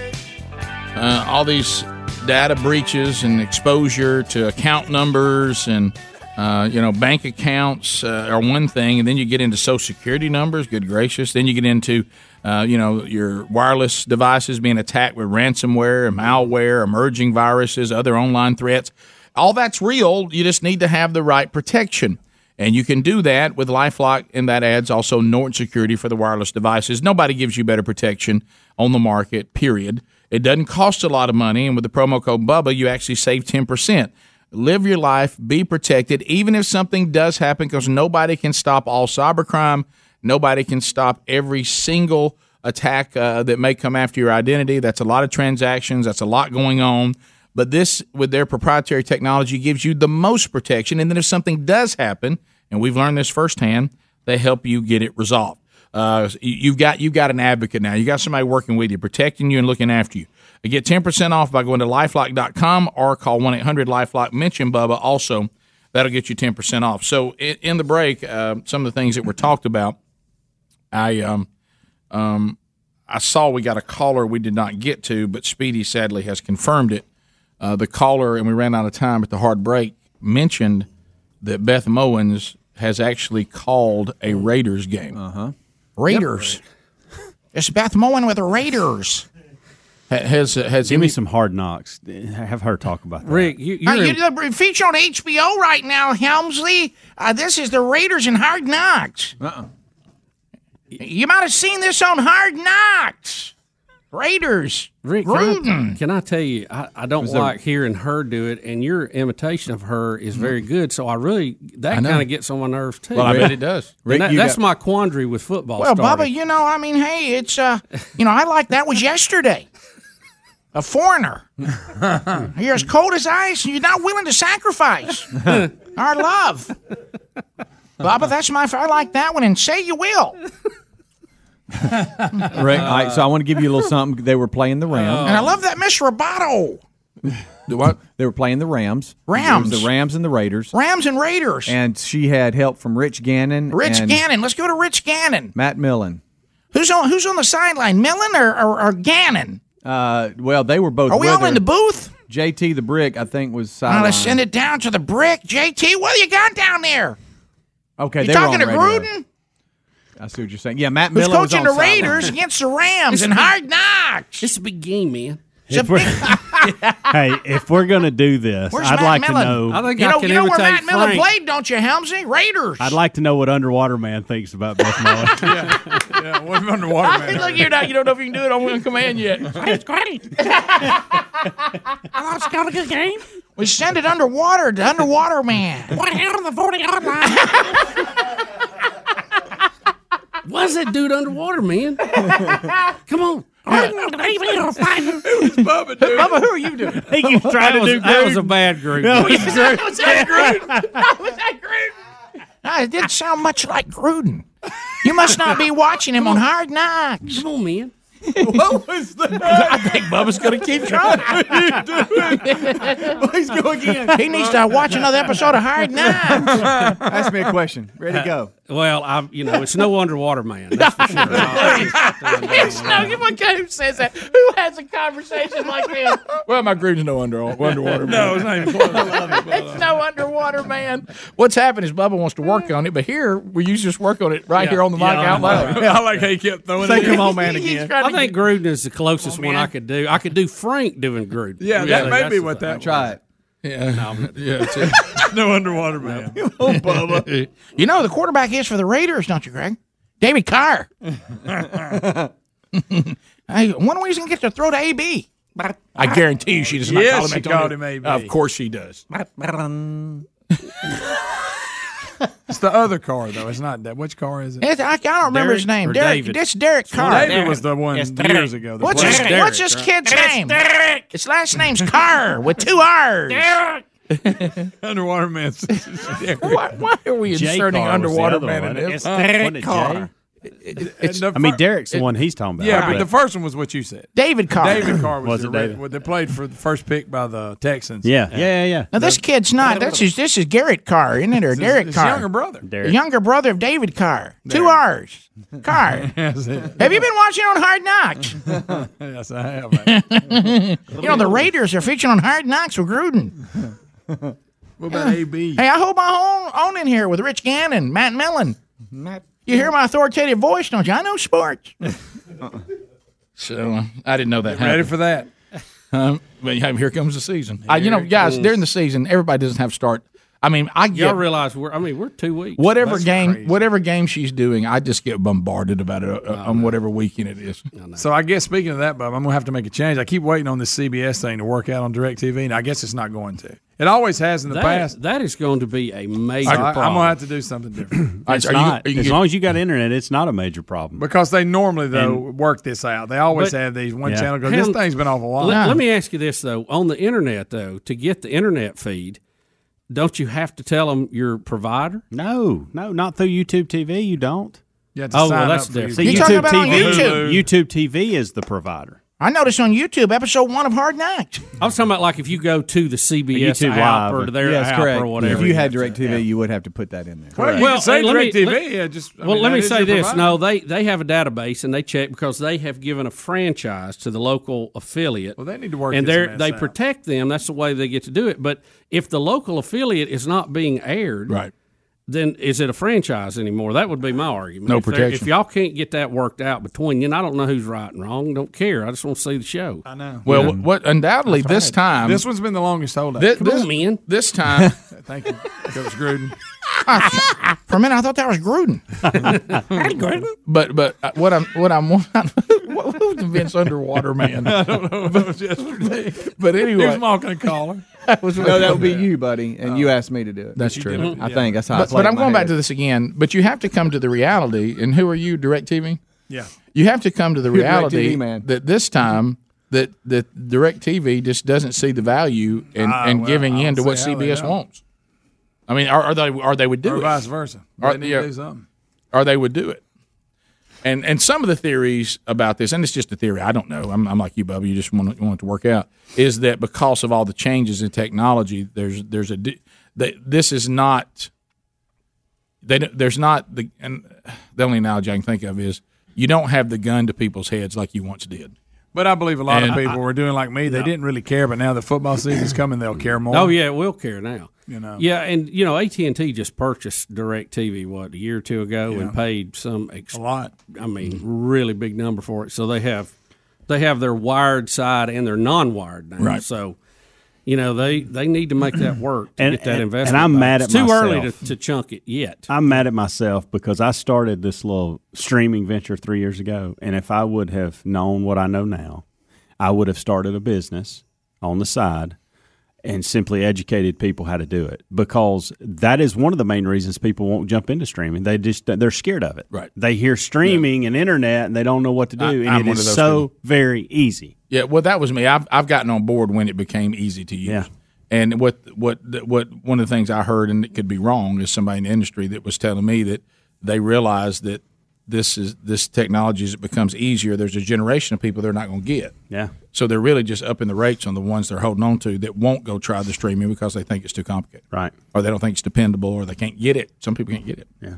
S2: uh, all these data breaches and exposure to account numbers and uh, you know bank accounts uh, are one thing, and then you get into social security numbers. Good gracious! Then you get into uh, you know your wireless devices being attacked with ransomware and malware, emerging viruses, other online threats. All that's real. You just need to have the right protection. And you can do that with Lifelock, and that adds also Norton Security for the wireless devices. Nobody gives you better protection on the market, period. It doesn't cost a lot of money, and with the promo code BUBBA, you actually save 10%. Live your life, be protected, even if something does happen, because nobody can stop all cybercrime. Nobody can stop every single attack uh, that may come after your identity. That's a lot of transactions, that's a lot going on. But this, with their proprietary technology, gives you the most protection. And then if something does happen, and we've learned this firsthand, they help you get it resolved. Uh, you- you've got you've got an advocate now. You got somebody working with you, protecting you and looking after you. You get ten percent off by going to lifelock.com or call one eight hundred lifelock. Mention Bubba also. That'll get you ten percent off. So in, in the break, uh, some of the things that were talked about, I um, um, I saw we got a caller we did not get to, but Speedy sadly has confirmed it uh, the caller, and we ran out of time at the hard break, mentioned that Beth Mowens has actually called a Raiders game. Uh huh. Raiders. It's Beth Moen with the Raiders. Has has
S11: give me some hard knocks. Have her talk about that.
S3: Rick, you,
S11: you're in-
S2: the feature on HBO right now, Helmsley. Uh, this is the Raiders and Hard Knocks.
S11: Uh-uh.
S2: You might have seen this on Hard Knocks.
S15: Raiders.
S3: Rick, can I,
S15: Rootin'.
S3: can I tell you, I, I don't
S15: Was there- Mm.
S3: like hearing her do it, and your imitation of her is very good. So I really,
S15: I
S3: that
S15: know.
S3: kind of gets on my nerves too.
S15: Well, I bet it does.
S3: And
S15: Rick,
S3: that-
S15: you
S3: that's
S15: got-
S3: my quandary with football.
S15: Well,
S3: starting.
S15: Bubba, you know, I mean, hey, it's uh, you know, I like that was yesterday. A foreigner. You're as cold as ice, and you're not willing to sacrifice our love. Bubba, that's my. I like that one, and say you will.
S4: Rick, all right, so I want to give you a little something. They were playing the Rams.
S15: And I love that Miss Roboto.
S4: what? They were playing the Rams.
S15: Rams.
S4: It was The Rams and the Raiders.
S15: Rams and Raiders.
S4: And she had help from Rich Gannon.
S15: Rich
S4: and
S15: Gannon. Let's go to Rich Gannon.
S4: Matt Millen.
S15: Who's on Who's on the sideline, Millen or, or, or Gannon?
S4: Uh, well, they were both.
S15: Are we all
S4: with her.
S15: in the booth? Oh,
S4: JT the Brick, I think, was
S15: Now,
S4: sideline.
S15: Uh, let's send it down to the brick. JT, what do you got down there?
S4: Okay,
S15: you
S4: they were
S15: talking
S4: on
S15: to
S4: radio.
S15: Gruden,
S4: I see what you're saying. Yeah, Matt
S15: who's
S4: Millen was
S15: coaching
S4: on
S15: the
S4: sideline.
S15: Raiders against the Rams
S3: It's
S15: and
S3: big-
S15: Hard Knocks?
S3: It's a big game, man.
S15: It's a big
S11: hey, if we're going to do this,
S15: Where's
S11: I'd
S15: Matt
S11: like
S15: Millen?
S11: to know.
S15: you know, you know where Matt Millen played, don't you, Helmsy? Raiders.
S11: I'd like to know what Underwater Man thinks about Beth Miller.
S15: yeah, what's underwater, man? Look, you're not, you don't know if you can do it on one command yet. It's great. I lost got a good game. We send it underwater to Underwater Man. What happened to the 40 yard line?
S3: Why is that dude underwater, man? Come on.
S15: Who's Bubba, dude?
S3: Bubba,
S15: who are you doing?
S11: He keeps trying
S3: that
S11: to
S3: was,
S11: do
S3: That was
S11: Gruden.
S3: a bad group.
S11: That was
S15: was that was that Gruden? That was that Gruden? Ah, it didn't sound much like Gruden. You must not be watching him on Hard Knocks.
S3: Come on, man.
S15: what was that? I think Bubba's going to keep trying. Please go again. He needs to watch another episode of Hard Knocks.
S4: Ask me a question. Ready to go.
S3: Well, I'm, you know, it's no underwater man. That's for sure.
S15: There's no one who says that. Who has a conversation like this?
S11: Well, my Gruden's no under, underwater.
S15: No, it's not even close. it's no underwater man. What's happened is Bubba wants to work on it, but here we usually just work on it right here on the mic out loud.
S12: how you kept throwing
S15: Say, it in. "Come on, man," again. trying
S3: I
S15: to
S3: think Gruden is the closest one I could do. I could do Frank doing Gruden.
S12: Oh, Yeah, that may be what that
S4: Try it.
S15: Yeah.
S12: Yeah, no underwater man.
S15: Oh, Bubba. you know who the quarterback is for the Raiders, don't you, Greg? David Carr. I wonder when he's going to get to throw to AB. I guarantee you she does not call him Antonio. Of course she does.
S12: it's the other car though. It's not that. Which car is it?
S15: It's- I, I don't remember his name. Derek. That's Derek Carr.
S12: David was the one years ago. that
S15: What's
S12: played.
S15: his, what's his kid's name? His last name's Carr with two R's.
S12: Underwater man.
S15: Why, why are we
S11: Jay
S15: inserting
S11: Carr was the
S15: underwater
S11: other
S15: man
S11: one.
S15: in this?
S11: It's Derek Wasn't it Carr. I mean, Derek's the one he's talking about.
S12: Yeah, but the first one was what you said.
S15: David Carr.
S12: David Carr was,
S11: Was
S12: the
S11: it
S12: red-
S11: David?
S12: well, they played for the first pick by the Texans.
S11: Yeah. Yeah, yeah, yeah.
S15: Now this kid's not. That's his, this is Garrett Carr, isn't it, or Derek
S12: his
S15: Carr?
S12: younger brother.
S15: The younger brother of David Carr. Two R's. Carr.
S12: That's it.
S15: Have you been watching on Hard Knocks?
S12: yes, I have. man.
S15: you know the Raiders are featuring on Hard Knocks with Gruden.
S12: What about AB?
S15: Hey, I hold my own, own in here with Rich Gannon, Matt Mellon. You hear my authoritative voice, don't you? I know sports. So uh, I didn't know that.
S12: Get ready for that.
S15: Um, but yeah, here comes the season. I, Uh, you know, guys, during the season, everybody doesn't have to start. I mean, I
S3: Y'all
S15: get
S3: realize we're, I mean, we're two weeks.
S15: whatever game, whatever game she's doing. I just get bombarded about it uh,
S12: Oh,
S15: on whatever weekend it is.
S12: So I guess speaking of that, Bob, I'm gonna have to make a change. I keep waiting on this CBS thing to work out on Directv, and I guess it's not going to. It always has in the
S3: That-
S12: past.
S3: that is going to be a major
S12: I, am
S3: problem.
S12: gonna have to do something different.
S11: It's not. as long as you got internet, it's not a major problem.
S12: because they normally though work this out. They always
S3: But-
S12: have these one
S11: Yeah.
S12: channel. Go, this
S3: Hell,
S12: thing's been off a while.
S3: Let, let me ask you this though: on the internet, though, to get the internet feed, don't you have to tell them your provider?
S11: No, no, not through YouTube TV. You don't.
S12: You have
S15: to sign up for
S11: Oh, different.
S15: YouTube. You're talking about on YouTube?
S11: YouTube TV is the provider.
S15: I noticed on YouTube, episode one of Hard Knocks.
S3: I was talking about like if you go to the CBS
S11: YouTube
S3: app
S11: Live.
S3: or their
S11: Yes,
S3: app
S11: correct.
S3: or whatever.
S11: If you had
S4: Direct TV, you would have to put that in there.
S12: Well, you can say
S3: hey, let me-
S12: DirecTV.
S3: let-
S12: yeah, just I
S3: well,
S12: mean,
S3: let
S12: that
S3: me
S12: is
S3: say
S12: your
S3: this.
S12: provider.
S3: No, they they have a database and they check because they have given a franchise to the local affiliate. Well,
S12: they need to work
S3: and
S12: this
S3: they
S12: mess
S3: they
S12: out.
S3: protect them. That's the way they get to do it. But if the local affiliate is not being aired,
S15: right.
S3: Then is it a franchise anymore? That would be my argument.
S15: No
S3: if they're-
S15: protection.
S3: If y'all can't get that worked out between you, and I don't know who's right and wrong. Don't care. I just want to see the show. I
S12: know.
S15: Well, what- what undoubtedly this time,
S12: this one's been the longest holdout.
S15: This- this-
S3: man.
S15: This time,
S12: Thank you, Coach Gruden.
S15: for a minute I thought that was Gruden. But but uh, what I'm what I'm
S2: What, who's the Vince Underwater Man?
S12: I don't know if that was yesterday.
S2: But anyway.
S12: he was mocking a caller.
S2: That was
S4: no, that would be you, Oh. buddy, and you asked me to do it.
S2: That's true.
S4: I think that's how. I
S2: But,
S4: played
S2: but I'm
S4: my
S2: going back
S4: head.
S2: to this again. But you have to come to the reality. And who are you, DirecTV?
S12: Yeah.
S2: You have to come to the
S4: You're a DirecTV
S2: reality
S4: man.
S2: that this time that that DirecTV just doesn't see the value in,
S12: Ah,
S2: in
S12: well,
S2: giving
S12: I don't
S2: in to what
S12: see how they
S2: CBS
S12: don't.
S2: wants. I mean, are, are they are they would do
S12: Or
S2: it
S12: vice versa.
S2: Or-
S12: They need
S2: yeah.
S12: to do something.
S2: or they would do it. And and some of the theories about this, and it's just a theory. I don't know. I'm, I'm like you, Bubba. You just want it, want it to work out. Is that because of all the changes in technology? There's there's a di- that this is not. They don't- there's not the and the only analogy I can think of is you don't have the gun to people's heads like you once did.
S12: But I believe a lot
S2: And-
S12: of people were doing like me. They didn't really care, but now the football season's coming, they'll care more.
S3: Oh yeah, it will care now.
S12: You know.
S3: Yeah, and you know, AT and T just purchased Directv what a year or two ago
S12: Yeah.
S3: and paid some ex-
S12: a lot.
S3: I mean, really big number for it. So they have they have their wired side and their non-wired now.
S11: Right.
S3: So you know they they need to make that work to
S11: And-
S3: get that
S11: and-
S3: investment.
S11: and I'm
S3: back.
S11: mad
S3: It's
S11: at
S3: too early
S11: myself.
S3: to, to chunk it yet.
S11: I'm mad at myself because I started this little streaming venture three years ago, and if I would have known what I know now, I would have started a business on the side and simply educated people how to do it because that is one of the main reasons people won't jump into streaming. They just they're scared of it. Right. They hear streaming and internet and they don't know what to do,
S2: I-
S11: and
S2: I'm
S11: it
S2: one of
S11: is
S2: those
S11: so very easy.
S2: Yeah, well, that was me. I've I've gotten on board when it became easy to use. Yeah. And what what what one of the things I heard, and it could be wrong, is somebody in the industry that was telling me that they realized that this is this technology as it becomes easier, there's a generation of people they're not going to get.
S11: Yeah.
S2: So they're really just upping the rates on the ones they're holding on to that won't go try the streaming because they think it's too complicated.
S11: Right.
S2: Or they don't think it's dependable or they can't get it. Some people can't get it. Yeah.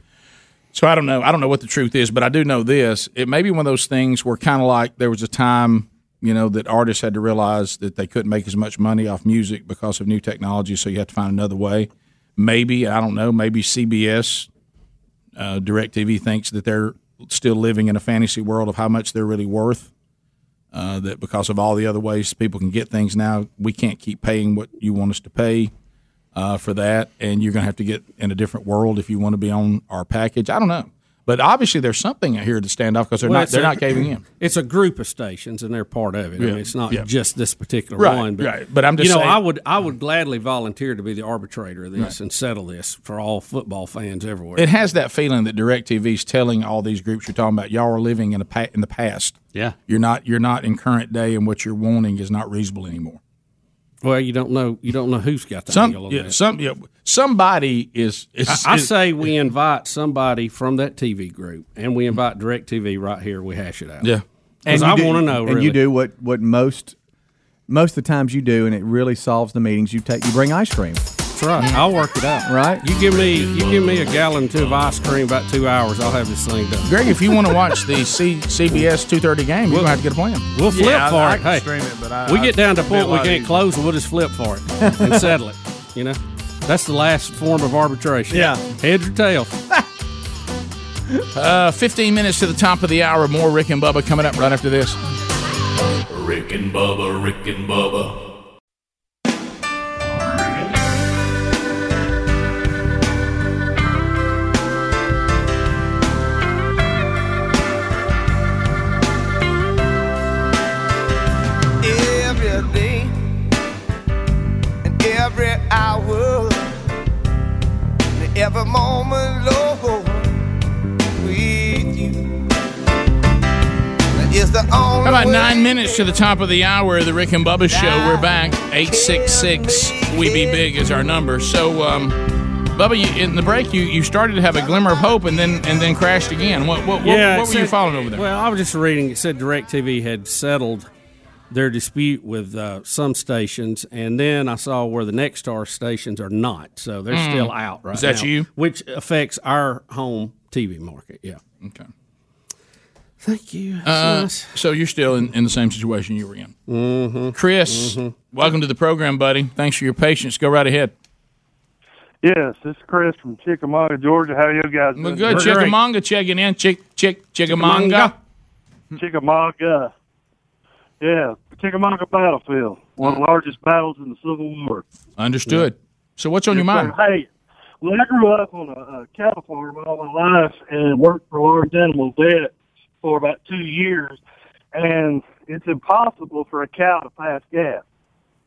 S2: So I don't know. I don't know what the truth is, but I do know this. It may be one of those things where kind of like there was a time, you know, that artists had to realize that they couldn't make as much money off music because of new technology, so you have to find another way. Maybe, I don't know, maybe CBS uh, DirecTV thinks that they're still living in a fantasy world of how much they're really worth. Uh, that because of all the other ways people can get things now, we can't keep paying what you want us to pay uh, for that, and you're going to have to get in a different world if you want to be on our package. I don't know, but obviously there's something out here to stand off because they're
S3: Well,
S2: not
S3: it's
S2: they're
S3: a-
S2: not caving in.
S3: It's a group of stations, and they're part of it. I
S2: Yeah,
S3: mean, it's not
S2: yeah.
S3: just this particular
S2: Right,
S3: one. But,
S2: right. But I'm just
S3: you know,
S2: saying-
S3: I would I would gladly volunteer to be the arbitrator of this
S2: Right.
S3: and settle this for all football fans everywhere.
S2: It has that feeling that Directv's telling all these groups you're talking about, y'all are living in a pa- in the past.
S3: Yeah.
S2: you're not you're not in current day, and what you're wanting is not reasonable anymore.
S3: Well, you don't know you don't know who's got the handle
S2: Some,
S3: on
S2: yeah,
S3: that.
S2: some, yeah, somebody is. is
S3: I, I
S2: is-
S3: say we invite somebody from that TV group, and we invite Directv right here. We hash it out.
S2: Yeah.
S3: because
S4: you
S3: I
S4: do-
S3: want to know.
S4: And
S3: really.
S4: you do what what most most of the times you do, and it really solves the meetings. You take you bring ice cream. That's
S3: right. I'll work it out.
S4: Right.
S3: You give me you give me a gallon or two of ice cream about two hours. I'll have this thing done.
S2: Greg, if you want to watch the C- CBS 2:30 game, you're gonna have to get a plan.
S3: We'll flip
S2: Yeah, I-
S3: for
S2: I
S3: it.
S2: can
S3: Hey,
S2: stream it, but I-
S3: we
S2: I-
S3: get down to a
S2: it'd be a
S3: point we
S2: lot
S3: can't
S2: easier.
S3: close. We'll just flip for it and settle it. You know, that's the last form of arbitration.
S2: Yeah.
S3: heads or tails.
S2: Uh, 15 minutes to the top of the hour. More Rick and Bubba coming up right after this.
S7: Rick and Bubba, Rick and Bubba,
S1: every day and every hour and every moment, Lord, with you. It's the
S2: How
S1: only
S2: about
S1: way-
S2: nine minutes to the top of the hour of the Rick and Bubba show? We're back. 866 We Be Big is our number. So, um, Bubba, you, in the break, you, you started to have a glimmer of hope and then and then crashed again. What what, what,
S3: yeah,
S2: what
S3: it
S2: were you
S3: said-
S2: following over there?
S3: Well, I was just reading. It said DirecTV had settled their dispute with uh, some stations, and then I saw where the Nextstar stations are not, so they're
S2: Mm.
S3: still out right
S2: Is that
S3: now,
S2: you?
S3: Which affects our home TV market. Yeah.
S2: Okay.
S3: Thank you.
S2: Uh, so you're still in, in the same situation you were in. Mm-hmm. Chris, welcome to the program, buddy. Thanks for your patience. Go right ahead.
S6: Yes, this is Chris from Chickamauga, Georgia. How you guys doing?
S2: Well, good. Chickamauga checking in. Chick, chick, Chickamauga.
S6: Chickamauga. Yeah, Chickamauga battlefield, one of the largest battles in the Civil War.
S2: Understood. So what's on your
S6: Yes,
S2: mind?
S6: sir. Hey, well, I grew up on a, a cattle farm all my life and worked for large animal vet for about two years. and it's impossible for a cow to pass gas.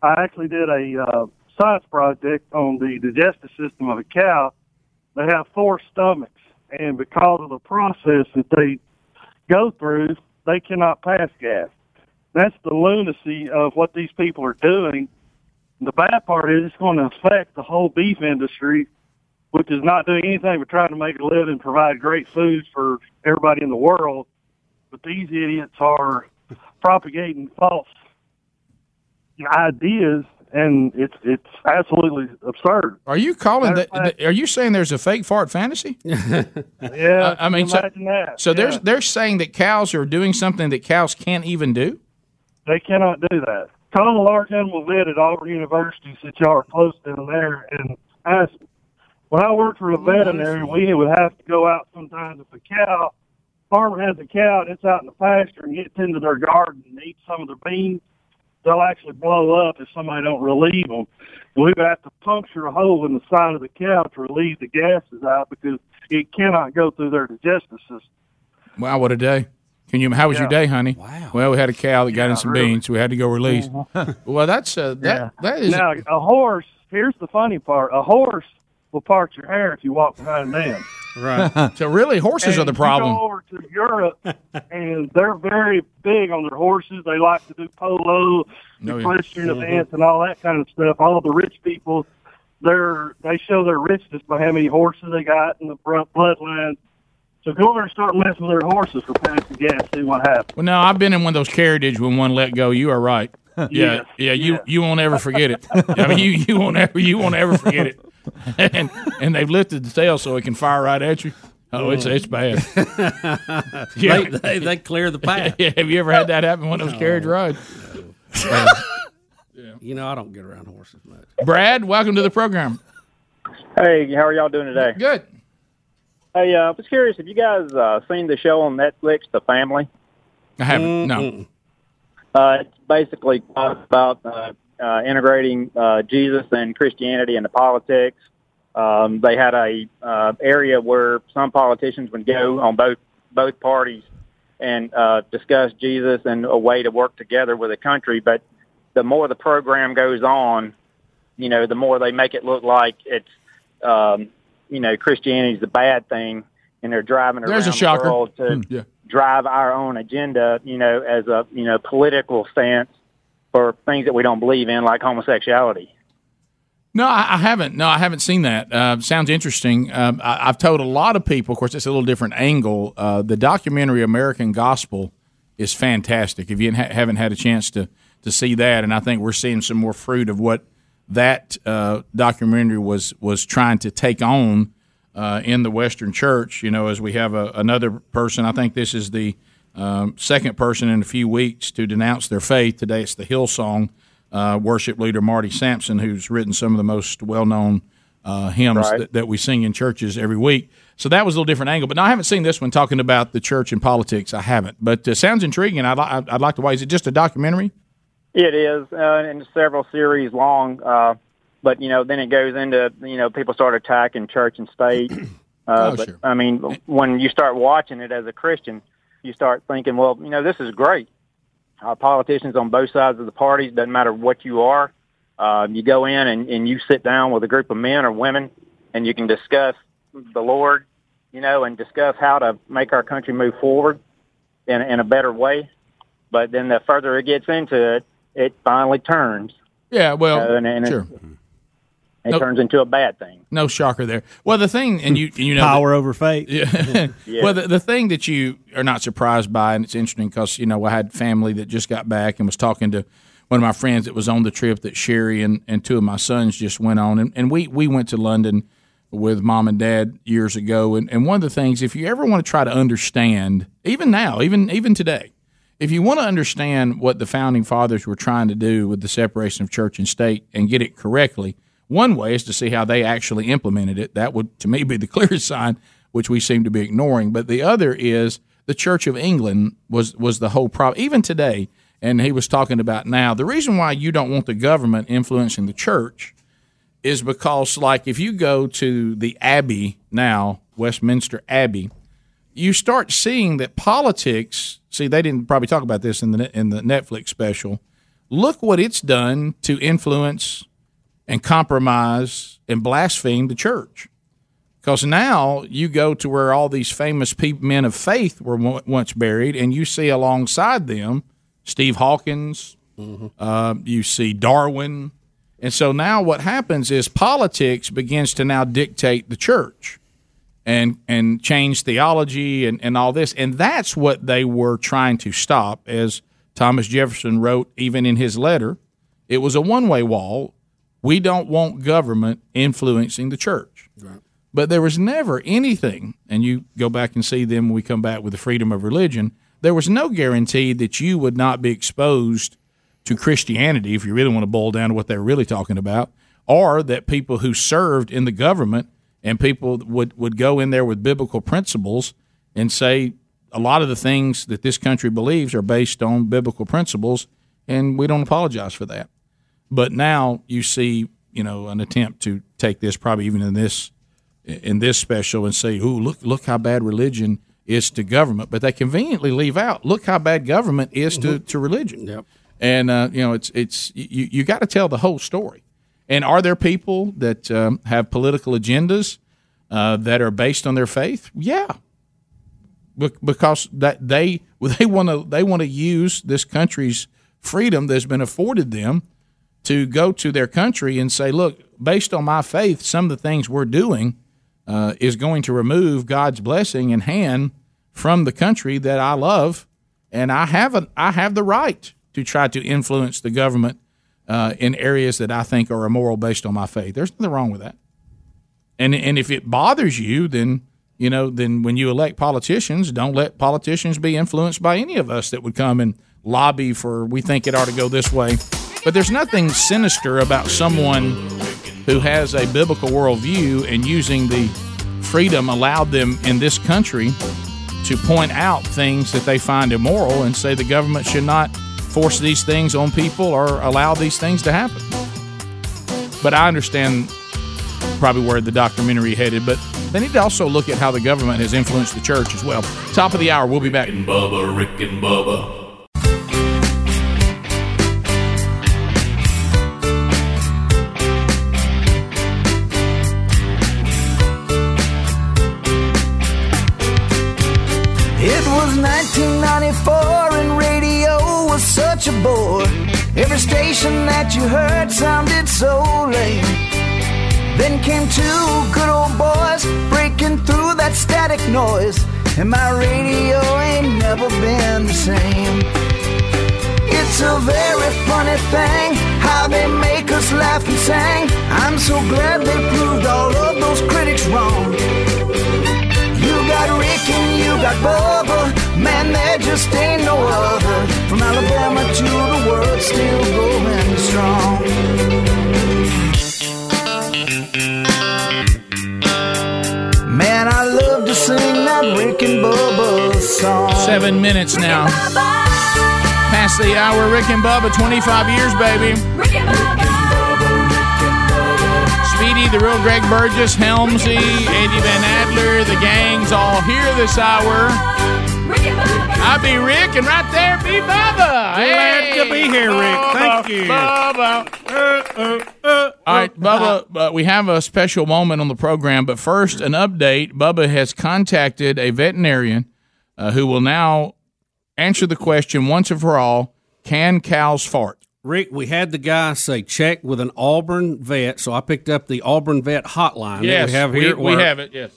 S6: I actually did a uh, science project on the digestive system of a cow. They have four stomachs, and because of the process that they go through, they cannot pass gas. That's the lunacy of what these people are doing. The bad part is it's going to affect the whole beef industry, which is not doing anything but trying to make a living and provide great food for everybody in the world. But these idiots are propagating false ideas, and it's it's absolutely absurd.
S2: Are you calling that? Are you saying there's a fake fart fantasy?
S6: Yeah,
S2: I mean, so,
S6: imagine that.
S2: so
S6: yeah.
S2: they're they're saying that cows are doing something that cows can't even do.
S6: They cannot do that. Call the large animal vet at Auburn University since y'all are close down there and ask. When I worked for a veterinary, we would have to go out sometimes if a cow, farmer has a cow that's out in the pasture and gets into their garden and eats some of their beans, they'll actually blow up if somebody don't relieve them. We would have to puncture a hole in the side of the cow to relieve the gases out because it cannot go through their digestive system.
S2: Wow, what a day! Can you? How was your
S6: Yeah.
S2: day, honey? Wow. Well, we had a cow that got in some beans. We had to go release.
S6: Mm-hmm.
S2: well, that's uh, that that is
S6: now a horse. Here's the funny part: a horse will part your hair if you walk behind them.
S2: right. so really, horses
S6: And
S2: are the
S6: you
S2: problem.
S6: Go over to Europe, and they're very big on their horses. They like to do polo,
S2: No, yeah.
S6: equestrian
S2: Mhm.
S6: events, and all that kind of stuff. All the rich people, they're they show their richness by how many horses they got and the bro- bloodlines. So go over and start messing with their horses for passing gas. See what happens.
S2: Well, no, I've been in one of those carriages when one let go. You are right. Yeah, yeah,
S6: Yes,
S2: you you won't ever forget it. I mean, you you won't ever you won't ever forget it. And and they've lifted the tail so it can fire right at you. Oh, it's it's bad.
S3: They- they- they clear the path. Oh.
S2: Yeah, have you ever had that happen? One of those carriage rides.
S3: You know, I don't get around horses much.
S2: Brad, welcome to the program.
S8: Hey, how are y'all doing today?
S2: Good.
S8: Hey, uh, I was curious, have you guys uh, seen the show on Netflix, The Family?
S2: I haven't. No.
S8: Uh, it's basically talks about uh, uh, integrating uh, Jesus and Christianity into politics. Um, they had a uh, area where some politicians would go on both both parties and uh, discuss Jesus and a way to work together with a country. But the more the program goes on, you know, the more they make it look like it's um, you know Christianity's the bad thing, and they're driving
S2: There's a
S8: around
S2: shocker.
S8: the world to
S2: Hmm, yeah.
S8: drive our own agenda, you know, as a you know political stance for things that we don't believe in, like homosexuality.
S2: No, I, I haven't. No, I haven't seen that. Uh, sounds interesting. Um, I, I've told a lot of people. Of course, it's a little different angle. Uh, the documentary American Gospel is fantastic. If you ha- haven't had a chance to to see that, and I think we're seeing some more fruit of what that uh, documentary was was trying to take on uh, in the Western Church. You know, as we have a, another person. I think this is the um, second person in a few weeks to denounce their faith. Today, it's the Hillsong uh, worship leader Marty Sampson, who's written some of the most well-known uh, hymns
S10: Right.
S2: that, that we sing in churches every week. So that was a little different angle. But no, I haven't seen this one talking about the church and politics. I haven't, but uh, sounds intriguing. I'd, li- I'd, I'd like to. Why is it just a documentary?
S8: It is, uh, and it's several series long. Uh, but you know, then it goes into you know people start attacking church and state. Uh,
S10: Oh,
S8: but
S10: sure.
S8: I mean, when you start watching it as a Christian, you start thinking, well, you know, this is great. Our politicians on both sides of the parties doesn't matter what you are. Um, you go in and, and you sit down with a group of men or women, and you can discuss the Lord, you know, and discuss how to make our country move forward in, in a better way. But then the further it gets into it, it finally turns.
S2: Yeah, Uh, well,
S8: So, and- and it-
S2: sure.
S8: It,
S2: Nope.
S8: turns into a bad thing.
S2: No shocker there. Well, the thing, and you, you know,
S8: Power
S2: over fate. Yeah.
S8: Yeah.
S2: Well, the, the thing that you are not surprised by, and it's interesting because you know I had family that just got back and was talking to one of my friends that was on the trip that Sherry and, and two of my sons just went on, and, and we we went to London with mom and dad years ago, and, and one of the things, if you ever want to try to understand, even now, even even today, if you want to understand what the founding fathers were trying to do with the separation of church and state and get it correctly, one way is to see how they actually implemented it. That would, to me, be the clearest sign, which we seem to be ignoring. But the other is the Church of England was was the whole problem. Even today, and he was talking about now the reason why you don't want the government influencing the church is because, like, if you go to the Abbey now, Westminster Abbey, you start seeing that politics See, they didn't probably talk about this in the in the Netflix special. Look what it's done to influence and compromise and blaspheme the church. Because now you go to where all these famous pe- men of faith were w- once buried, and you see alongside them Steve Hawkins, uh, you see Darwin. And so now what happens is politics begins to now dictate the church and and change theology and, and all this. And that's what they were trying to stop, as Thomas Jefferson wrote even in his letter. It was a one way wall. We don't want government influencing the church. But there was never anything, and you go back and see them when we come back with the freedom of religion, there was no guarantee that you would not be exposed to Christianity, if you really want to boil down to what they're really talking about, or that people who served in the government and people would, would go in there with biblical principles and say a lot of the things that this country believes are based on biblical principles, and we don't apologize for that. But now you see, you know, an attempt to take this probably even in this in this special and say, "Ooh, look look how bad religion is to government," but they conveniently leave out, "Look how bad government is to to religion." Yep. And uh, you know, it's it's you you got to tell the whole story. And are there people that um, have political agendas uh, that are based on their faith? Yeah, Be- because that they they want to they want to use this country's freedom that's been afforded them to go to their country and say, look, based on my faith, some of the things we're doing uh, is going to remove God's blessing and hand from the country that I love, and I have an, I have the right to try to influence the government uh, in areas that I think are immoral based on my faith. There's nothing wrong with that. And and if it bothers you, then you know, then when you elect politicians, don't let politicians be influenced by any of us that would come and lobby for we think it ought to go this way. But there's nothing sinister about someone who has a biblical worldview and using the freedom allowed them in this country to point out things that they find immoral and say the government should not force these things on people or allow these things to happen. But I understand probably where the documentary headed, but they need to also look at how the government has influenced the church as well. Top of the hour, we'll be back.
S7: and Bubba, Rick and Bubba,
S9: It was 1994 and radio was such a bore. Every station that you heard sounded so lame. Then came two good old boys breaking through that static noise, and my radio ain't never been the same. It's a very funny thing how they make us laugh and sing. I'm so glad they proved all of those critics wrong. You got Rick and you got Bubba. Man, there just ain't no other. From Alabama to the world, still going strong. Man, I love to sing that Rick and Bubba song.
S2: Seven minutes now. Past the hour, Rick and Bubba, 25 years, baby. Speedy, the real Greg Burgess, Helmsy, Eddie Van Adler, the gang's all here this hour. I be Rick, and right there be Bubba.
S3: Glad
S2: Hey!
S3: to be here, Rick. Thank you. Uh,
S2: Bubba. All right, Bubba, uh, we have a special moment on the program, but first, an update. Bubba has contacted a veterinarian uh, who will now answer the question once and for all can cows fart?
S3: Rick, we had the guy say check with an Auburn vet, so I picked up the Auburn vet hotline that
S2: Yes,
S3: we have here.
S2: we-
S3: at
S2: we
S3: work.
S2: have it, yes.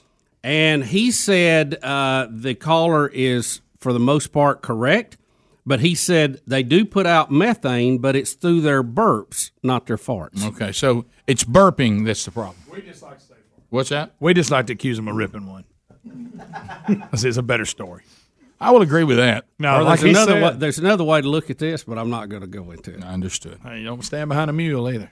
S3: And he said uh, the caller is, for the most part, correct, but he said they do put out methane, but it's through their burps, not their farts.
S2: Okay, so it's burping that's the problem. What's that?
S12: We just like to accuse them of ripping one. This is a better story.
S2: I will agree with that.
S12: No,
S3: Or
S12: like
S3: there's
S12: he
S3: another
S12: said-
S3: way, there's another way to look at this, but I'm not going to go into it.
S2: I understood.
S12: Hey, you don't stand behind a mule either.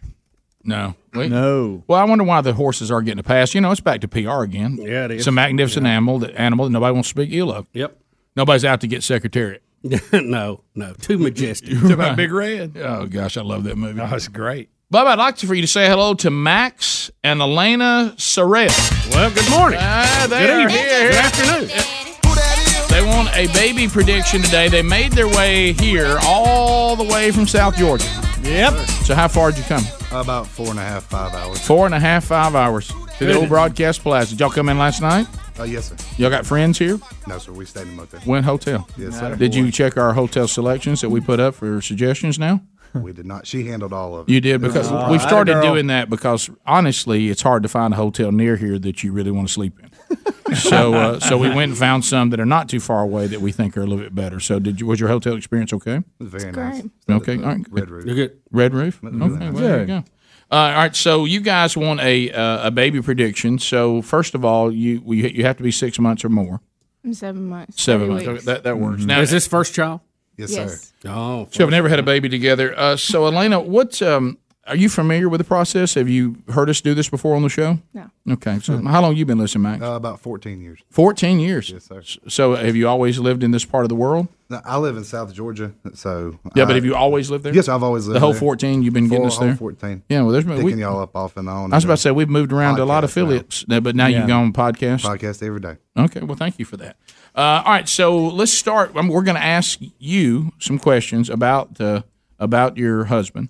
S2: No. no. Well, I wonder why the horses are getting a pass. You know, it's back to PR again.
S3: Yeah, it is.
S2: It's a magnificent animal, that, animal that nobody wants to speak ill of.
S3: Yep.
S2: Nobody's out to get Secretariat.
S3: no, no. Too majestic.
S2: It's about Big Red. Oh, gosh, I love that movie. Oh, it's great. Bob, I'd like to, for you to say hello to Max and Elena Sorrell. Ah,
S3: Well, good morning.
S2: they
S3: Good
S2: are
S3: evening.
S2: here.
S3: Good afternoon.
S2: They want a baby prediction today. They made their way here all the way from South Georgia. Yep. So how far did you come?
S10: About four and a half, five hours.
S2: Four and a half, five hours to the old broadcast plaza. Did y'all come in last night?
S10: Oh, yes, sir.
S2: Y'all got friends here?
S10: No, sir. We stayed in a motel.
S2: Went hotel.
S10: Yes, sir.
S2: Did you check our hotel selections that we put up for suggestions now?
S10: We did not. She handled all of it.
S2: You did because
S10: All
S2: we've
S10: right,
S2: started
S10: girl.
S2: doing that because honestly, it's hard to find a hotel near here that you really want to sleep in. so, uh, so we went and found some that are not too far away that we think are a little bit better. So, did you was your hotel experience okay?
S10: Very nice.
S2: Uh, Okay, all right,
S10: Red
S2: Roof. Mm-hmm. Red Roof.
S10: Mm-hmm.
S2: Okay, well, there you go. Uh, all right, so you guys want a uh, a baby prediction. So first of all, you we, you have to be six months or more.
S14: I'm seven months.
S2: Seven
S14: Three
S2: months.
S14: weeks.
S2: Okay, That, that works.
S3: Mhm. Is this first child?
S10: Yes,
S14: Yes.
S2: sir. Oh, so I've never had a baby together. Uh, so Elena, what um, are you familiar with the process? Have you heard us do this before on the show?
S14: No.
S2: Okay. So
S3: Hmm.
S2: how long you been listening, Max?
S10: Uh, about 14 years.
S2: Fourteen years.
S10: Yes, sir.
S2: So have you always lived in this part of the world?
S10: No, I live in South Georgia, so
S2: Yeah,
S10: I-
S2: but have you always lived there?
S10: Yes, I've always lived
S2: the whole
S10: there.
S2: fourteen. You've been getting
S10: Full-
S2: us
S10: whole
S2: there.
S10: 14.
S2: Yeah. Well, there's been
S10: picking
S2: we,
S10: y'all up off and on.
S2: I was about to say we've moved around to a lot of affiliates, now, but now
S10: Yeah.
S2: you've gone podcast.
S10: podcast every day.
S2: Okay, well, thank you for that. Uh, all right, so let's start. I mean, we're going to ask you some questions about uh, about your husband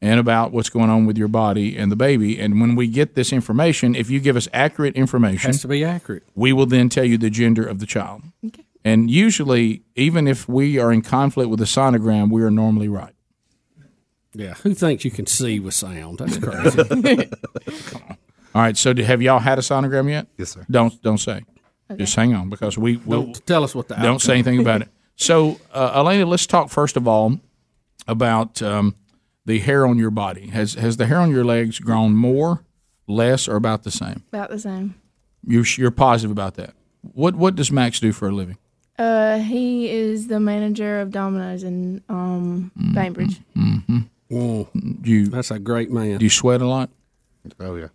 S2: and about what's going on with your body and the baby. And when we get this information, if you give us accurate information,
S3: Has to be accurate.
S2: we will then tell you the gender of the child. Okay. And usually, even if we are in conflict with the sonogram, we are normally right.
S3: Yeah. Who thinks you can see with sound? That's crazy.
S2: All right, so do, have y'all had a sonogram yet?
S10: Yes, sir.
S2: Don't don't say. Just hang on because we will
S3: Don't tell us what the outcome
S2: don't say anything about it. So, uh, Elena, let's talk first of all about um, the hair on your body. Has has the hair on your legs grown more, less, or about the same?
S14: About the same.
S2: You're, you're positive about that. What what does Max do for a living?
S14: Uh, he is the manager of Domino's in um Bainbridge.
S2: Mm-hmm. you
S3: that's a great man.
S2: Do you sweat a lot?
S10: Oh yeah.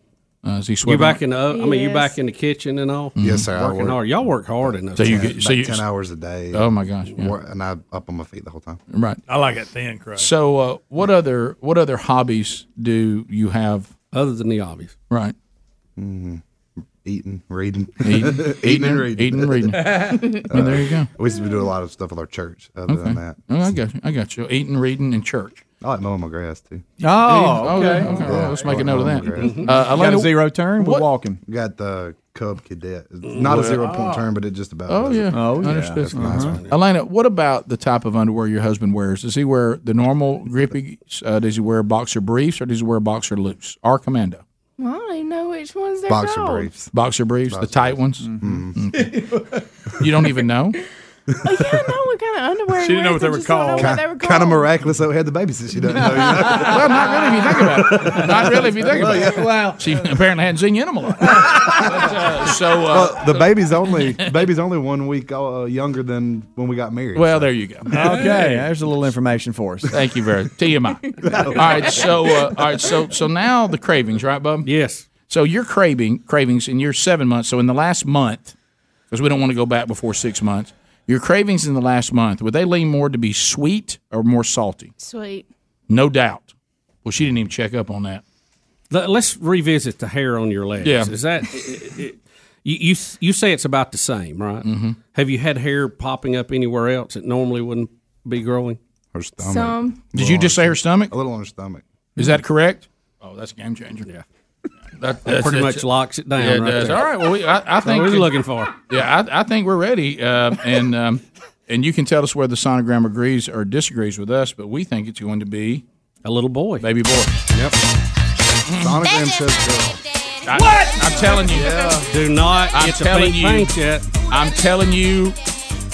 S2: Uh, is he
S3: You
S2: sweating?
S3: back in the o- I mean, you
S14: Yes.
S3: back in the kitchen and all.
S10: Yes, sir. I
S3: Working
S10: work-
S3: hard. Y'all work hard in those.
S2: So you
S3: times.
S2: get- so you-
S10: Ten hours a
S3: Uh,
S10: day.
S2: Oh, my gosh, yeah.
S10: Wor- And I uh, up on my feet the whole time.
S2: Right.
S12: I like that thin crust.
S2: So, uh, what other what other hobbies do you have
S3: other than the obvious?
S2: Right.
S10: Mm-hmm. Eating, reading,
S2: Eating- eating and- eating and reading. Well, there you go.
S10: We used to do a lot of stuff with our church. Other
S2: Okay.
S10: than that,
S2: Oh, I got you. I got you. Eating, reading, and church.
S10: I like mowing my grass too.
S2: Oh, okay. okay. Well, let's make a note of that. Uh, Elena, what-
S10: walking. Got the Cub Cadet. It's Not a
S2: Well-
S10: zero point turn, but it just about.
S2: Oh
S10: does it.
S2: yeah. Understood. Uh-huh.
S10: That's a nice one.
S2: Elena, what about the type of underwear your husband wears? Does he wear the normal grippy? Uh, does he wear boxer briefs or does he wear boxer loose or commando?
S14: Well, I don't even know which ones they're called.
S2: Boxer briefs, the tight ones.
S10: Mm-hmm.
S2: Okay. you don't even know.
S14: Oh, yeah, I know what kind of underwear. he wears. I just don't know what they were called.
S10: Kind of miraculous that we had the baby since she doesn't know.
S2: well, not really if you think about it. Not really if you think about it.
S10: Well,
S2: Wow. She apparently hadn't seen you in a while. But, uh, so uh,
S10: Well, the baby's only baby's only one week uh, younger than when we got married.
S2: Well, there you go.
S4: Okay, there's a little information for us.
S2: Thank you very TMI. all right, so uh, all right, so so now the cravings, right, Bub?
S3: Yes.
S2: So you're craving cravings, and you're seven months. So in the last month, because we don't want to go back before six months, your cravings in the last month would they lean more to be sweet or more salty?
S14: Sweet.
S2: No doubt. Well, she didn't even check up on that.
S3: Let- Let's revisit the hair on your legs.
S2: Yeah.
S3: Is that it- it- you, you? You say it's about the same, right?
S2: Mhm.
S3: Have you had hair popping up anywhere else that normally wouldn't be growing?
S10: Her
S2: stomach. Some. Did you just say her stomach?
S10: A little on her stomach.
S2: Is that correct? Oh, that's a game changer.
S3: Yeah.
S2: That,
S3: That pretty much locks it down
S2: Yeah, it
S3: right
S2: does.
S3: there.
S2: All right. Well, we, I, I
S3: That's what
S2: think
S3: we're looking for.
S2: Yeah, I, I think we're ready, uh, and um, and you can tell us whether sonogram agrees or disagrees with us, but we think it's going to be
S3: a little boy,
S2: baby boy.
S10: Yep.
S2: Mm-hmm.
S10: Sonogram says
S2: I, what? I'm telling you.
S3: Do not.
S2: I'm
S3: get the
S2: telling
S3: pink
S2: you.
S3: paint yet.
S2: I'm telling you.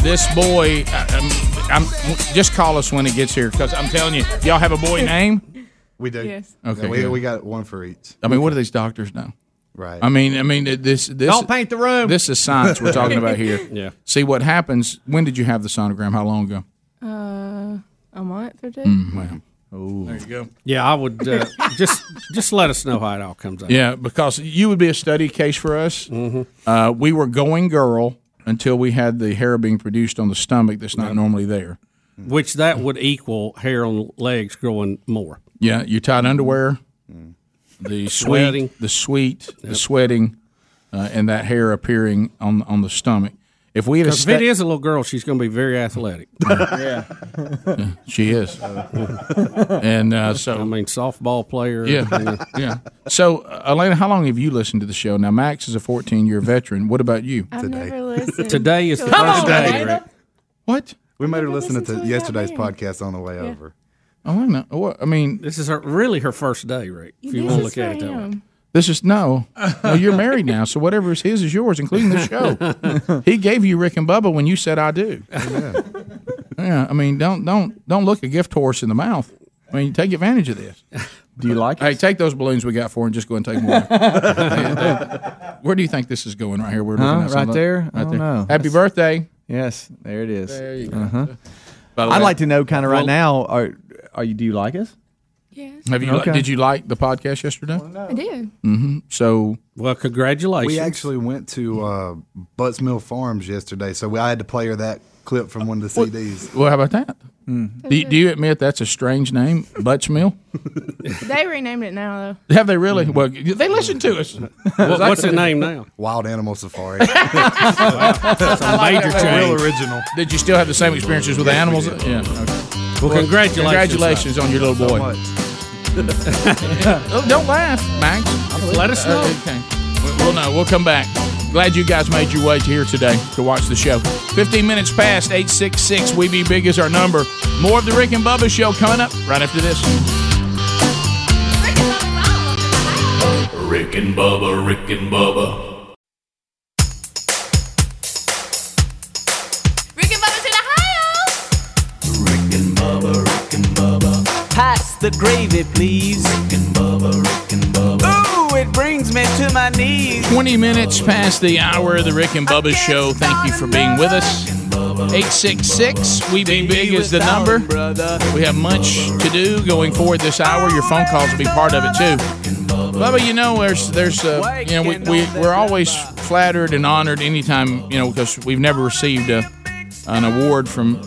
S2: This boy. I, I'm, I'm- Just call us when it gets here, because I'm telling you, y'all have a boy name.
S10: We do.
S2: Yes. Okay,
S10: We,
S2: good.
S10: we got one for each.
S2: I mean, what do these doctors know?
S10: Right.
S2: I mean, I mean this. this
S10: Don't paint the room.
S2: This is science we're talking about here.
S3: Yeah.
S2: See what happens. When did you have the sonogram? How long ago?
S14: Uh, a month or two.
S2: Wow. There you go.
S3: Yeah, I would uh, just just let us know how it all comes out. Mm-hmm.
S2: Yeah, because you would be a study case for us. Uh, we were going girl until we had the hair being produced on the stomach that's not normally there.
S3: Mm-hmm. Which that would equal hair on legs growing more.
S2: Yeah, your tight underwear, the sweat,
S3: Sweating.
S2: the sweat, the sweating, uh, and that hair appearing on on the stomach. If If we had a
S3: 'Cause
S2: sta-
S3: if it is a little girl, she's going to be very athletic.
S2: Yeah. she is. and uh, so
S3: I mean, softball player.
S2: Yeah, yeah. So, uh, Elena, how long have you listened to the show? Now, Max is a 14 year veteran. What about you?
S14: I've never listened.
S2: Today is the
S14: to
S2: first
S14: it.
S2: day. Today. Right. What?
S10: We made her listen to yesterday's podcast on the way over.
S2: Oh, I don't know. What, I mean,
S3: this is her, really her first day, Rick. If you
S2: This
S3: want to
S2: is
S3: look at it that way.
S2: This is no. no. You're married now, so whatever is his is yours, including the show. he gave you Rick and Bubba when you said I do. Yeah. I mean, don't don't don't look a gift horse in the mouth. I mean, take advantage of this. Do you like? Hey, take those balloons we got for and just go and take more. Where do you think this is going right here? We're
S4: Huh?
S2: looking at some
S4: Right
S2: lo-
S4: there? I don't know.
S2: Happy
S4: That's-
S2: birthday.
S4: Yes, there it is.
S2: There you go.
S4: Uh-huh.
S2: By the
S4: I'd
S2: way-
S4: like to know, kind of
S2: Well-
S4: right now, are are you? Do you like us?
S14: Yes.
S2: Have you?
S4: Okay.
S2: Did you like the podcast yesterday?
S14: I did.
S2: Mm-hmm. So,
S3: well, congratulations.
S10: We actually went to uh, Butts Mill Farms yesterday, so we, I had to play her that clip from one of the CDs.
S2: Well, how about that?
S3: Hmm.
S2: Do, do you admit that's a strange name, Butch Mill?
S14: They renamed it now
S2: Have they really? Well, they listen to us.
S3: What- what's the name now?
S10: Wild Animal Safari.
S2: That's
S10: a major change.
S2: original. Did you still have the same experiences with the animals? Yeah. Okay.
S3: Well, congratulations,
S2: Congratulations uh,
S3: sir.
S2: on your little boy. Oh, don't laugh, Max. Uh,
S3: Let us know.
S2: Okay. We- We'll know. We'll come back. Glad you guys made your way here today to watch the show. 15 minutes past 866. We Be Big is our number. More of the Rick and Bubba show coming up right after this.
S7: Rick and Bubba, Rick and Bubba,
S13: Rick and Bubba's in Ohio.
S15: Pass the gravy, please. Ooh, it brings me to my knees.
S2: 20 minutes past the hour of the Rick and Bubba show. Thank you for being with us. 866 We Be Big is the number. We have much to do going forward this hour. Your phone calls will be part of it too. Bubba, you know, there's, there's, uh, you know, we, we, we're always flattered and honored anytime, you know, because we've never received a, an award from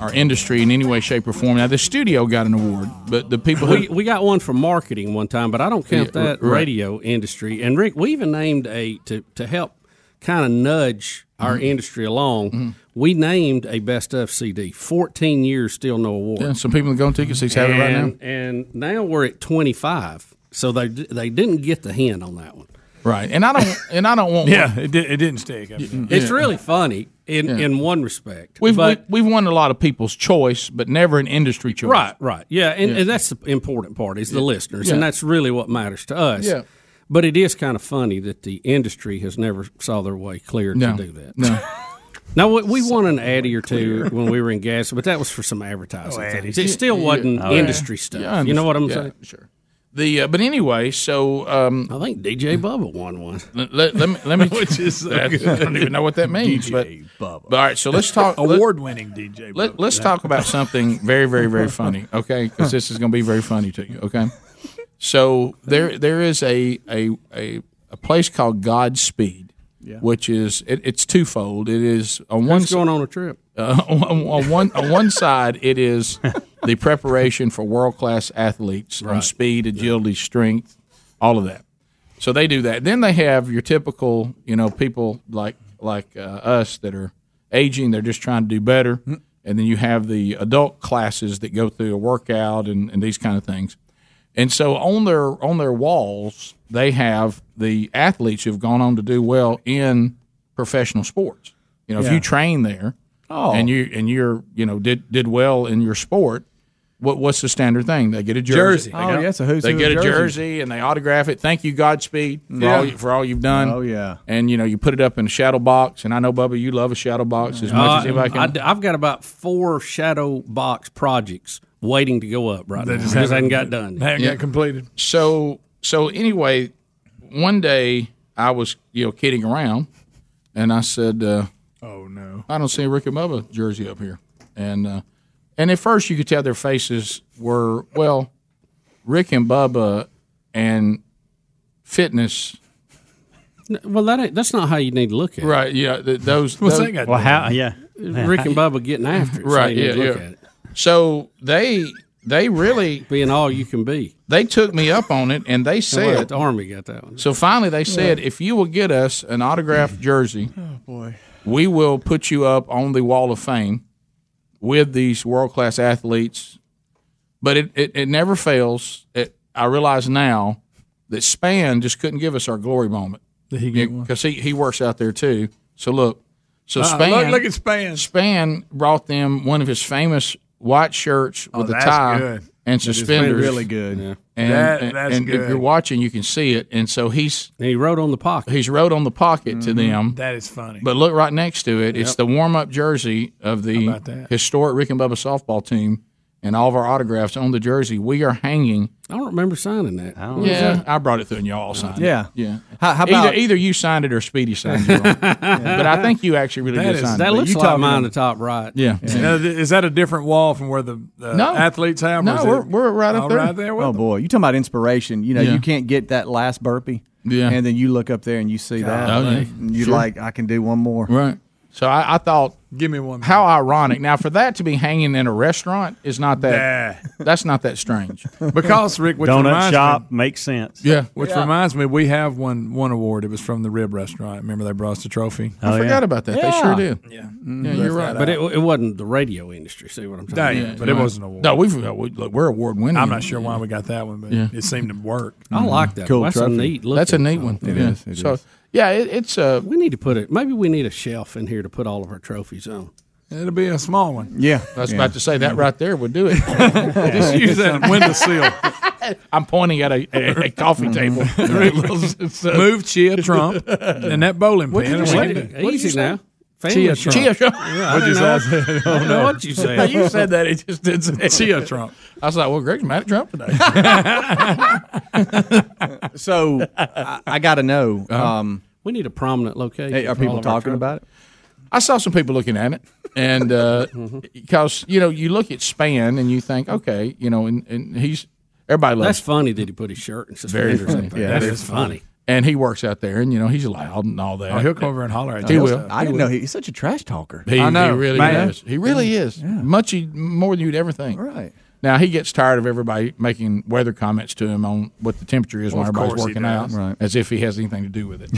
S2: our industry in any way, shape, or form. Now, the studio got an award, but the people who.
S3: We, we got one for marketing one time, but I don't count
S2: Yeah,
S3: that
S2: r- right.
S3: radio industry. And Rick, we even named a to to help kind of nudge our
S2: Mhm.
S3: industry along. We named a best of CD. Fourteen years, still no award.
S2: Yeah, some people that go on ticket seats have it right now.
S3: And- And now we're at twenty five. So they d- they didn't get the hint on that one.
S2: Right, and I don't, and I don't want.
S3: Yeah,
S2: it, it didn't stick.
S3: It's really funny in
S2: Yeah.
S3: in one respect.
S2: We've,
S3: but-
S2: we, we've won a lot of people's choice, but never an industry choice.
S3: Right, right. Yeah, and,
S2: Yeah.
S3: and that's the important part is the
S2: Yeah.
S3: listeners,
S2: Yeah.
S3: and that's really what matters to us.
S2: Yeah.
S3: But it is kind of funny that the industry has never saw their way clear
S2: No,
S3: to do that.
S2: no.
S3: Now we, we won an Addy or two when we were in gas, but that was for some advertising.
S2: Oh,
S3: things.
S2: Addies.
S3: It still
S2: Yeah. Oh,
S3: wasn't
S2: Yeah.
S3: industry
S2: Yeah,
S3: stuff.
S2: I
S3: you know what I'm
S2: understand.
S3: saying?
S2: Yeah, Sure. The uh, but anyway, so um,
S3: I think DJ Bubba won one.
S2: Let, let, me let me.
S3: Which is so
S2: I
S3: good.
S2: don't even know what that means.
S3: DJ
S2: but, but all right, so let's talk let-
S12: Award-winning DJ.
S2: Let, us talk about something very, very, very funny. Okay, because this is going to be very funny to you. Okay, so there there is a a a, a place called Godspeed,
S3: Yeah.
S2: which is it, it's twofold. It is on one
S3: Who's going on a trip?
S2: uh, on, on one on one side, it is the preparation for world class athletes on
S3: Right.
S2: speed, agility, strength, all of that. So they do that. Then they have your typical, you know, people like like uh, us that are aging. They're just trying to do better. And then you have the adult classes that go through a workout and, and these kind of things. And so on their on their walls, they have the athletes who've gone on to do well in professional sports. You know, if
S12: Yeah.
S2: you train there,
S12: Oh.
S2: and you and you're you know did did well in your sport. What what's the standard thing? They get a
S12: Jersey.
S2: jersey.
S12: Oh, yeah, it's a who's
S2: They
S12: who
S2: get
S12: of
S2: a
S12: jerseys.
S2: jersey and they autograph it. Thank you, Godspeed, for
S12: Yeah.
S2: all you, for all you've done.
S12: Oh,
S2: yeah. And you know you put it up in a shadow box. And I know Bubba, you love a shadow box as much as
S3: Uh,
S2: anybody can.
S3: I d- I've got about four shadow box projects waiting to go up right
S2: They
S3: now.
S2: just
S3: I just
S2: haven't-
S3: hadn't got done.
S2: they haven't got
S12: completed.
S2: So so anyway, one day I was you know kidding around, and I said, uh, "Oh no, I don't see a Rick and Bubba jersey up here." And uh, and at first you could tell their faces were well, Rick and Bubba and fitness.
S3: N- Well, that ain't, that's not how you need to look at it.
S2: Right? Yeah. th- those.
S3: What's
S2: those-
S3: that got to Well, do how- with it? yeah. Rick and Bubba getting after it, so
S2: Right.
S3: you need
S2: Yeah.
S3: to look
S2: yeah.
S3: at it.
S2: So they they really
S3: being all you can be.
S2: They took me up on it, and they said
S3: the Army got that one.
S2: So finally, they said,
S3: Yeah.
S12: Oh,
S2: if you will get us an autographed jersey
S3: Boy.
S2: we will put you up on the wall of fame with these world class athletes. But it, it, it never fails. It, I realize now that Span just couldn't give us our glory moment because he, he works out there too. So look, so
S12: Uh,
S2: Span
S12: look, look at Span.
S2: Span brought them one of his famous white shirts
S12: Oh,
S2: with a
S12: that's
S2: tie
S12: good.
S2: and
S12: That is
S2: suspenders.
S12: really good. Yeah.
S2: And,
S12: That-
S2: and-
S12: that's
S2: and if
S12: good.
S2: you're watching, you can see it. And so he's
S3: he wrote on the pocket.
S2: He's wrote on the pocket to them.
S12: That is Mm-hmm. funny.
S2: But look right next to it. It's
S12: Yep.
S2: the warm up jersey of
S12: about
S2: the
S12: that?
S2: historic Rick and Bubba softball team, and all of our autographs on the jersey. We are hanging.
S3: I don't remember signing that. I
S2: don't yeah, I brought it through, and y'all signed it.
S3: Yeah.
S2: yeah.
S3: How- how about-
S2: either, either you signed it or Speedy signed it? But I think you actually really did sign it.
S3: that
S2: But
S3: looks
S2: you
S3: like
S2: talking
S3: mine,
S2: about-
S3: the top right.
S2: Yeah. Yeah.
S12: Now, th- is that a different wall from where the, the
S2: No.
S12: Uh, athletes have? or
S2: No,
S12: is it-
S2: we're- we're right up
S12: Oh,
S2: there.
S12: Right there with
S4: Oh
S12: them?
S4: boy, you talking about inspiration? You know,
S12: Yeah.
S4: you can't get that last burpee.
S2: Yeah.
S4: And then you look up there and you see that.
S2: Oh, yeah.
S4: and You're
S2: Sure.
S4: like, I can do one more.
S2: Right. So I, I thought,
S12: give me one.
S2: How ironic! Now, for that to be hanging in a restaurant is not that. That's not that strange.
S12: Because Rick, which
S11: Donut
S12: reminds
S11: shop
S12: me,
S11: makes sense.
S2: Yeah.
S12: which
S2: Yeah.
S12: reminds me, we have one one award. It was from the rib restaurant. Remember they brought us the trophy.
S2: I forgot about that. They sure did.
S12: Oh,
S2: Mm-hmm.
S12: Yeah. Mm-hmm.
S2: Yeah, you're right.
S3: But it, it wasn't the radio industry. See what I'm
S12: Yeah,
S3: talking
S12: yeah,
S3: about?
S12: but it wasn't an award.
S2: No, we've- uh, we- look, we're award winning.
S12: I'm not sure why we got that one, but
S2: Yeah.
S12: it seemed to work. Mm-hmm.
S3: I like that. Cool That's a trophy. neat looking-
S2: Mm-hmm. That's a neat one.
S3: It
S2: yeah.
S3: is, it
S2: so
S3: is.
S2: yeah, it, it's uh, a.
S3: We need to put it. Maybe we need a shelf in here to put all of our trophies on.
S12: It'll be a small one.
S4: Yeah,
S2: I was about to say that right there would do it.
S12: Just use that windowsill.
S2: I'm pointing at a, a, a coffee table.
S12: Move Chia Trump and that bowling
S2: What'd
S12: pin.
S2: you
S12: and we can do-
S2: say? Easy What'd you say? now.
S12: Chia
S2: Family
S12: Trump.
S2: Chia Trump.
S12: Yeah, What'd you
S2: I
S12: say?
S2: don't know. I don't know what you said. No, you said that. It just didn't say it.
S12: Chia Trump.
S2: I was like, well, Greg's mad at Trump today.
S4: so I, I got to know. Um,
S3: we need a prominent location.
S4: Hey, are
S3: for all
S4: people
S3: of our
S4: talking about it?
S2: I saw some people looking at it, and uh,
S3: Mm-hmm.
S2: because you know you look at Span and you think, okay, you know, and, and he's everybody loves.
S3: That's funny that he put his shirt and
S2: Very
S3: suspenders
S2: funny.
S3: up there. that is funny.
S2: And he works out there, and you know he's loud and all that.
S12: Oh, he'll come over and holler at
S2: He
S12: you.
S2: will.
S12: I didn't know
S4: he- he's such a trash talker.
S2: He,
S12: I know,
S2: he really
S12: man.
S2: is. He really is. Much he- more than you'd ever think. Right. Now he gets tired of everybody making weather comments to him on what the temperature is
S12: Well,
S2: when
S12: of
S2: everybody's
S12: course he
S2: working out,
S12: does. Right.
S2: as if he has anything to do with it.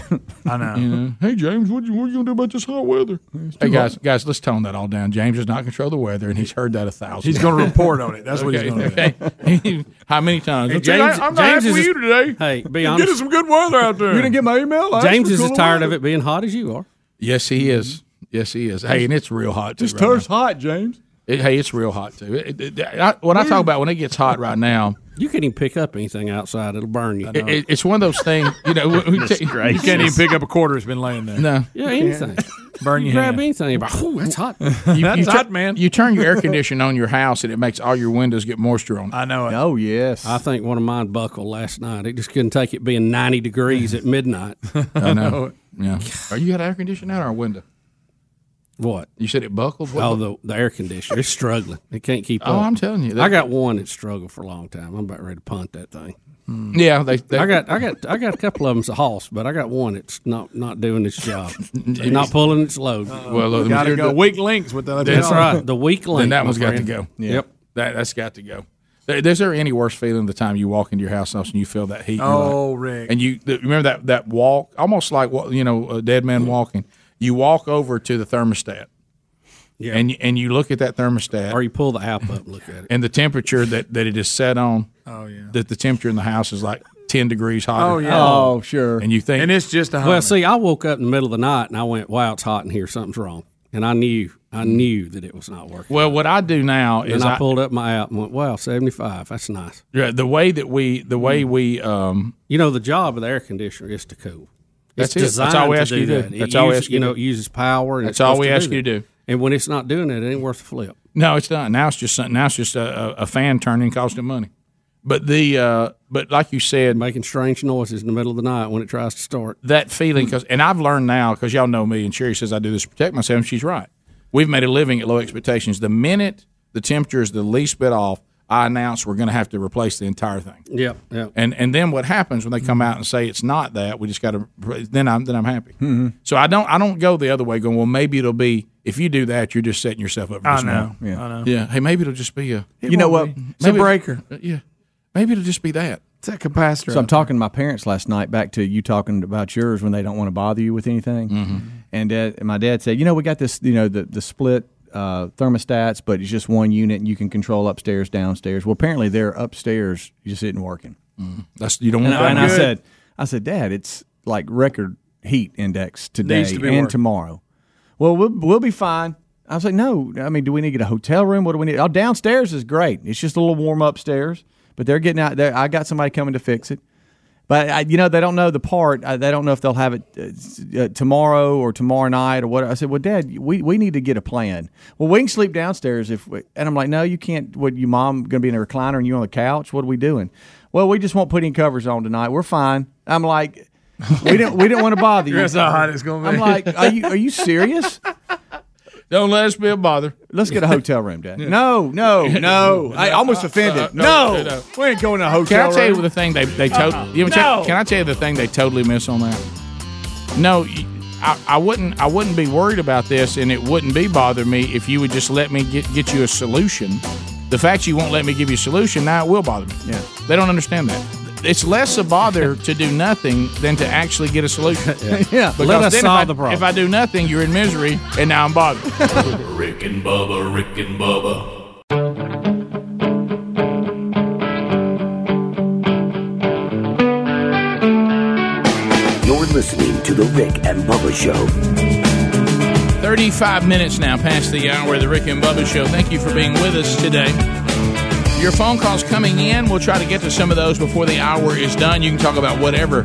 S12: I know.
S2: You know, Hey James, what you, what you gonna do about this hot weather? Hey guys, guys, let's tone that all down. James does not control the weather, and he's heard that a thousand.
S12: He's gonna report on it. That's what he's
S2: okay,
S12: gonna
S2: do. Okay. How many times?
S12: Hey,
S2: "James,
S12: James-
S2: I'm not
S12: James
S2: happy
S12: is
S2: with
S12: a-
S2: you today.
S3: Hey, be
S12: Get us
S3: honest.
S12: some good weather out there.
S3: You didn't get
S12: my email.
S3: James is as tired of it being hot as you are.
S2: Yes, he is. Yes, he is. Hey, and it's real hot. Too
S12: This
S2: right now.
S12: toast hot, James.
S2: It- hey, it's real hot too. It- it- it- I- when I talk about when it gets hot right now,
S3: you can't even pick up anything outside; it'll burn you.
S2: It- it- it's one of those things, you know. we- we
S3: Goodness
S2: take-
S12: You can't even pick up a quarter that's been laying there.
S2: No.
S3: Yeah, anything.
S12: Burn
S3: you
S12: your
S3: grab
S12: hand.
S3: anything, you're like, "Ooh, that's hot."
S2: You, you
S12: That's
S2: tu-
S12: hot, man.
S2: You turn your air conditioner on your house, and it makes all your windows get moisture on.
S12: I know it.
S4: Oh yes.
S3: I think one of mine buckled last night. It just couldn't take it being ninety degrees at midnight.
S2: I know. Yeah. Are you got air conditioning out or a window?
S3: What
S2: you said? It buckled. What
S3: Oh,
S2: bu-
S3: the, the air conditioner. It's struggling. It can't keep
S2: Oh,
S3: up.
S2: I'm telling you, that-
S3: I got one that struggled for a long time. I'm about ready to punt that thing.
S2: Mm. Yeah, they- they-
S3: I got, I got, I got a couple of them's a hoss, but I got one that's not not doing its job, not pulling its load.
S2: Well, look,
S12: Gotta go. Weak links with the.
S3: That's right. The weak link.
S2: Then that
S3: my
S2: one's got to
S3: friend.
S2: go.
S3: Yep.
S2: That that's got to go. Th- Is there any worse feeling the time you walk into your house and you feel that heat? and you're
S12: Oh,
S2: like-
S12: Rick.
S2: And you th- remember that that walk, almost like wa- you know a dead man walking. You walk over to the thermostat,
S3: yeah,
S2: and you- and you look at that thermostat,
S3: or you pull the app up, and look at it,
S2: and the temperature that that it is set on.
S12: Oh yeah.
S2: That the temperature in the house is like ten degrees hotter.
S12: Oh, yeah. Oh,
S4: sure.
S2: And you think,
S12: And it's just a
S3: Well, see, I woke up in the middle of the night and I went, "Wow, it's hot in here. Something's wrong." And I knew, I knew that it was not working.
S2: Mm. Well, what I do now
S3: And
S2: is
S3: I,
S2: I-
S3: pulled up my app and went, "Wow, seventy-five. That's nice."
S2: Yeah, the way that we, the way we, um,
S3: you know, the job of the air conditioner is to cool.
S2: That's it. That's all we ask you to do.
S3: that. It
S2: That's all we
S3: uses-
S2: ask you
S3: you
S2: to
S3: know,
S2: do.
S3: it uses power. And
S2: That's
S3: it's
S2: all
S3: supposed
S2: we
S3: to
S2: ask you
S3: that.
S2: to do.
S3: And when it's not doing it, it ain't worth the flip.
S2: No, it's not. Now it's just something. Now it's just a, a- a fan turning costing money. But the uh, but like you said,
S3: making strange noises in the middle of the night when it tries to start.
S2: That feeling, because and I've learned now because y'all know me, and Sherry says I do this to protect myself. And she's right. We've made a living at low expectations. The minute the temperature is the least bit off, I announce we're going to have to replace the entire thing.
S3: Yep. Yep.
S2: And and then what happens when they
S3: Mm-hmm.
S2: come out and say it's not that? We just got to. Then I'm then I'm happy. So I don't I don't go the other way. Going well, maybe it'll be if you do that, you're just setting yourself up. For
S12: I
S2: disappointment.
S12: know. I know.
S2: Yeah. Hey, maybe uh, it'll just be a.
S12: It You know won't what? be. It's a breaker.
S2: Yeah. Maybe it'll just be that.
S12: It's that capacitor.
S4: So I'm talking to my parents last night. Back to you talking about yours when they don't want to bother you with anything.
S2: Mm-hmm.
S4: And dad, and my dad said, you know, we got this, you know, the the split uh, thermostats, but it's just one unit, and you can control upstairs, downstairs. Well, apparently they're upstairs just isn't working.
S2: Mm-hmm. That's you don't
S4: And,
S2: want that.
S4: and I
S2: Good.
S4: said, I said, Dad, it's like record heat index today
S2: Needs to be
S4: and
S2: working.
S4: tomorrow. Well, we'll we'll be fine. I was like, no. I mean, do we need to get a hotel room? What do we need? Oh, downstairs is great. It's just a little warm upstairs, but they're getting out there. I got somebody coming to fix it. But I, you know, they don't know the part. I, they don't know if they'll have it uh, s- uh, tomorrow or tomorrow night or what. I said, well, Dad, we, we need to get a plan. Well, we can sleep downstairs if. We, and I'm like, no, you can't. What, your mom going to be in a recliner and you on the couch? What are we doing? Well, we just won't put any covers on tonight. We're fine. I'm like, we didn't we didn't want to bother you.
S12: That's how hot it's gonna be.
S4: I'm like, are you are you serious?
S2: Don't let us be a bother.
S4: Let's get a hotel room, Dad. No, no, no. I almost offended.
S2: no,
S4: No,
S2: Uh, no.
S4: we ain't going to a hotel
S2: Can I tell
S4: room.
S2: you the thing they they to-
S4: Uh-uh.
S2: you know,
S4: No.
S2: Can I tell you the thing they totally miss on that? No, y- I, I wouldn't. I wouldn't be worried about this, and it wouldn't be bother me if you would just let me get get you a solution. The fact you won't let me give you a solution now it will bother me.
S4: Yeah,
S2: they don't understand that. It's less a bother to do nothing than to actually get a solution.
S7: Yeah. Yeah.
S2: Because
S7: Let us
S2: then if
S7: solve
S2: I-
S7: the problem.
S2: If I do nothing, you're in misery, and now I'm bothered.
S7: Rick and Bubba, Rick and Bubba.
S5: You're listening to The Rick and Bubba Show.
S2: 35 minutes now past the hour of the Rick and Bubba Show. Thank you for being with us today. Your phone calls coming in. We'll try to get to some of those before the hour is done. You can talk about whatever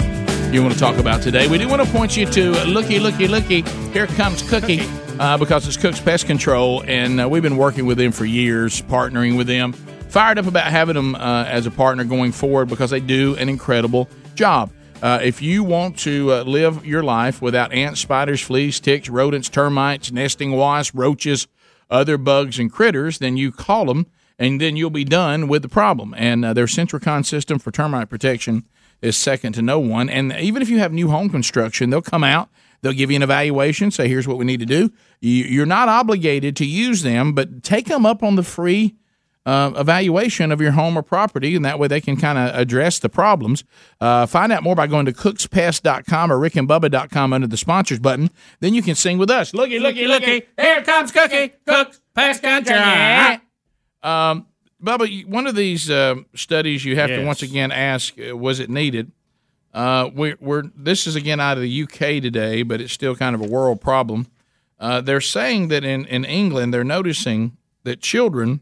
S2: you want to talk about today. We do want to point you to uh, Looky, Looky, Looky. Here comes Cookie. Uh, because it's Cook's Pest Control, and uh, we've been working with them for years, partnering with them. Fired up about having them uh, as a partner going forward because they do an incredible job. Uh, if you want to uh, live your life without ants, spiders, fleas, ticks, rodents, termites, nesting wasps, roaches, other bugs and critters, then you call them and then you'll be done with the problem. And uh, their Centricon system for termite protection is second to no one. And even if you have new home construction, they'll come out, they'll give you an evaluation, say, here's what we need to do. You- You're not obligated to use them, but take them up on the free uh, evaluation of your home or property, and that way they can kind of address the problems. Uh, find out more by going to cookspest.com or rickandbubba.com under the sponsors button. Then you can sing with us. Looky, looky, looky. Here comes Cookie. Cooks past country. Um, Bubba, you- one of these uh, studies you have to
S16: Yes.
S2: once again ask uh, was it needed? Uh, we're, we're this is again out of the UK today, but it's still kind of a world problem. Uh, they're saying that in, in England they're noticing that children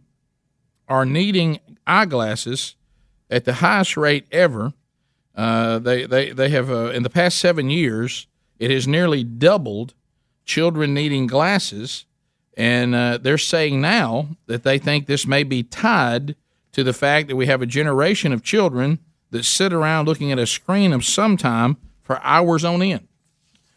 S2: are needing eyeglasses at the highest rate ever. Uh, they, they, they have, uh, in the past seven years, it has nearly doubled children needing glasses. And uh, they're saying now that they think this may be tied to the fact that we have a generation of children that sit around looking at a screen of some time for hours on end.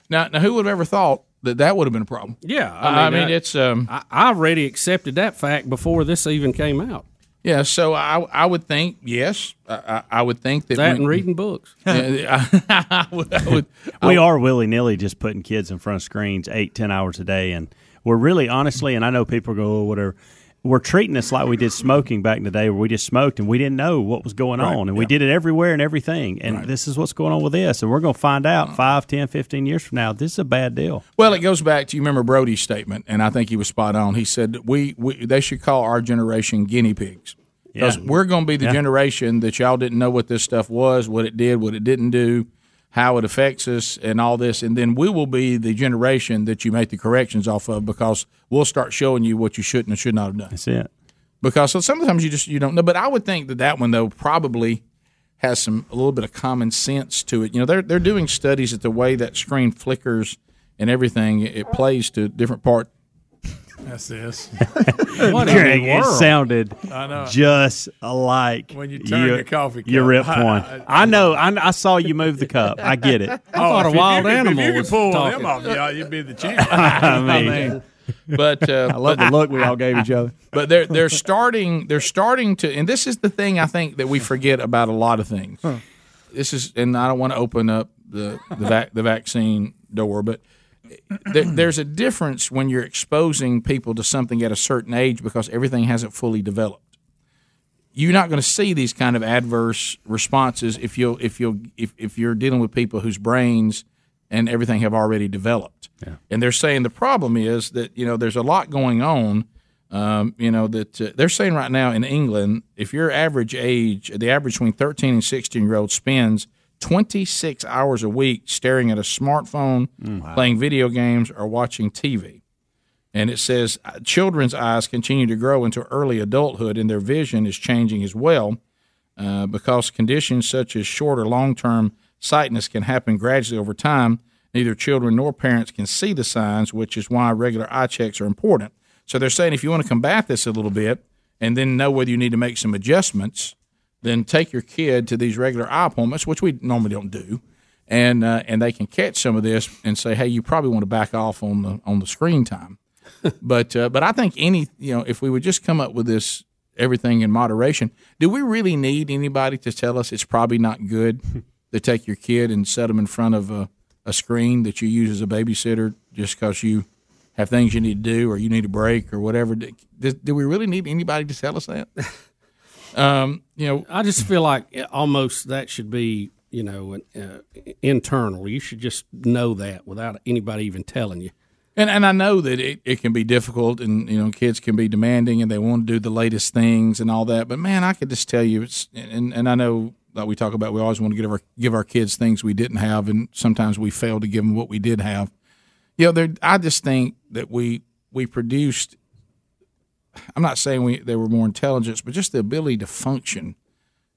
S2: Now, now who would have ever thought that that would have been a problem?
S3: Yeah,
S2: I mean, it's um,
S3: I, I already accepted that fact before this even came out.
S2: Yeah, uh, so I I would think yes, I, I, I would think that
S3: That
S2: when-
S3: and reading books.
S2: Yeah, I, would, I would-
S11: we
S12: Oh.
S11: are willy nilly just putting kids in front of screens eight, ten hours a day, and we're really honestly, and I know people go, oh, whatever. We're treating this like we did smoking back in the day, where we just smoked and we didn't know what was going
S2: Right,
S11: on, and we did it everywhere and everything. And this is what's going on with this, and we're going to find
S12: Uh-huh.
S11: out five, ten, fifteen years from now. This is a bad deal.
S2: Well, it goes back to you remember Brody's statement, and I think he was spot on. He said we, we they should call our generation guinea pigs because
S11: Yeah.
S2: we're going to be the
S11: Yeah.
S2: generation that y'all didn't know what this stuff was, what it did, what it didn't do, how it affects us, and all this, and then we will be the generation that you make the corrections off of because we'll start showing you what you shouldn't and should not have done.
S11: That's it.
S2: because so sometimes you just you don't know. But I would think that that one though probably has some a little bit of common sense to it. You know, they're they're doing studies at the way that screen flickers and everything it plays to different part.
S12: That's this.
S11: Greg, it sounded
S12: I know.
S11: just alike.
S12: Uh, When you turn your coffee
S11: you
S12: cup.
S11: ripped
S12: I-
S11: one. I know. I, I saw you move the cup. I get it.
S12: Oh, if you- if you- If you could pull them off, yeah, you'd be the champion.
S11: I mean-
S2: But uh,
S4: I love the
S2: but-
S4: look we all gave each other.
S2: But they're they're starting they're starting to, and this is the thing I think that we forget about a lot of things. This is, and I don't want to open up the the, vac, the vaccine door, but there, there's a difference when you're exposing people to something at a certain age because everything hasn't fully developed. you're not going to see these kind of adverse responses if you will if you if if you're dealing with people whose brains and everything have already developed. And they're saying the problem is that you know there's a lot going on. Um, you know that uh, they're saying right now in England, if your average age, the average between 13 and 16 year old spends 26 hours a week staring at a smartphone,
S3: Mm.
S2: playing video games, or watching TV. And it says uh, children's eyes continue to grow into early adulthood, and their vision is changing as well uh, because conditions such as short or long term sightness can happen gradually over time. Neither children nor parents can see the signs, which is why regular eye checks are important. So they're saying if you want to combat this a little bit and then know whether you need to make some adjustments, then take your kid to these regular eye appointments, which we normally don't do, and uh, and they can catch some of this and say, hey, you probably want to back off on the on the screen time. but uh, but I think any you know if we would just come up with this everything in moderation, do we really need anybody to tell us it's probably not good to take your kid and set them in front of a, a screen that you use as a babysitter just because you have things you need to do or you need a break or whatever? Do, do we really need anybody to tell us that? Um, you know,
S3: I just feel like it- almost that should be, you know, an, uh, internal. You should just know that without anybody even telling you.
S2: And and I know that it, it can be difficult, and you know kids can be demanding, and they want to do the latest things and all that. But man, I could just tell you, it's and and I know that we talk about we always want to give our give our kids things we didn't have, and sometimes we fail to give them what we did have. You know, there I just think that we we produced. I'm not saying we they were more intelligent, but just the ability to function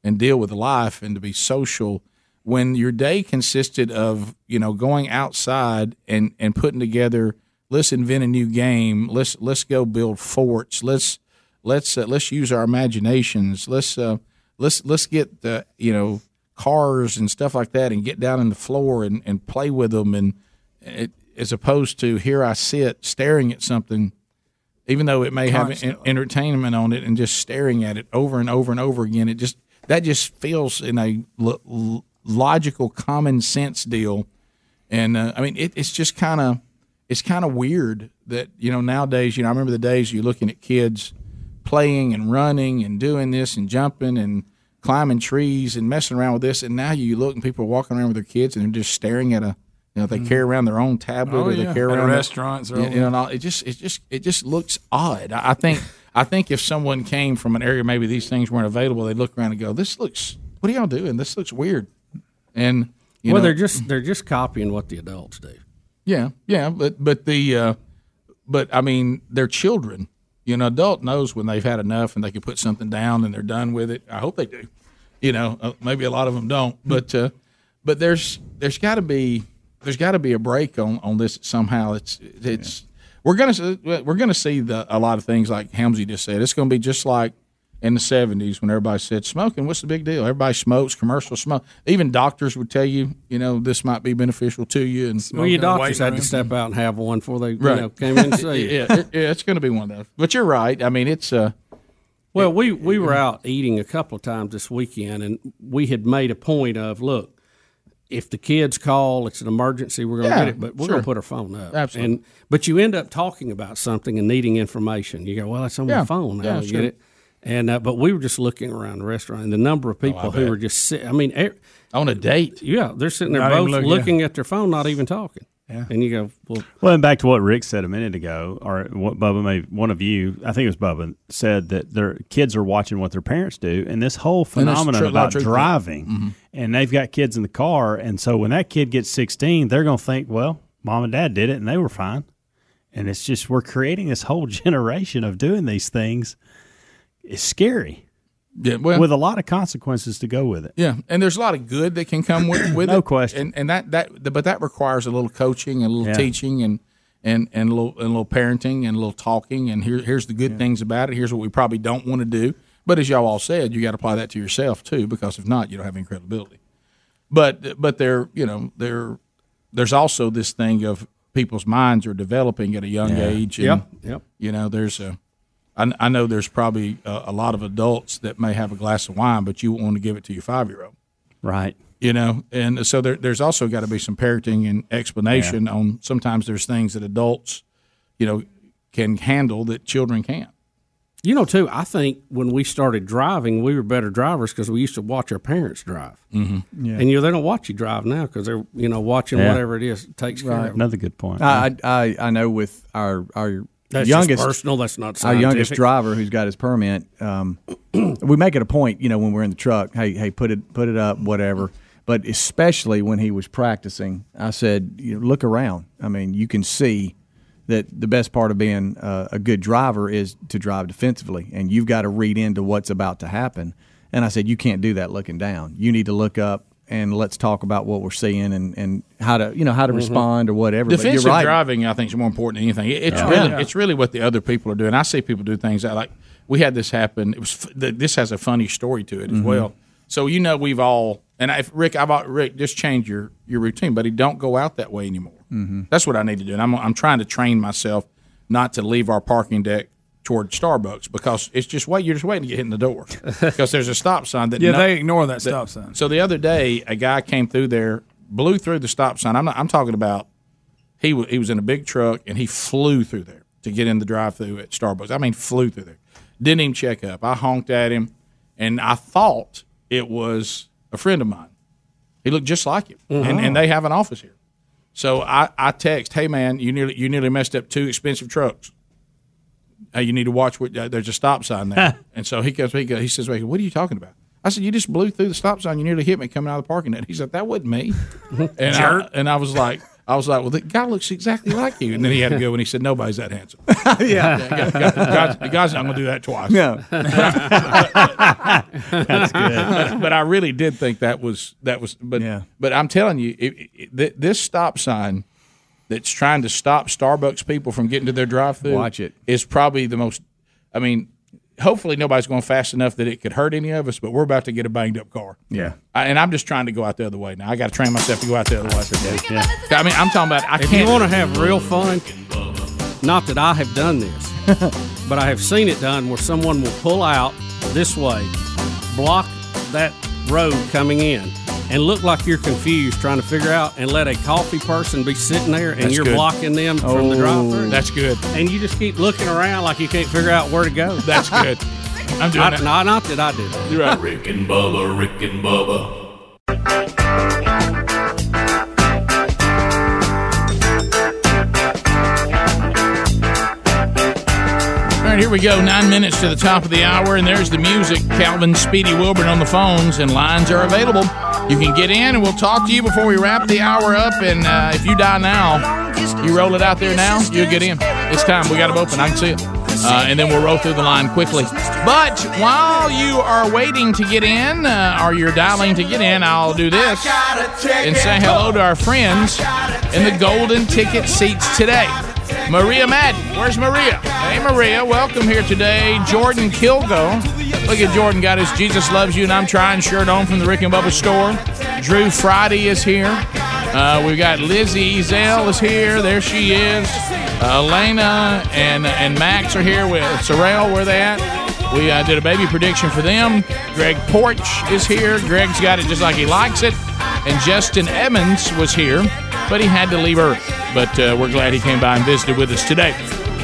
S2: and deal with life and to be social when your day consisted of you know going outside and and putting together let's invent a new game let's let's go build forts let's let's uh, let's use our imaginations let's uh, let's let's get the you know cars and stuff like that and get down on the floor and and play with them and it, as opposed to here I sit staring at something even though it may have en-
S12: Constantly.
S2: entertainment on it and just staring at it over and over and over again it just that just feels in a lo- lo- logical common sense deal and uh, I mean it, it's just kind of it's kind of weird that you know nowadays you know I remember the days you're looking at kids playing and running and doing this and jumping and climbing trees and messing around with this and now you look and people are walking around with their kids and they're just staring at a you know they
S3: Mm-hmm.
S2: carry around their own tablet
S12: Oh,
S2: or they
S12: yeah.
S2: carry
S12: At
S2: around their-
S12: restaurants or
S2: you,
S12: all
S2: you know,
S12: that.
S2: and all, it just it just it just looks odd I, I think I think if someone came from an area maybe these things weren't available they'd look around and go this looks what are y'all doing this looks weird and you
S3: well,
S2: know,
S3: they're just they're just copying what the adults do.
S2: yeah, yeah, but but the uh, but I mean, they're children. You know, adult knows when they've had enough and they can put something down and they're done with it. I hope they do. You know, uh, maybe a lot of them don't, but uh, but there's there's got to be there's got to be a break on on this somehow. It's it's we're gonna s- we're gonna see the, a lot of things like Helmsy just said. It's gonna be just like in the seventies when everybody said smoking. What's the big deal? Everybody smokes. Commercial smoke. Even doctors would tell you, you know, this might be beneficial to you. And
S3: well, your doctors had to step out and have one before they you
S2: Right.
S3: know, came in and see. you.
S2: yeah, it- yeah, it's going to be one of those. But you're right. I mean, it's uh,
S3: Well, we, we were out eating a couple of times this weekend, and we had made a point of look, if the kids call, it's an emergency, we're going to
S2: Yeah,
S3: get it, but we're
S2: sure.
S3: going to put our phone up.
S2: Absolutely.
S3: And, but you end up talking about something and needing information. You go, well, it's on
S2: Yeah.
S3: my phone. I
S2: Yeah,
S3: don't
S2: sure.
S3: get it. And uh, but we were just looking around the restaurant, and the number of people who
S2: Oh, bet.
S3: were just sit, I mean, er,
S2: on a date.
S3: Yeah, they're sitting there
S11: Not even
S3: both
S11: looking, yeah.
S3: looking at their phone, not even talking. Yeah. And you go, well,
S11: Well, and back to what Rick said a minute ago, or what Bubba may one of you, I think it was Bubba, said that their kids are watching what their parents do, and this whole
S2: And that's
S11: phenomenon
S2: true-
S11: about
S2: true.
S11: driving,
S2: Mhm.
S11: and they've got kids in the car, and so when that kid gets sixteen, they're going to think, well, mom and dad did it, and they were fine, and it's just we're creating this whole generation of doing these things. It's scary,
S2: yeah, well-
S11: with a lot of consequences to go with it.
S2: yeah, and there's a lot of good that can come with with
S11: No
S2: it.
S11: question.
S2: And and that that but that requires a little coaching, and a little
S11: Yeah.
S2: teaching, and and and a little and a little parenting, and a little talking. And here here's the good things about it. Here's what we probably don't want to do. But as y'all all said, you got to apply that to yourself too, because if not, you don't have any credibility. But but there you know there there's also this thing of people's minds are developing at a young
S3: Yeah.
S2: age. And,
S3: Yep, yep.
S2: You know, there's a, I, I know there's probably a, a lot of adults that may have a glass of wine, but you won't want to give it to your five year old.
S11: Right.
S2: You know, and so there, there's also got to be some parenting and explanation on sometimes there's things that adults, you know, can handle that children can't.
S3: You know, too, I think when we started driving, we were better drivers because we used to watch our parents drive.
S4: Mm-hmm.
S3: And you know, they don't watch you drive now because they're you know watching
S4: Yeah.
S3: whatever it is takes care of. them.
S11: Another good point.
S4: I, I I know with our our
S3: That's just
S4: youngest
S3: personal, that's not
S4: our youngest
S3: scientific.
S4: driver who's got his permit. Um, we make it a point, you know, when we're in the truck. Hey, hey, put it put it up, whatever. But especially when he was practicing, I said, you know, look around. I mean, you can see that the best part of being uh, a good driver is to drive defensively, and you've got to read into what's about to happen. And I said, you can't do that looking down. You need to look up. And let's talk about what we're seeing and, and how to you know how to
S3: Mm-hmm.
S2: Mhm.
S4: respond or whatever. But
S2: Defensive
S4: you're right.
S2: driving, I think, is more important than anything. It- It's
S4: Yeah.
S2: really,
S4: Yeah.
S2: it's really what the other people are doing. I see people do things that, like we had this happen. It was f- th- this has a funny story to it as
S4: Mm-hmm.
S16: Mhm.
S2: well. So you know we've all and I, if Rick, I've al- Rick just change your your routine, buddy. Don't go out that way anymore.
S16: Mm-hmm.
S2: That's what I need to do. And I'm, I'm trying to train myself not to leave our parking deck toward Starbucks because it's just wait. You're just waiting to get hit in the door because there's a stop sign that
S12: Yeah,
S2: no-
S12: they ignore that stop sign.
S2: So the other day, a guy came through there, blew through the stop sign. I'm not, I'm talking about he wa he was in a big truck and he flew through there to get in the drive-through at Starbucks. I mean, flew through there. Didn't even check up. I honked at him, and I thought it was a friend of mine. He looked just like him, and, and they have an office here. So I, I text, hey man, you nearly you nearly messed up two expensive trucks. Hey, you need to watch what uh, there's a stop sign there. and so he comes, he goes, he says, wait, what are you talking about? I said, you just blew through the stop sign. You nearly hit me coming out of the parking lot. He said, that wasn't me. and I,
S12: Jerk.
S2: and I was like, I was like, well, the guy looks exactly like you. And then he had to go and he said, nobody's that handsome.
S4: Yeah.
S2: God, God, God, God's not going to do that twice.
S4: No.
S2: That's
S4: good.
S2: But I really did think that was that was. But but I'm telling you, it, it, th- this stop sign that's trying to stop Starbucks people from getting to their drive-through.
S4: Watch it.
S2: is probably the most. I mean, hopefully nobody's going fast enough that it could hurt any of us. But we're about to get a banged-up car.
S4: Yeah.
S2: I, and I'm just trying to go out the other way now. I got to train myself to go out the other way. I mean, I'm talking about. I
S3: if
S2: can't
S3: you want to have real fun, not that I have done this, but I have seen it done where someone will pull out this way, block that road coming in, and look like you're confused trying to figure out, and let a coffee person be sitting there, and
S2: That's
S3: you're
S2: good.
S3: blocking them from the
S2: Oh,
S3: drive-through.
S2: That's good.
S3: And you just keep looking around like you can't figure out where to go.
S2: That's good. I'm doing
S3: I,
S2: that.
S3: No, not that I did. that.
S7: Rick and Bubba, Rick and Bubba,
S2: All right, here we go. Nine minutes to the top of the hour, and there's the music. Calvin Speedy Wilburn on the phones, and lines are available. You can get in, and we'll talk to you before we wrap the hour up. And uh, if you die now, you roll it out there now, you'll get in. It's time. We got them open. I can see it. Uh, and then we'll roll through the line quickly. But while you are waiting to get in, uh, or you're dialing to get in, I'll do this and say hello to our friends in the golden ticket seats today. Maria Madden. Where's Maria? Hey, Maria. Welcome here today. Jordan Kilgo. Look at Jordan got his Jesus Loves You and I'm Trying shirt on from the Rick and Bubba store. Drew Friday is here. Uh, we've got Lizzie Zell is here. There she is. Uh, Elena and, and Max are here with Sorrell. Where they at? We uh, did a baby prediction for them. Greg Porch is here. Greg's got it just like he likes it. And Justin Emmons was here, but he had to leave early. But uh, we're glad he came by and visited with us today.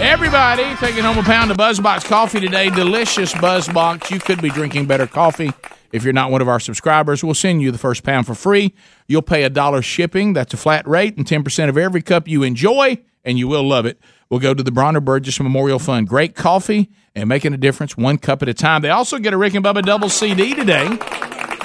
S2: Everybody taking home a pound of BuzzBox coffee today. Delicious BuzzBox. You could be drinking better coffee if you're not one of our subscribers. We'll send you the first pound for free. You'll pay a dollar shipping. That's a flat rate, and 10% of every cup you enjoy, and you will love it will go to the Bronner Burgess Memorial Fund. Great coffee and making a difference one cup at a time. They also get a Rick and Bubba double CD today.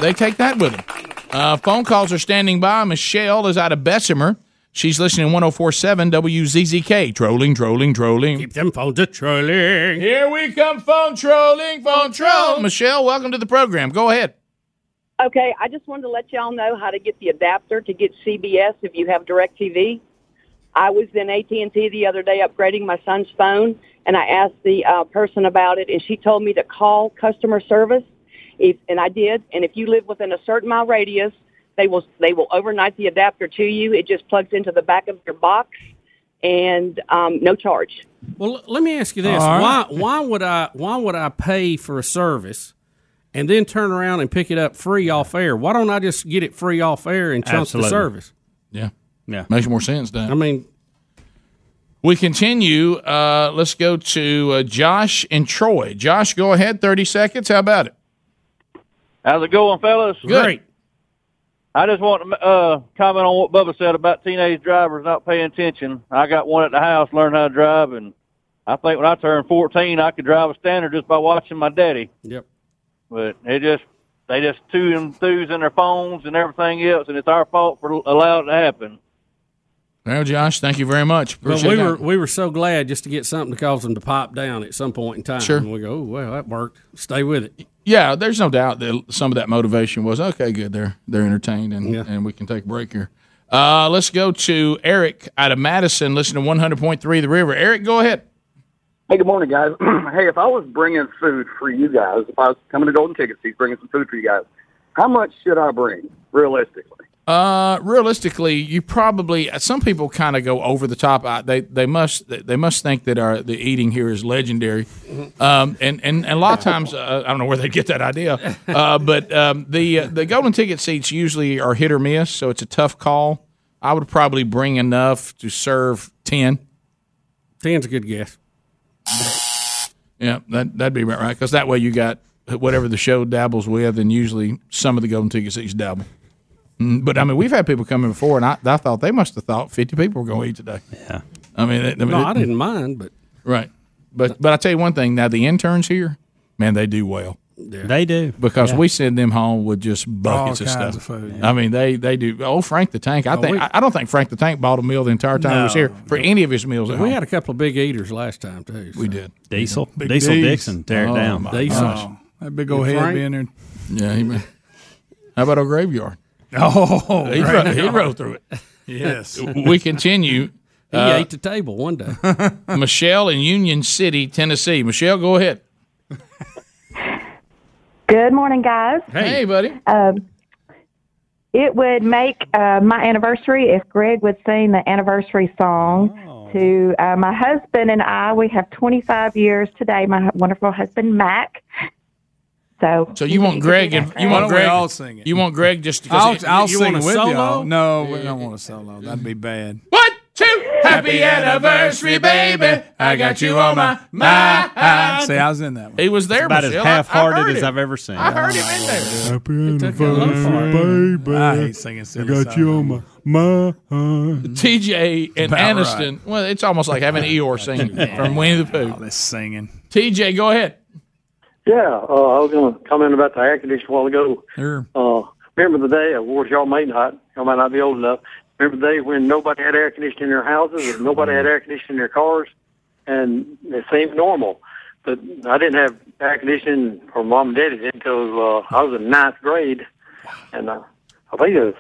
S2: They take that with them. Uh, phone calls are standing by. Michelle is out of Bessemer. She's listening to 1047 WZZK. Trolling, trolling, trolling. Keep
S3: them phones a trolling.
S2: Here we come, phone trolling, phone troll. Michelle, welcome to the program. Go ahead.
S17: Okay, I just wanted to let y'all know how to get the adapter to get CBS if you have DirecTV. I was in AT&T the other day upgrading my son's phone, and I asked the uh, person about it, and she told me to call customer service, if, and I did. And if you live within a certain mile radius, they will they will overnight the adapter to you. It just plugs into the back of your box, and um, no charge.
S3: Well, let me ask you this:
S17: All
S3: Why
S17: right.
S3: why would I why would I pay for a service and then turn around and pick it up free off air? Why don't I just get it free off air and chunk the
S2: Absolutely.
S3: service?
S2: Yeah.
S11: Yeah.
S2: Makes more sense, doesn't it?
S3: I mean,
S2: We continue. Uh, let's go to uh, Josh and Troy. Josh, go ahead. Thirty seconds. How about it?
S16: How's it going, fellas?
S2: Great.
S16: I just want to uh, comment on what Bubba said about teenage drivers not paying attention. I got one at the house, learned how to drive, and I think when I turned 14, I could drive a standard just by watching my daddy.
S3: Yep.
S16: But it just they just too enthused in their phones and everything else, and it's our fault for allowing it to happen.
S2: Well, Josh, thank you very much.
S3: But
S2: Appreciate
S3: we
S2: that.
S3: were we were so glad just to get something to cause them to pop down at some point in time.
S2: Sure.
S3: And we go, oh well, that worked. Stay with it.
S2: Yeah, there's no doubt that some of that motivation was okay. Good, they're they're entertained, and and we can take a break here. Uh, let's go to Eric out of Madison. Listen to 100.3 The River. Eric, go ahead.
S18: Hey, good morning, guys. hey, if I was bringing food for you guys, if I was coming to Golden Tickets, he's bringing some food for you guys. How much should I bring, realistically?
S2: Uh, realistically, you probably some people kind of go over the top. I, they they must they must think that our the eating here is legendary, um, and, and and a lot of times uh, I don't know where they get that idea. Uh, but um, the uh, the golden ticket seats usually are hit or miss, so it's a tough call. I would probably bring enough to serve ten.
S3: Ten's a good guess.
S2: Yeah, that that'd be about right because that way you got whatever the show dabbles with, and usually some of the golden ticket seats dabble. Mm, But I mean, we've had people come in before, and I, I thought they must have thought fifty people were going to eat today. Yeah, I mean, it- I mean,
S3: no,
S2: it-
S3: I didn't mind, but
S2: Right, but but I tell you one thing. Now the interns here, man, they do well.
S11: They do
S2: because
S11: Yeah.
S2: we send them home with just buckets
S11: All
S2: of
S11: kinds
S2: stuff.
S11: of food,
S2: I mean, they they do. Oh, Frank the Tank. I
S3: Oh,
S2: think
S3: we-
S2: I, I don't think Frank the Tank bought a meal the entire time he was
S3: No,
S2: here for any of his meals. At
S3: we
S2: home.
S3: had a couple of big eaters last time too.
S2: We did.
S11: Diesel.
S2: Big
S11: Diesel
S2: D's.
S11: Dixon, tear it
S2: Oh,
S11: down.
S2: my
S11: Diesel.
S2: gosh.
S12: That big old
S2: Did
S12: head
S2: Frank?
S12: being there.
S2: Yeah, he, how about our graveyard?
S12: Oh,
S2: he,
S12: right.
S2: rode, he rode through it.
S12: Yes.
S2: we continue. uh,
S3: He
S12: Uh,
S3: ate the table one day.
S2: Michelle in Union City, Tennessee. Michelle, go ahead.
S23: Good morning, guys.
S2: Hey. Hey, buddy.
S23: Um, it would make uh, my anniversary if Greg would sing the anniversary song
S2: Oh.
S23: to uh, my husband and I. We have 25 years today. My wonderful husband Mac. So,
S2: So you want Greg and you
S12: Why
S2: want
S12: don't we
S2: Greg?
S12: all sing it?
S2: You want Greg just because
S12: I'll,
S2: it-
S12: I'll
S2: you
S12: sing
S2: want a
S12: with
S2: solo?
S12: y'all. No, we don't want a solo. That'd be bad.
S2: One, two,
S12: Happy anniversary, baby. I got you on my mind. See, I was in that one.
S2: He was there,
S11: About as
S2: Michelle. I- I
S11: half-hearted
S2: heard
S11: as
S2: him.
S11: I've ever seen.
S2: I heard him in there.
S11: Happy
S2: anniversary,
S11: baby.
S12: I hate singing silly I got you
S11: on my mind.
S2: TJ and
S12: About right.
S2: Aniston. Well, it's almost like having Eeyore sing from Winnie the Pooh. All
S12: this singing.
S2: TJ, go ahead.
S24: Yeah, uh, I was going to comment about the air conditioner a while ago.
S12: Sure.
S24: Uh, remember the day, of course, y'all may not, y'all might not be old enough. Remember the day when nobody had air conditioning in their houses or nobody had air conditioning in their cars? And it seemed normal. But I didn't have air conditioning, or mom and daddy did, until uh, I was in ninth grade. And uh, I think it was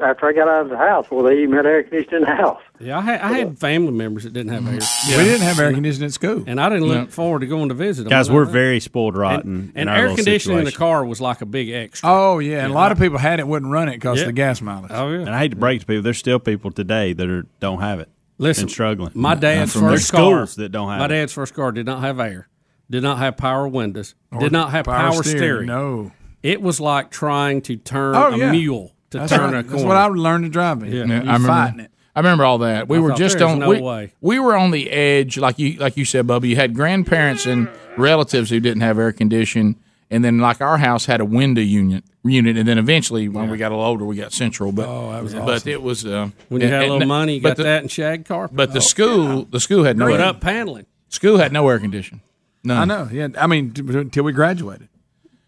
S24: after I got out of the house where they even had air conditioning in the house.
S3: Yeah, I had, I had family members that didn't have air.
S11: Mm-hmm.
S12: We didn't have air conditioning at school,
S3: and I didn't look
S12: No.
S3: forward to going to visit them.
S11: Guys,
S3: I
S11: we're
S3: know.
S11: very spoiled rotten.
S3: And,
S11: in
S3: and
S11: our
S3: air
S11: little
S3: conditioning in the
S11: situation.
S3: car was like a big extra.
S12: Oh yeah, and a
S3: Yeah.
S12: lot of people had it, wouldn't run it because
S3: Yeah.
S12: of the gas mileage.
S3: Oh yeah.
S11: And I hate to break to people, there's still people today that are, don't have it.
S3: Listen,
S11: and struggling.
S3: My dad's
S11: From their
S3: first car,
S11: schools that don't have
S3: my
S11: it.
S3: dad's first car did not have air, did not have power windows,
S11: Or
S3: did not have
S11: power
S3: power,
S11: steering,
S3: steering,
S12: No,
S3: it was like trying to turn
S12: Oh,
S3: a
S12: yeah.
S3: mule to
S12: That's
S3: turn
S12: what-
S3: a
S12: that's
S3: corner.
S12: what I learned to drive in.
S3: Yeah,
S12: You
S2: Yeah, I
S12: fighting
S2: remember.
S12: it.
S2: I remember all that. We
S12: I
S2: were
S12: thought,
S2: just
S12: "There's
S2: on.
S12: no
S2: we,
S12: way."
S2: we were on the edge, like you like you said, Bubba. You had grandparents and relatives who didn't have air condition, and then like our house had a window unit unit, and then eventually when we got a little older, we got central. But oh, that
S3: was
S2: but
S3: awesome.
S2: it was uh,
S3: when you
S2: and-
S3: had a little
S2: and-
S3: money, you
S2: but
S3: got
S2: the-
S3: that and shag carpet.
S2: But the school, the school had no
S3: Put
S2: air-
S3: up paneling.
S2: School had no air conditioning. None.
S12: I know. Yeah, I mean, t- until we graduated.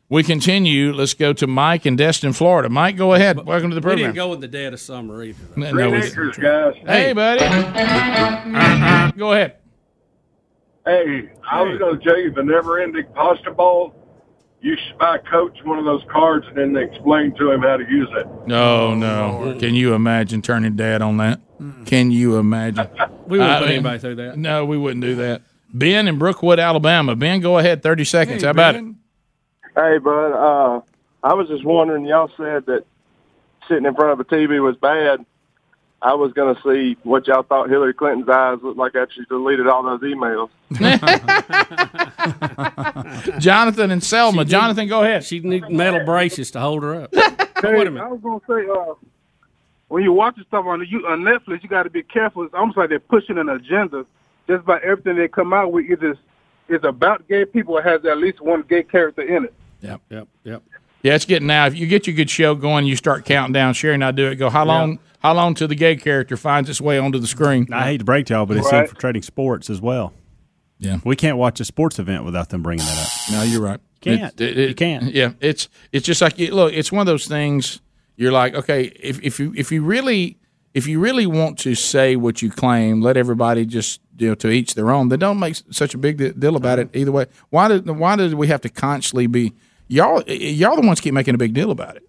S2: We continue. Let's go to Mike in Destin, Florida. Mike, go ahead. Welcome to the
S3: We
S2: program.
S3: didn't go in the dead of summer either.
S2: No, no, we-
S25: guys.
S2: Hey, buddy. Go ahead.
S25: Hey, I was going to tell you the never-ending pasta ball. You should buy Coach one of those cards and then explain to him how to use it.
S2: No, no. Can you imagine turning dad on that? Can you imagine?
S3: We wouldn't
S2: I
S3: put
S2: mean,
S3: anybody through that.
S2: No, we wouldn't do that. Ben in Brookwood, Alabama. Ben, go ahead. Thirty seconds. How about it?
S25: Hey, bud. Uh, I was just wondering. Y'all said that sitting in front of a TV was bad. I was going to see what y'all thought Hillary Clinton's eyes looked like after she deleted all those emails.
S2: Jonathan and Selma. Jonathan, go ahead.
S3: She needed metal braces to hold her up.
S25: Hey, I was going to say, uh, when you're watching stuff on the, you on Netflix, you got to be careful. It's almost like they're pushing an agenda. Just about everything they come out with is is- is about gay people or has at least one gay character in it.
S2: Yep,
S3: yep, yep.
S2: Yeah, it's getting now. If you get your good show going, you start counting down. Sherry and I do it. Go how long? How long till the gay character finds its way onto the screen?
S11: I hate to break to y'all, but it's
S2: Right.
S11: infiltrating sports as well.
S2: Yeah,
S11: we can't watch a sports event without them bringing that up.
S2: No, you're right.
S11: Can't
S2: It, it- it-
S11: you can't?
S2: Yeah, it's it's just like you, look. It's one of those things. You're like, okay, if, if you if you really if you really want to say what you claim, let everybody just you know to each their own. Then don't make such a big de- deal about it either way. Why did why did we have to constantly be y'all y'all the ones keep making a big deal about it?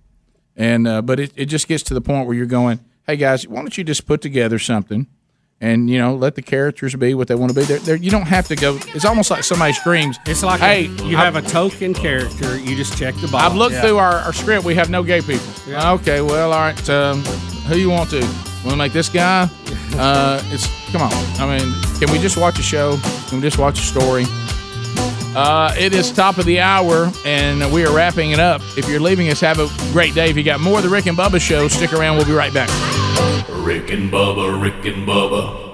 S2: And uh, but it, it just gets to the point where you're going, hey guys, why don't you just put together something, and you know let the characters be what they want to be. They're, they're, you don't have to go. It's almost like somebody screams. It's like hey,
S3: You have a token character. You just check the box.
S2: I've looked through our, our script. We have no gay people. Ah, Okay, well, all right. Um, who you want to? Want to make this guy? Uh, it's come on. I mean, can we just watch a show? Can we just watch a story? Uh, it is top of the hour, and we are wrapping it up. If you're leaving us, have a great day. If you got more of the Rick and Bubba show, stick around. We'll be right back.
S7: Rick and Bubba, Rick and Bubba.